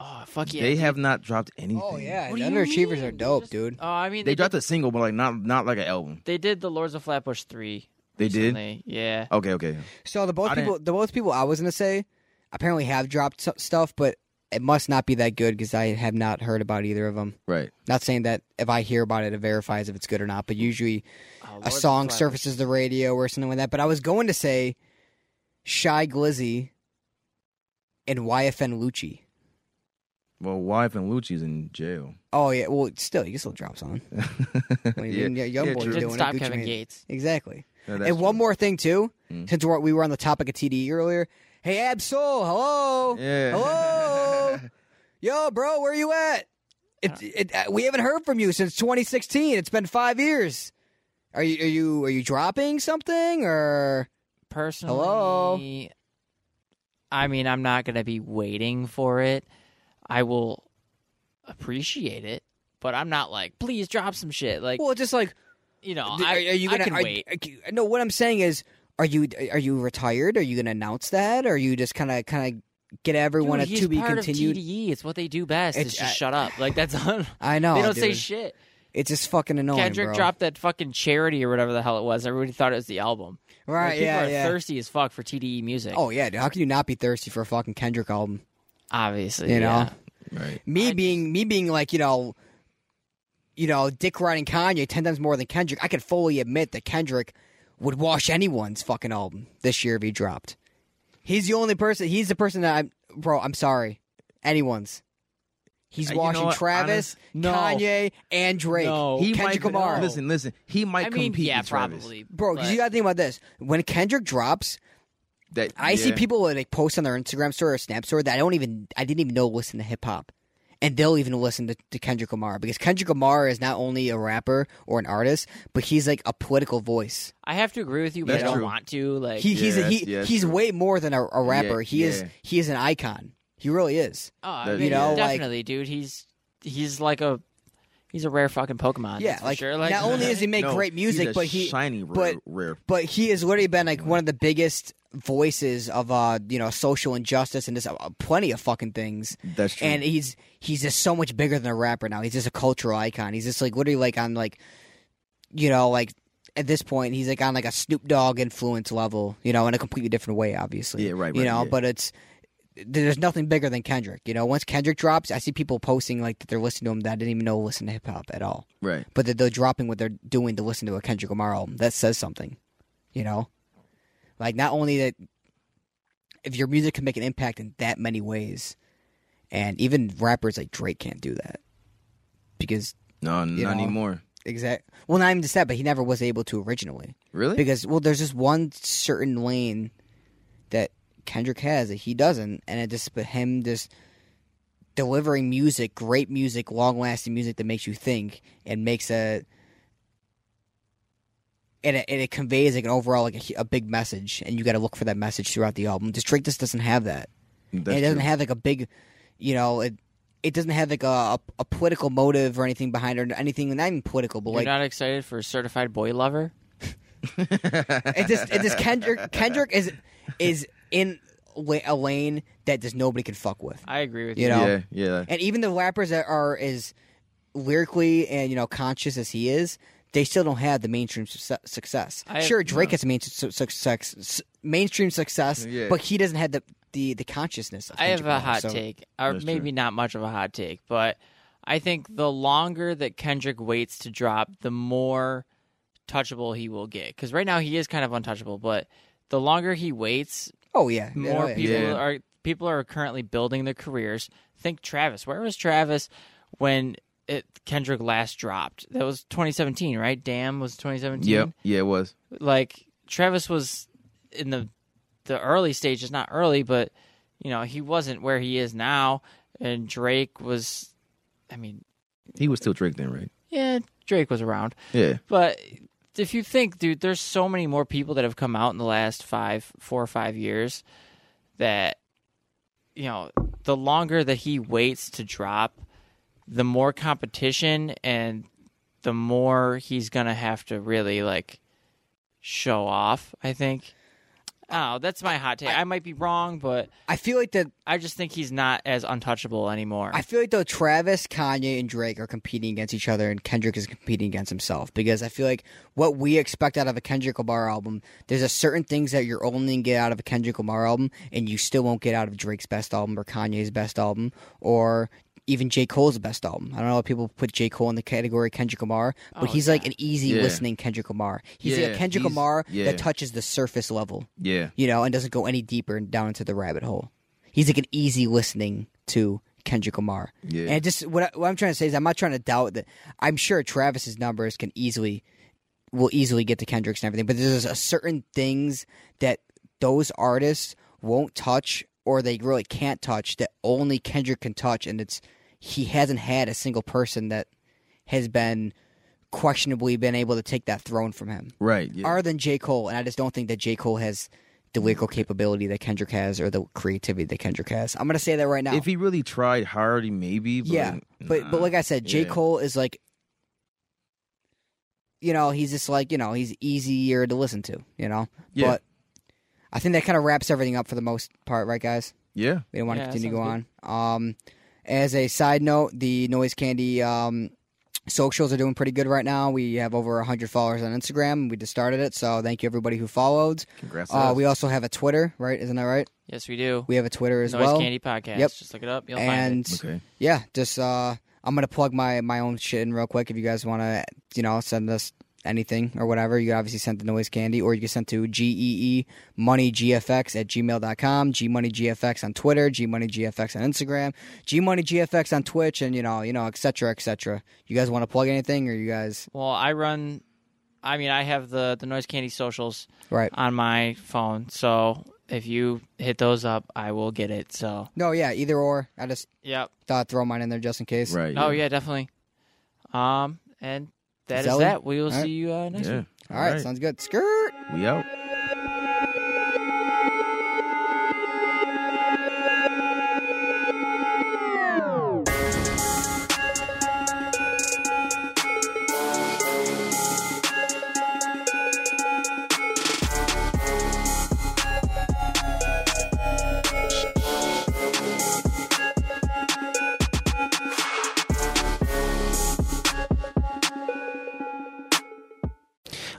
E: Oh fuck yeah!
C: they
E: dude.
C: have not dropped anything.
D: Oh yeah,
E: What
D: the
E: do you
D: underachievers
E: mean?
D: are dope,
E: Just-
D: dude.
E: Oh, I mean
C: They
E: they,
C: dropped
E: did,
C: a single, but like not not like an album.
E: they did the Lords of Flatbush three.
C: They did?
E: recently. Yeah.
C: Okay, okay.
D: So the
C: I
D: both
C: didn't-
D: people, the both people I was gonna say, apparently have dropped s- stuff, but it must not be that good because I have not heard about either of them.
C: Right.
D: Not saying that if I hear about it, it verifies if it's good or not. But usually,
E: Oh,
D: a
E: Lords of
D: song
E: Flatbush.
D: surfaces the radio or something like that. But I was going to say, Shy Glizzy and YFN Lucci.
C: Well, wife and Lucci's in jail.
D: Oh yeah, well still you can still drop on. What do you mean? Yeah, young boy
C: true.
E: Didn't
D: doing it,
E: stop
D: Gucci
E: Kevin
D: Mane.
E: Gates.
D: Exactly.
C: No, that's
D: and one
C: true.
D: more thing too,
C: Mm.
D: since we're, we were on the topic of TDE earlier. Hey Absol, hello,
C: Yeah.
D: hello. yo, bro, where you at? It, it, uh, we haven't heard from you since 2016. It's been five years. Are you are you are you dropping something or?
E: Personally,
D: Hello?
E: I mean, I'm not going to be waiting for it. I will appreciate it, but I'm not like, please drop some shit. Like,
D: Well, just like
E: you know,
D: d-
E: I,
D: are, are you
E: I
D: gonna?
E: can
D: are-
E: wait.
D: are- no, what I'm saying is, are you are you retired? Are you gonna announce that? Or are you just kind of kind of get everyone
E: Dude,
D: a
E: he's
D: to be
E: part
D: continued?
E: of TDE. It's what they do best. It's,
D: It's-
E: just
D: I-
E: shut up. Like that's on.
D: I know.
E: they don't say
D: dude.
E: shit.
D: It's just fucking annoying.
E: Kendrick
D: bro.
E: dropped that fucking charity or whatever the hell it was. Everybody thought it was the album. Like,
D: Right?
E: people
D: yeah.
E: are
D: yeah.
E: thirsty as fuck for TDE music.
D: Oh yeah, dude, how can you not be thirsty for a fucking Kendrick album?
E: obviously,
D: You know?
E: yeah.
C: Right.
D: Me
E: I
D: being me being like you know, you know, dick riding Kanye ten times more than Kendrick. I could fully admit that Kendrick would wash anyone's fucking album this year if he dropped. He's the only person. He's the person that I'm, bro. I'm sorry, anyone's. He's
C: Uh, you know
D: washing
C: what,
D: Travis,
E: No.
D: Kanye, and Drake.
E: No.
D: He Kendrick
C: might,
D: Lamar.
C: Listen, listen. He might
E: I mean,
C: compete
E: yeah,
C: with Travis.
E: probably,
D: Bro, 'cause
E: but-
D: you gotta think about this. When Kendrick drops,
C: That
D: I see
C: yeah.
D: people that like post on their Instagram story or Snap story that I don't even I didn't even know listen to hip hop, and they'll even listen to, to Kendrick Lamar because Kendrick Lamar is not only a rapper or an artist, but he's like a political voice.
E: I have to agree with you, but
C: That's
E: I don't
C: true.
E: want to. Like,
D: He,
C: Yeah,
D: he's a,
C: that's-
D: he
C: yeah, that's
D: he's
C: true.
D: way more than a, a rapper. he is
C: yeah.
D: he is an icon. He really is.
E: oh, I
C: That-
E: mean,
C: You know,
D: like-
E: definitely, dude. He's he's like a he's a rare fucking Pokemon.
D: Yeah,
E: that's for
D: like,
E: sure. Like,
D: not only does he make
C: No,
D: great music,
C: he's a
D: but he
C: shiny
D: but-
C: rare, rare.
D: but he has literally been like one of the biggest voices of uh you know social injustice and just uh, plenty of fucking things.
C: That's true.
D: and he's he's just so much bigger than a rapper now. He's just a cultural icon. He's just like literally like on like you know like at this point he's like on like a Snoop Dogg influence level, you know, in a completely different way, obviously.
C: Yeah, right,
D: You
C: right,
D: know,
C: yeah.
D: but it's there's nothing bigger than Kendrick. You know, once Kendrick drops, I see people posting like that they're listening to him that I didn't even know listen to hip hop at all,
C: right.
D: but that they're dropping what they're doing to listen to a Kendrick Lamar album. That says something, you know. Like not only that if your music can make an impact in that many ways, and even rappers like Drake can't do that because
C: No, not
D: You know.
C: anymore.
D: exact well, not even just that, but he never was able to originally
C: Really?
D: because well, there's just one certain lane that Kendrick has that he doesn't, and it just but him just delivering music, great music, long lasting music that makes you think and makes a and it, and it conveys like an overall like a, hu- a big message, and you got to look for that message throughout the album. Just Drake just doesn't have that.
C: That's
D: it doesn't
C: true.
D: have like a big, you know, it it doesn't have like a, a, a political motive or anything behind it or anything. Not even political, but
E: You're
D: like
E: not excited for Certified Boy Lover?
D: it just it just Kendrick Kendrick is is in la- a lane that just nobody can fuck with,
E: I agree with you.
D: you know.
C: Yeah, yeah.
D: And even the rappers that are as lyrically and you know conscious as he is, they still don't have the mainstream suce- success.
E: I-
D: sure, Drake has mainstream success, s- mainstream success,
C: Yeah.
D: but he doesn't have the the, the consciousness. Of
E: I have
D: Kendrick
E: a
D: Lamar,
E: hot
D: so-
E: take, or
C: That's
E: maybe not much of a hot take, but I think the longer that Kendrick waits to drop, the more touchable he will get. Because right now he is kind of untouchable, but the longer he waits,
D: Oh yeah, Yeah,
E: more
D: yeah.
E: people
C: Yeah.
E: are people are currently building their careers. Think Travis. Where was Travis when it, Kendrick last dropped? That was 2017, right? Damn was 2017
C: Yep. Yeah, it was.
E: like Travis was in the the early stages, not early, but you know he wasn't where he is now. And Drake was, I mean,
C: He was still Drake then, right?
E: yeah, Drake was around,
C: Yeah.
E: but if you think, dude, there's so many more people that have come out in the last five, four or five years that you know the longer that he waits to drop, the more competition and the more he's gonna have to really like show off. I think. Oh, that's my hot take. I, might be wrong, but
D: I feel like that
E: I just think he's not as untouchable anymore.
D: I feel like though Travis, Kanye, and Drake are competing against each other, and Kendrick is competing against himself because I feel like what we expect out of a Kendrick Lamar album, there's a certain things that you're only gonna get out of a Kendrick Lamar album, and you still won't get out of Drake's best album or Kanye's best album or even J Cole's best album. I don't know if people put J Cole in the category Kendrick Lamar, but he's like an easy
C: Oh, Yeah.
D: listening Kendrick Lamar. He's like
C: Yeah,
D: a Kendrick
C: he's-
D: Lamar
C: yeah.
D: that touches the surface level
C: Yeah.
D: you know, and doesn't go any deeper down into the rabbit hole. He's like an easy listening to Kendrick Lamar.
C: Yeah.
D: And it just what, I, what I'm trying to say is I'm not trying to doubt that. I'm sure Travis's numbers can easily will easily get to Kendrick's and everything, but there's a certain things that those artists won't touch or they really can't touch that only Kendrick can touch, and it's he hasn't had a single person that has been questionably been able to take that throne from him
C: Right. Yeah.
D: are than J. Cole, and I just don't think that J. Cole has the lyrical capability that Kendrick has or the creativity that Kendrick has. I'm gonna say that right now.
C: If he really tried hard, he maybe. But
D: yeah, but but like I said, J.
C: Yeah.
D: Cole is like, you know, he's just like you know he's easier to listen to, you know.
C: Yeah.
D: But I think that kind of wraps everything up for the most part, right, guys?
C: yeah.
D: We don't want
E: Yeah,
D: to continue to go
E: sounds
D: on. Um, as a side note, the Noise Candy um, socials are doing pretty good right now. We have over 100 followers on Instagram. We just started it, so thank you everybody who followed.
C: Congrats. to
D: Uh,
C: us.
D: we also have a Twitter, right? Isn't that right?
E: yes, we do.
D: We have a Twitter as
E: Noise
D: well.
E: Candy Podcast.
D: Yep.
E: Just look it up. You'll find it.
D: and
C: okay.
D: yeah, just uh, I'm gonna plug my my own shit in real quick. If you guys want to, you know, send us anything or whatever, you can obviously send the noise candy, or you can send to E gee moneygfx at gmail.com, gmoneygfx on Twitter, gmoneygfx on Instagram, gmoneygfx on Twitch, and you know, you know, etc. Cetera, etc. Cetera. You guys want to plug anything, or you guys
E: Well, I run. I mean, I have the the noise candy socials
D: right?
E: on my phone, so if you hit those up, I will get it. So,
D: No, yeah, either or. I just
E: yep.
D: thought I'd throw mine in there just in case.
C: Right.
E: Oh yeah, definitely. Um, and that is
D: Zelly?
E: that. We will
D: All right.
E: see you uh, next
C: Yeah.
E: week.
D: All right, sounds good. Skirt.
C: we out.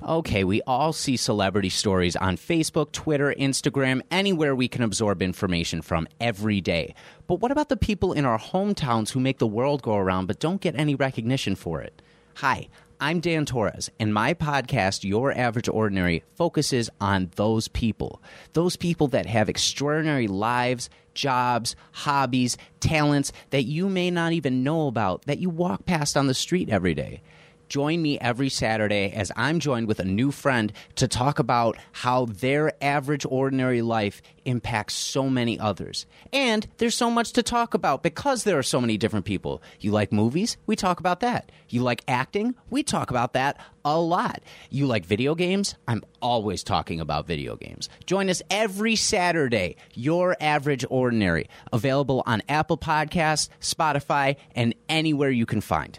F: Okay, we all see celebrity stories on Facebook, Twitter, Instagram, anywhere we can absorb information from every day. But what about the people in our hometowns who make the world go around but don't get any recognition for it? Hi, I'm Dan Torres, and my podcast, Your Average Ordinary, focuses on those people. Those people that have extraordinary lives, jobs, hobbies, talents that you may not even know about, that you walk past on the street every day. Join me every Saturday as I'm joined with a new friend to talk about how their average, ordinary life impacts so many others. And there's so much to talk about because there are so many different people. You like movies? We talk about that. You like acting? We talk about that a lot. You like video games? I'm always talking about video games. Join us every Saturday, Your Average Ordinary, available on Apple Podcasts, Spotify, and anywhere you can find.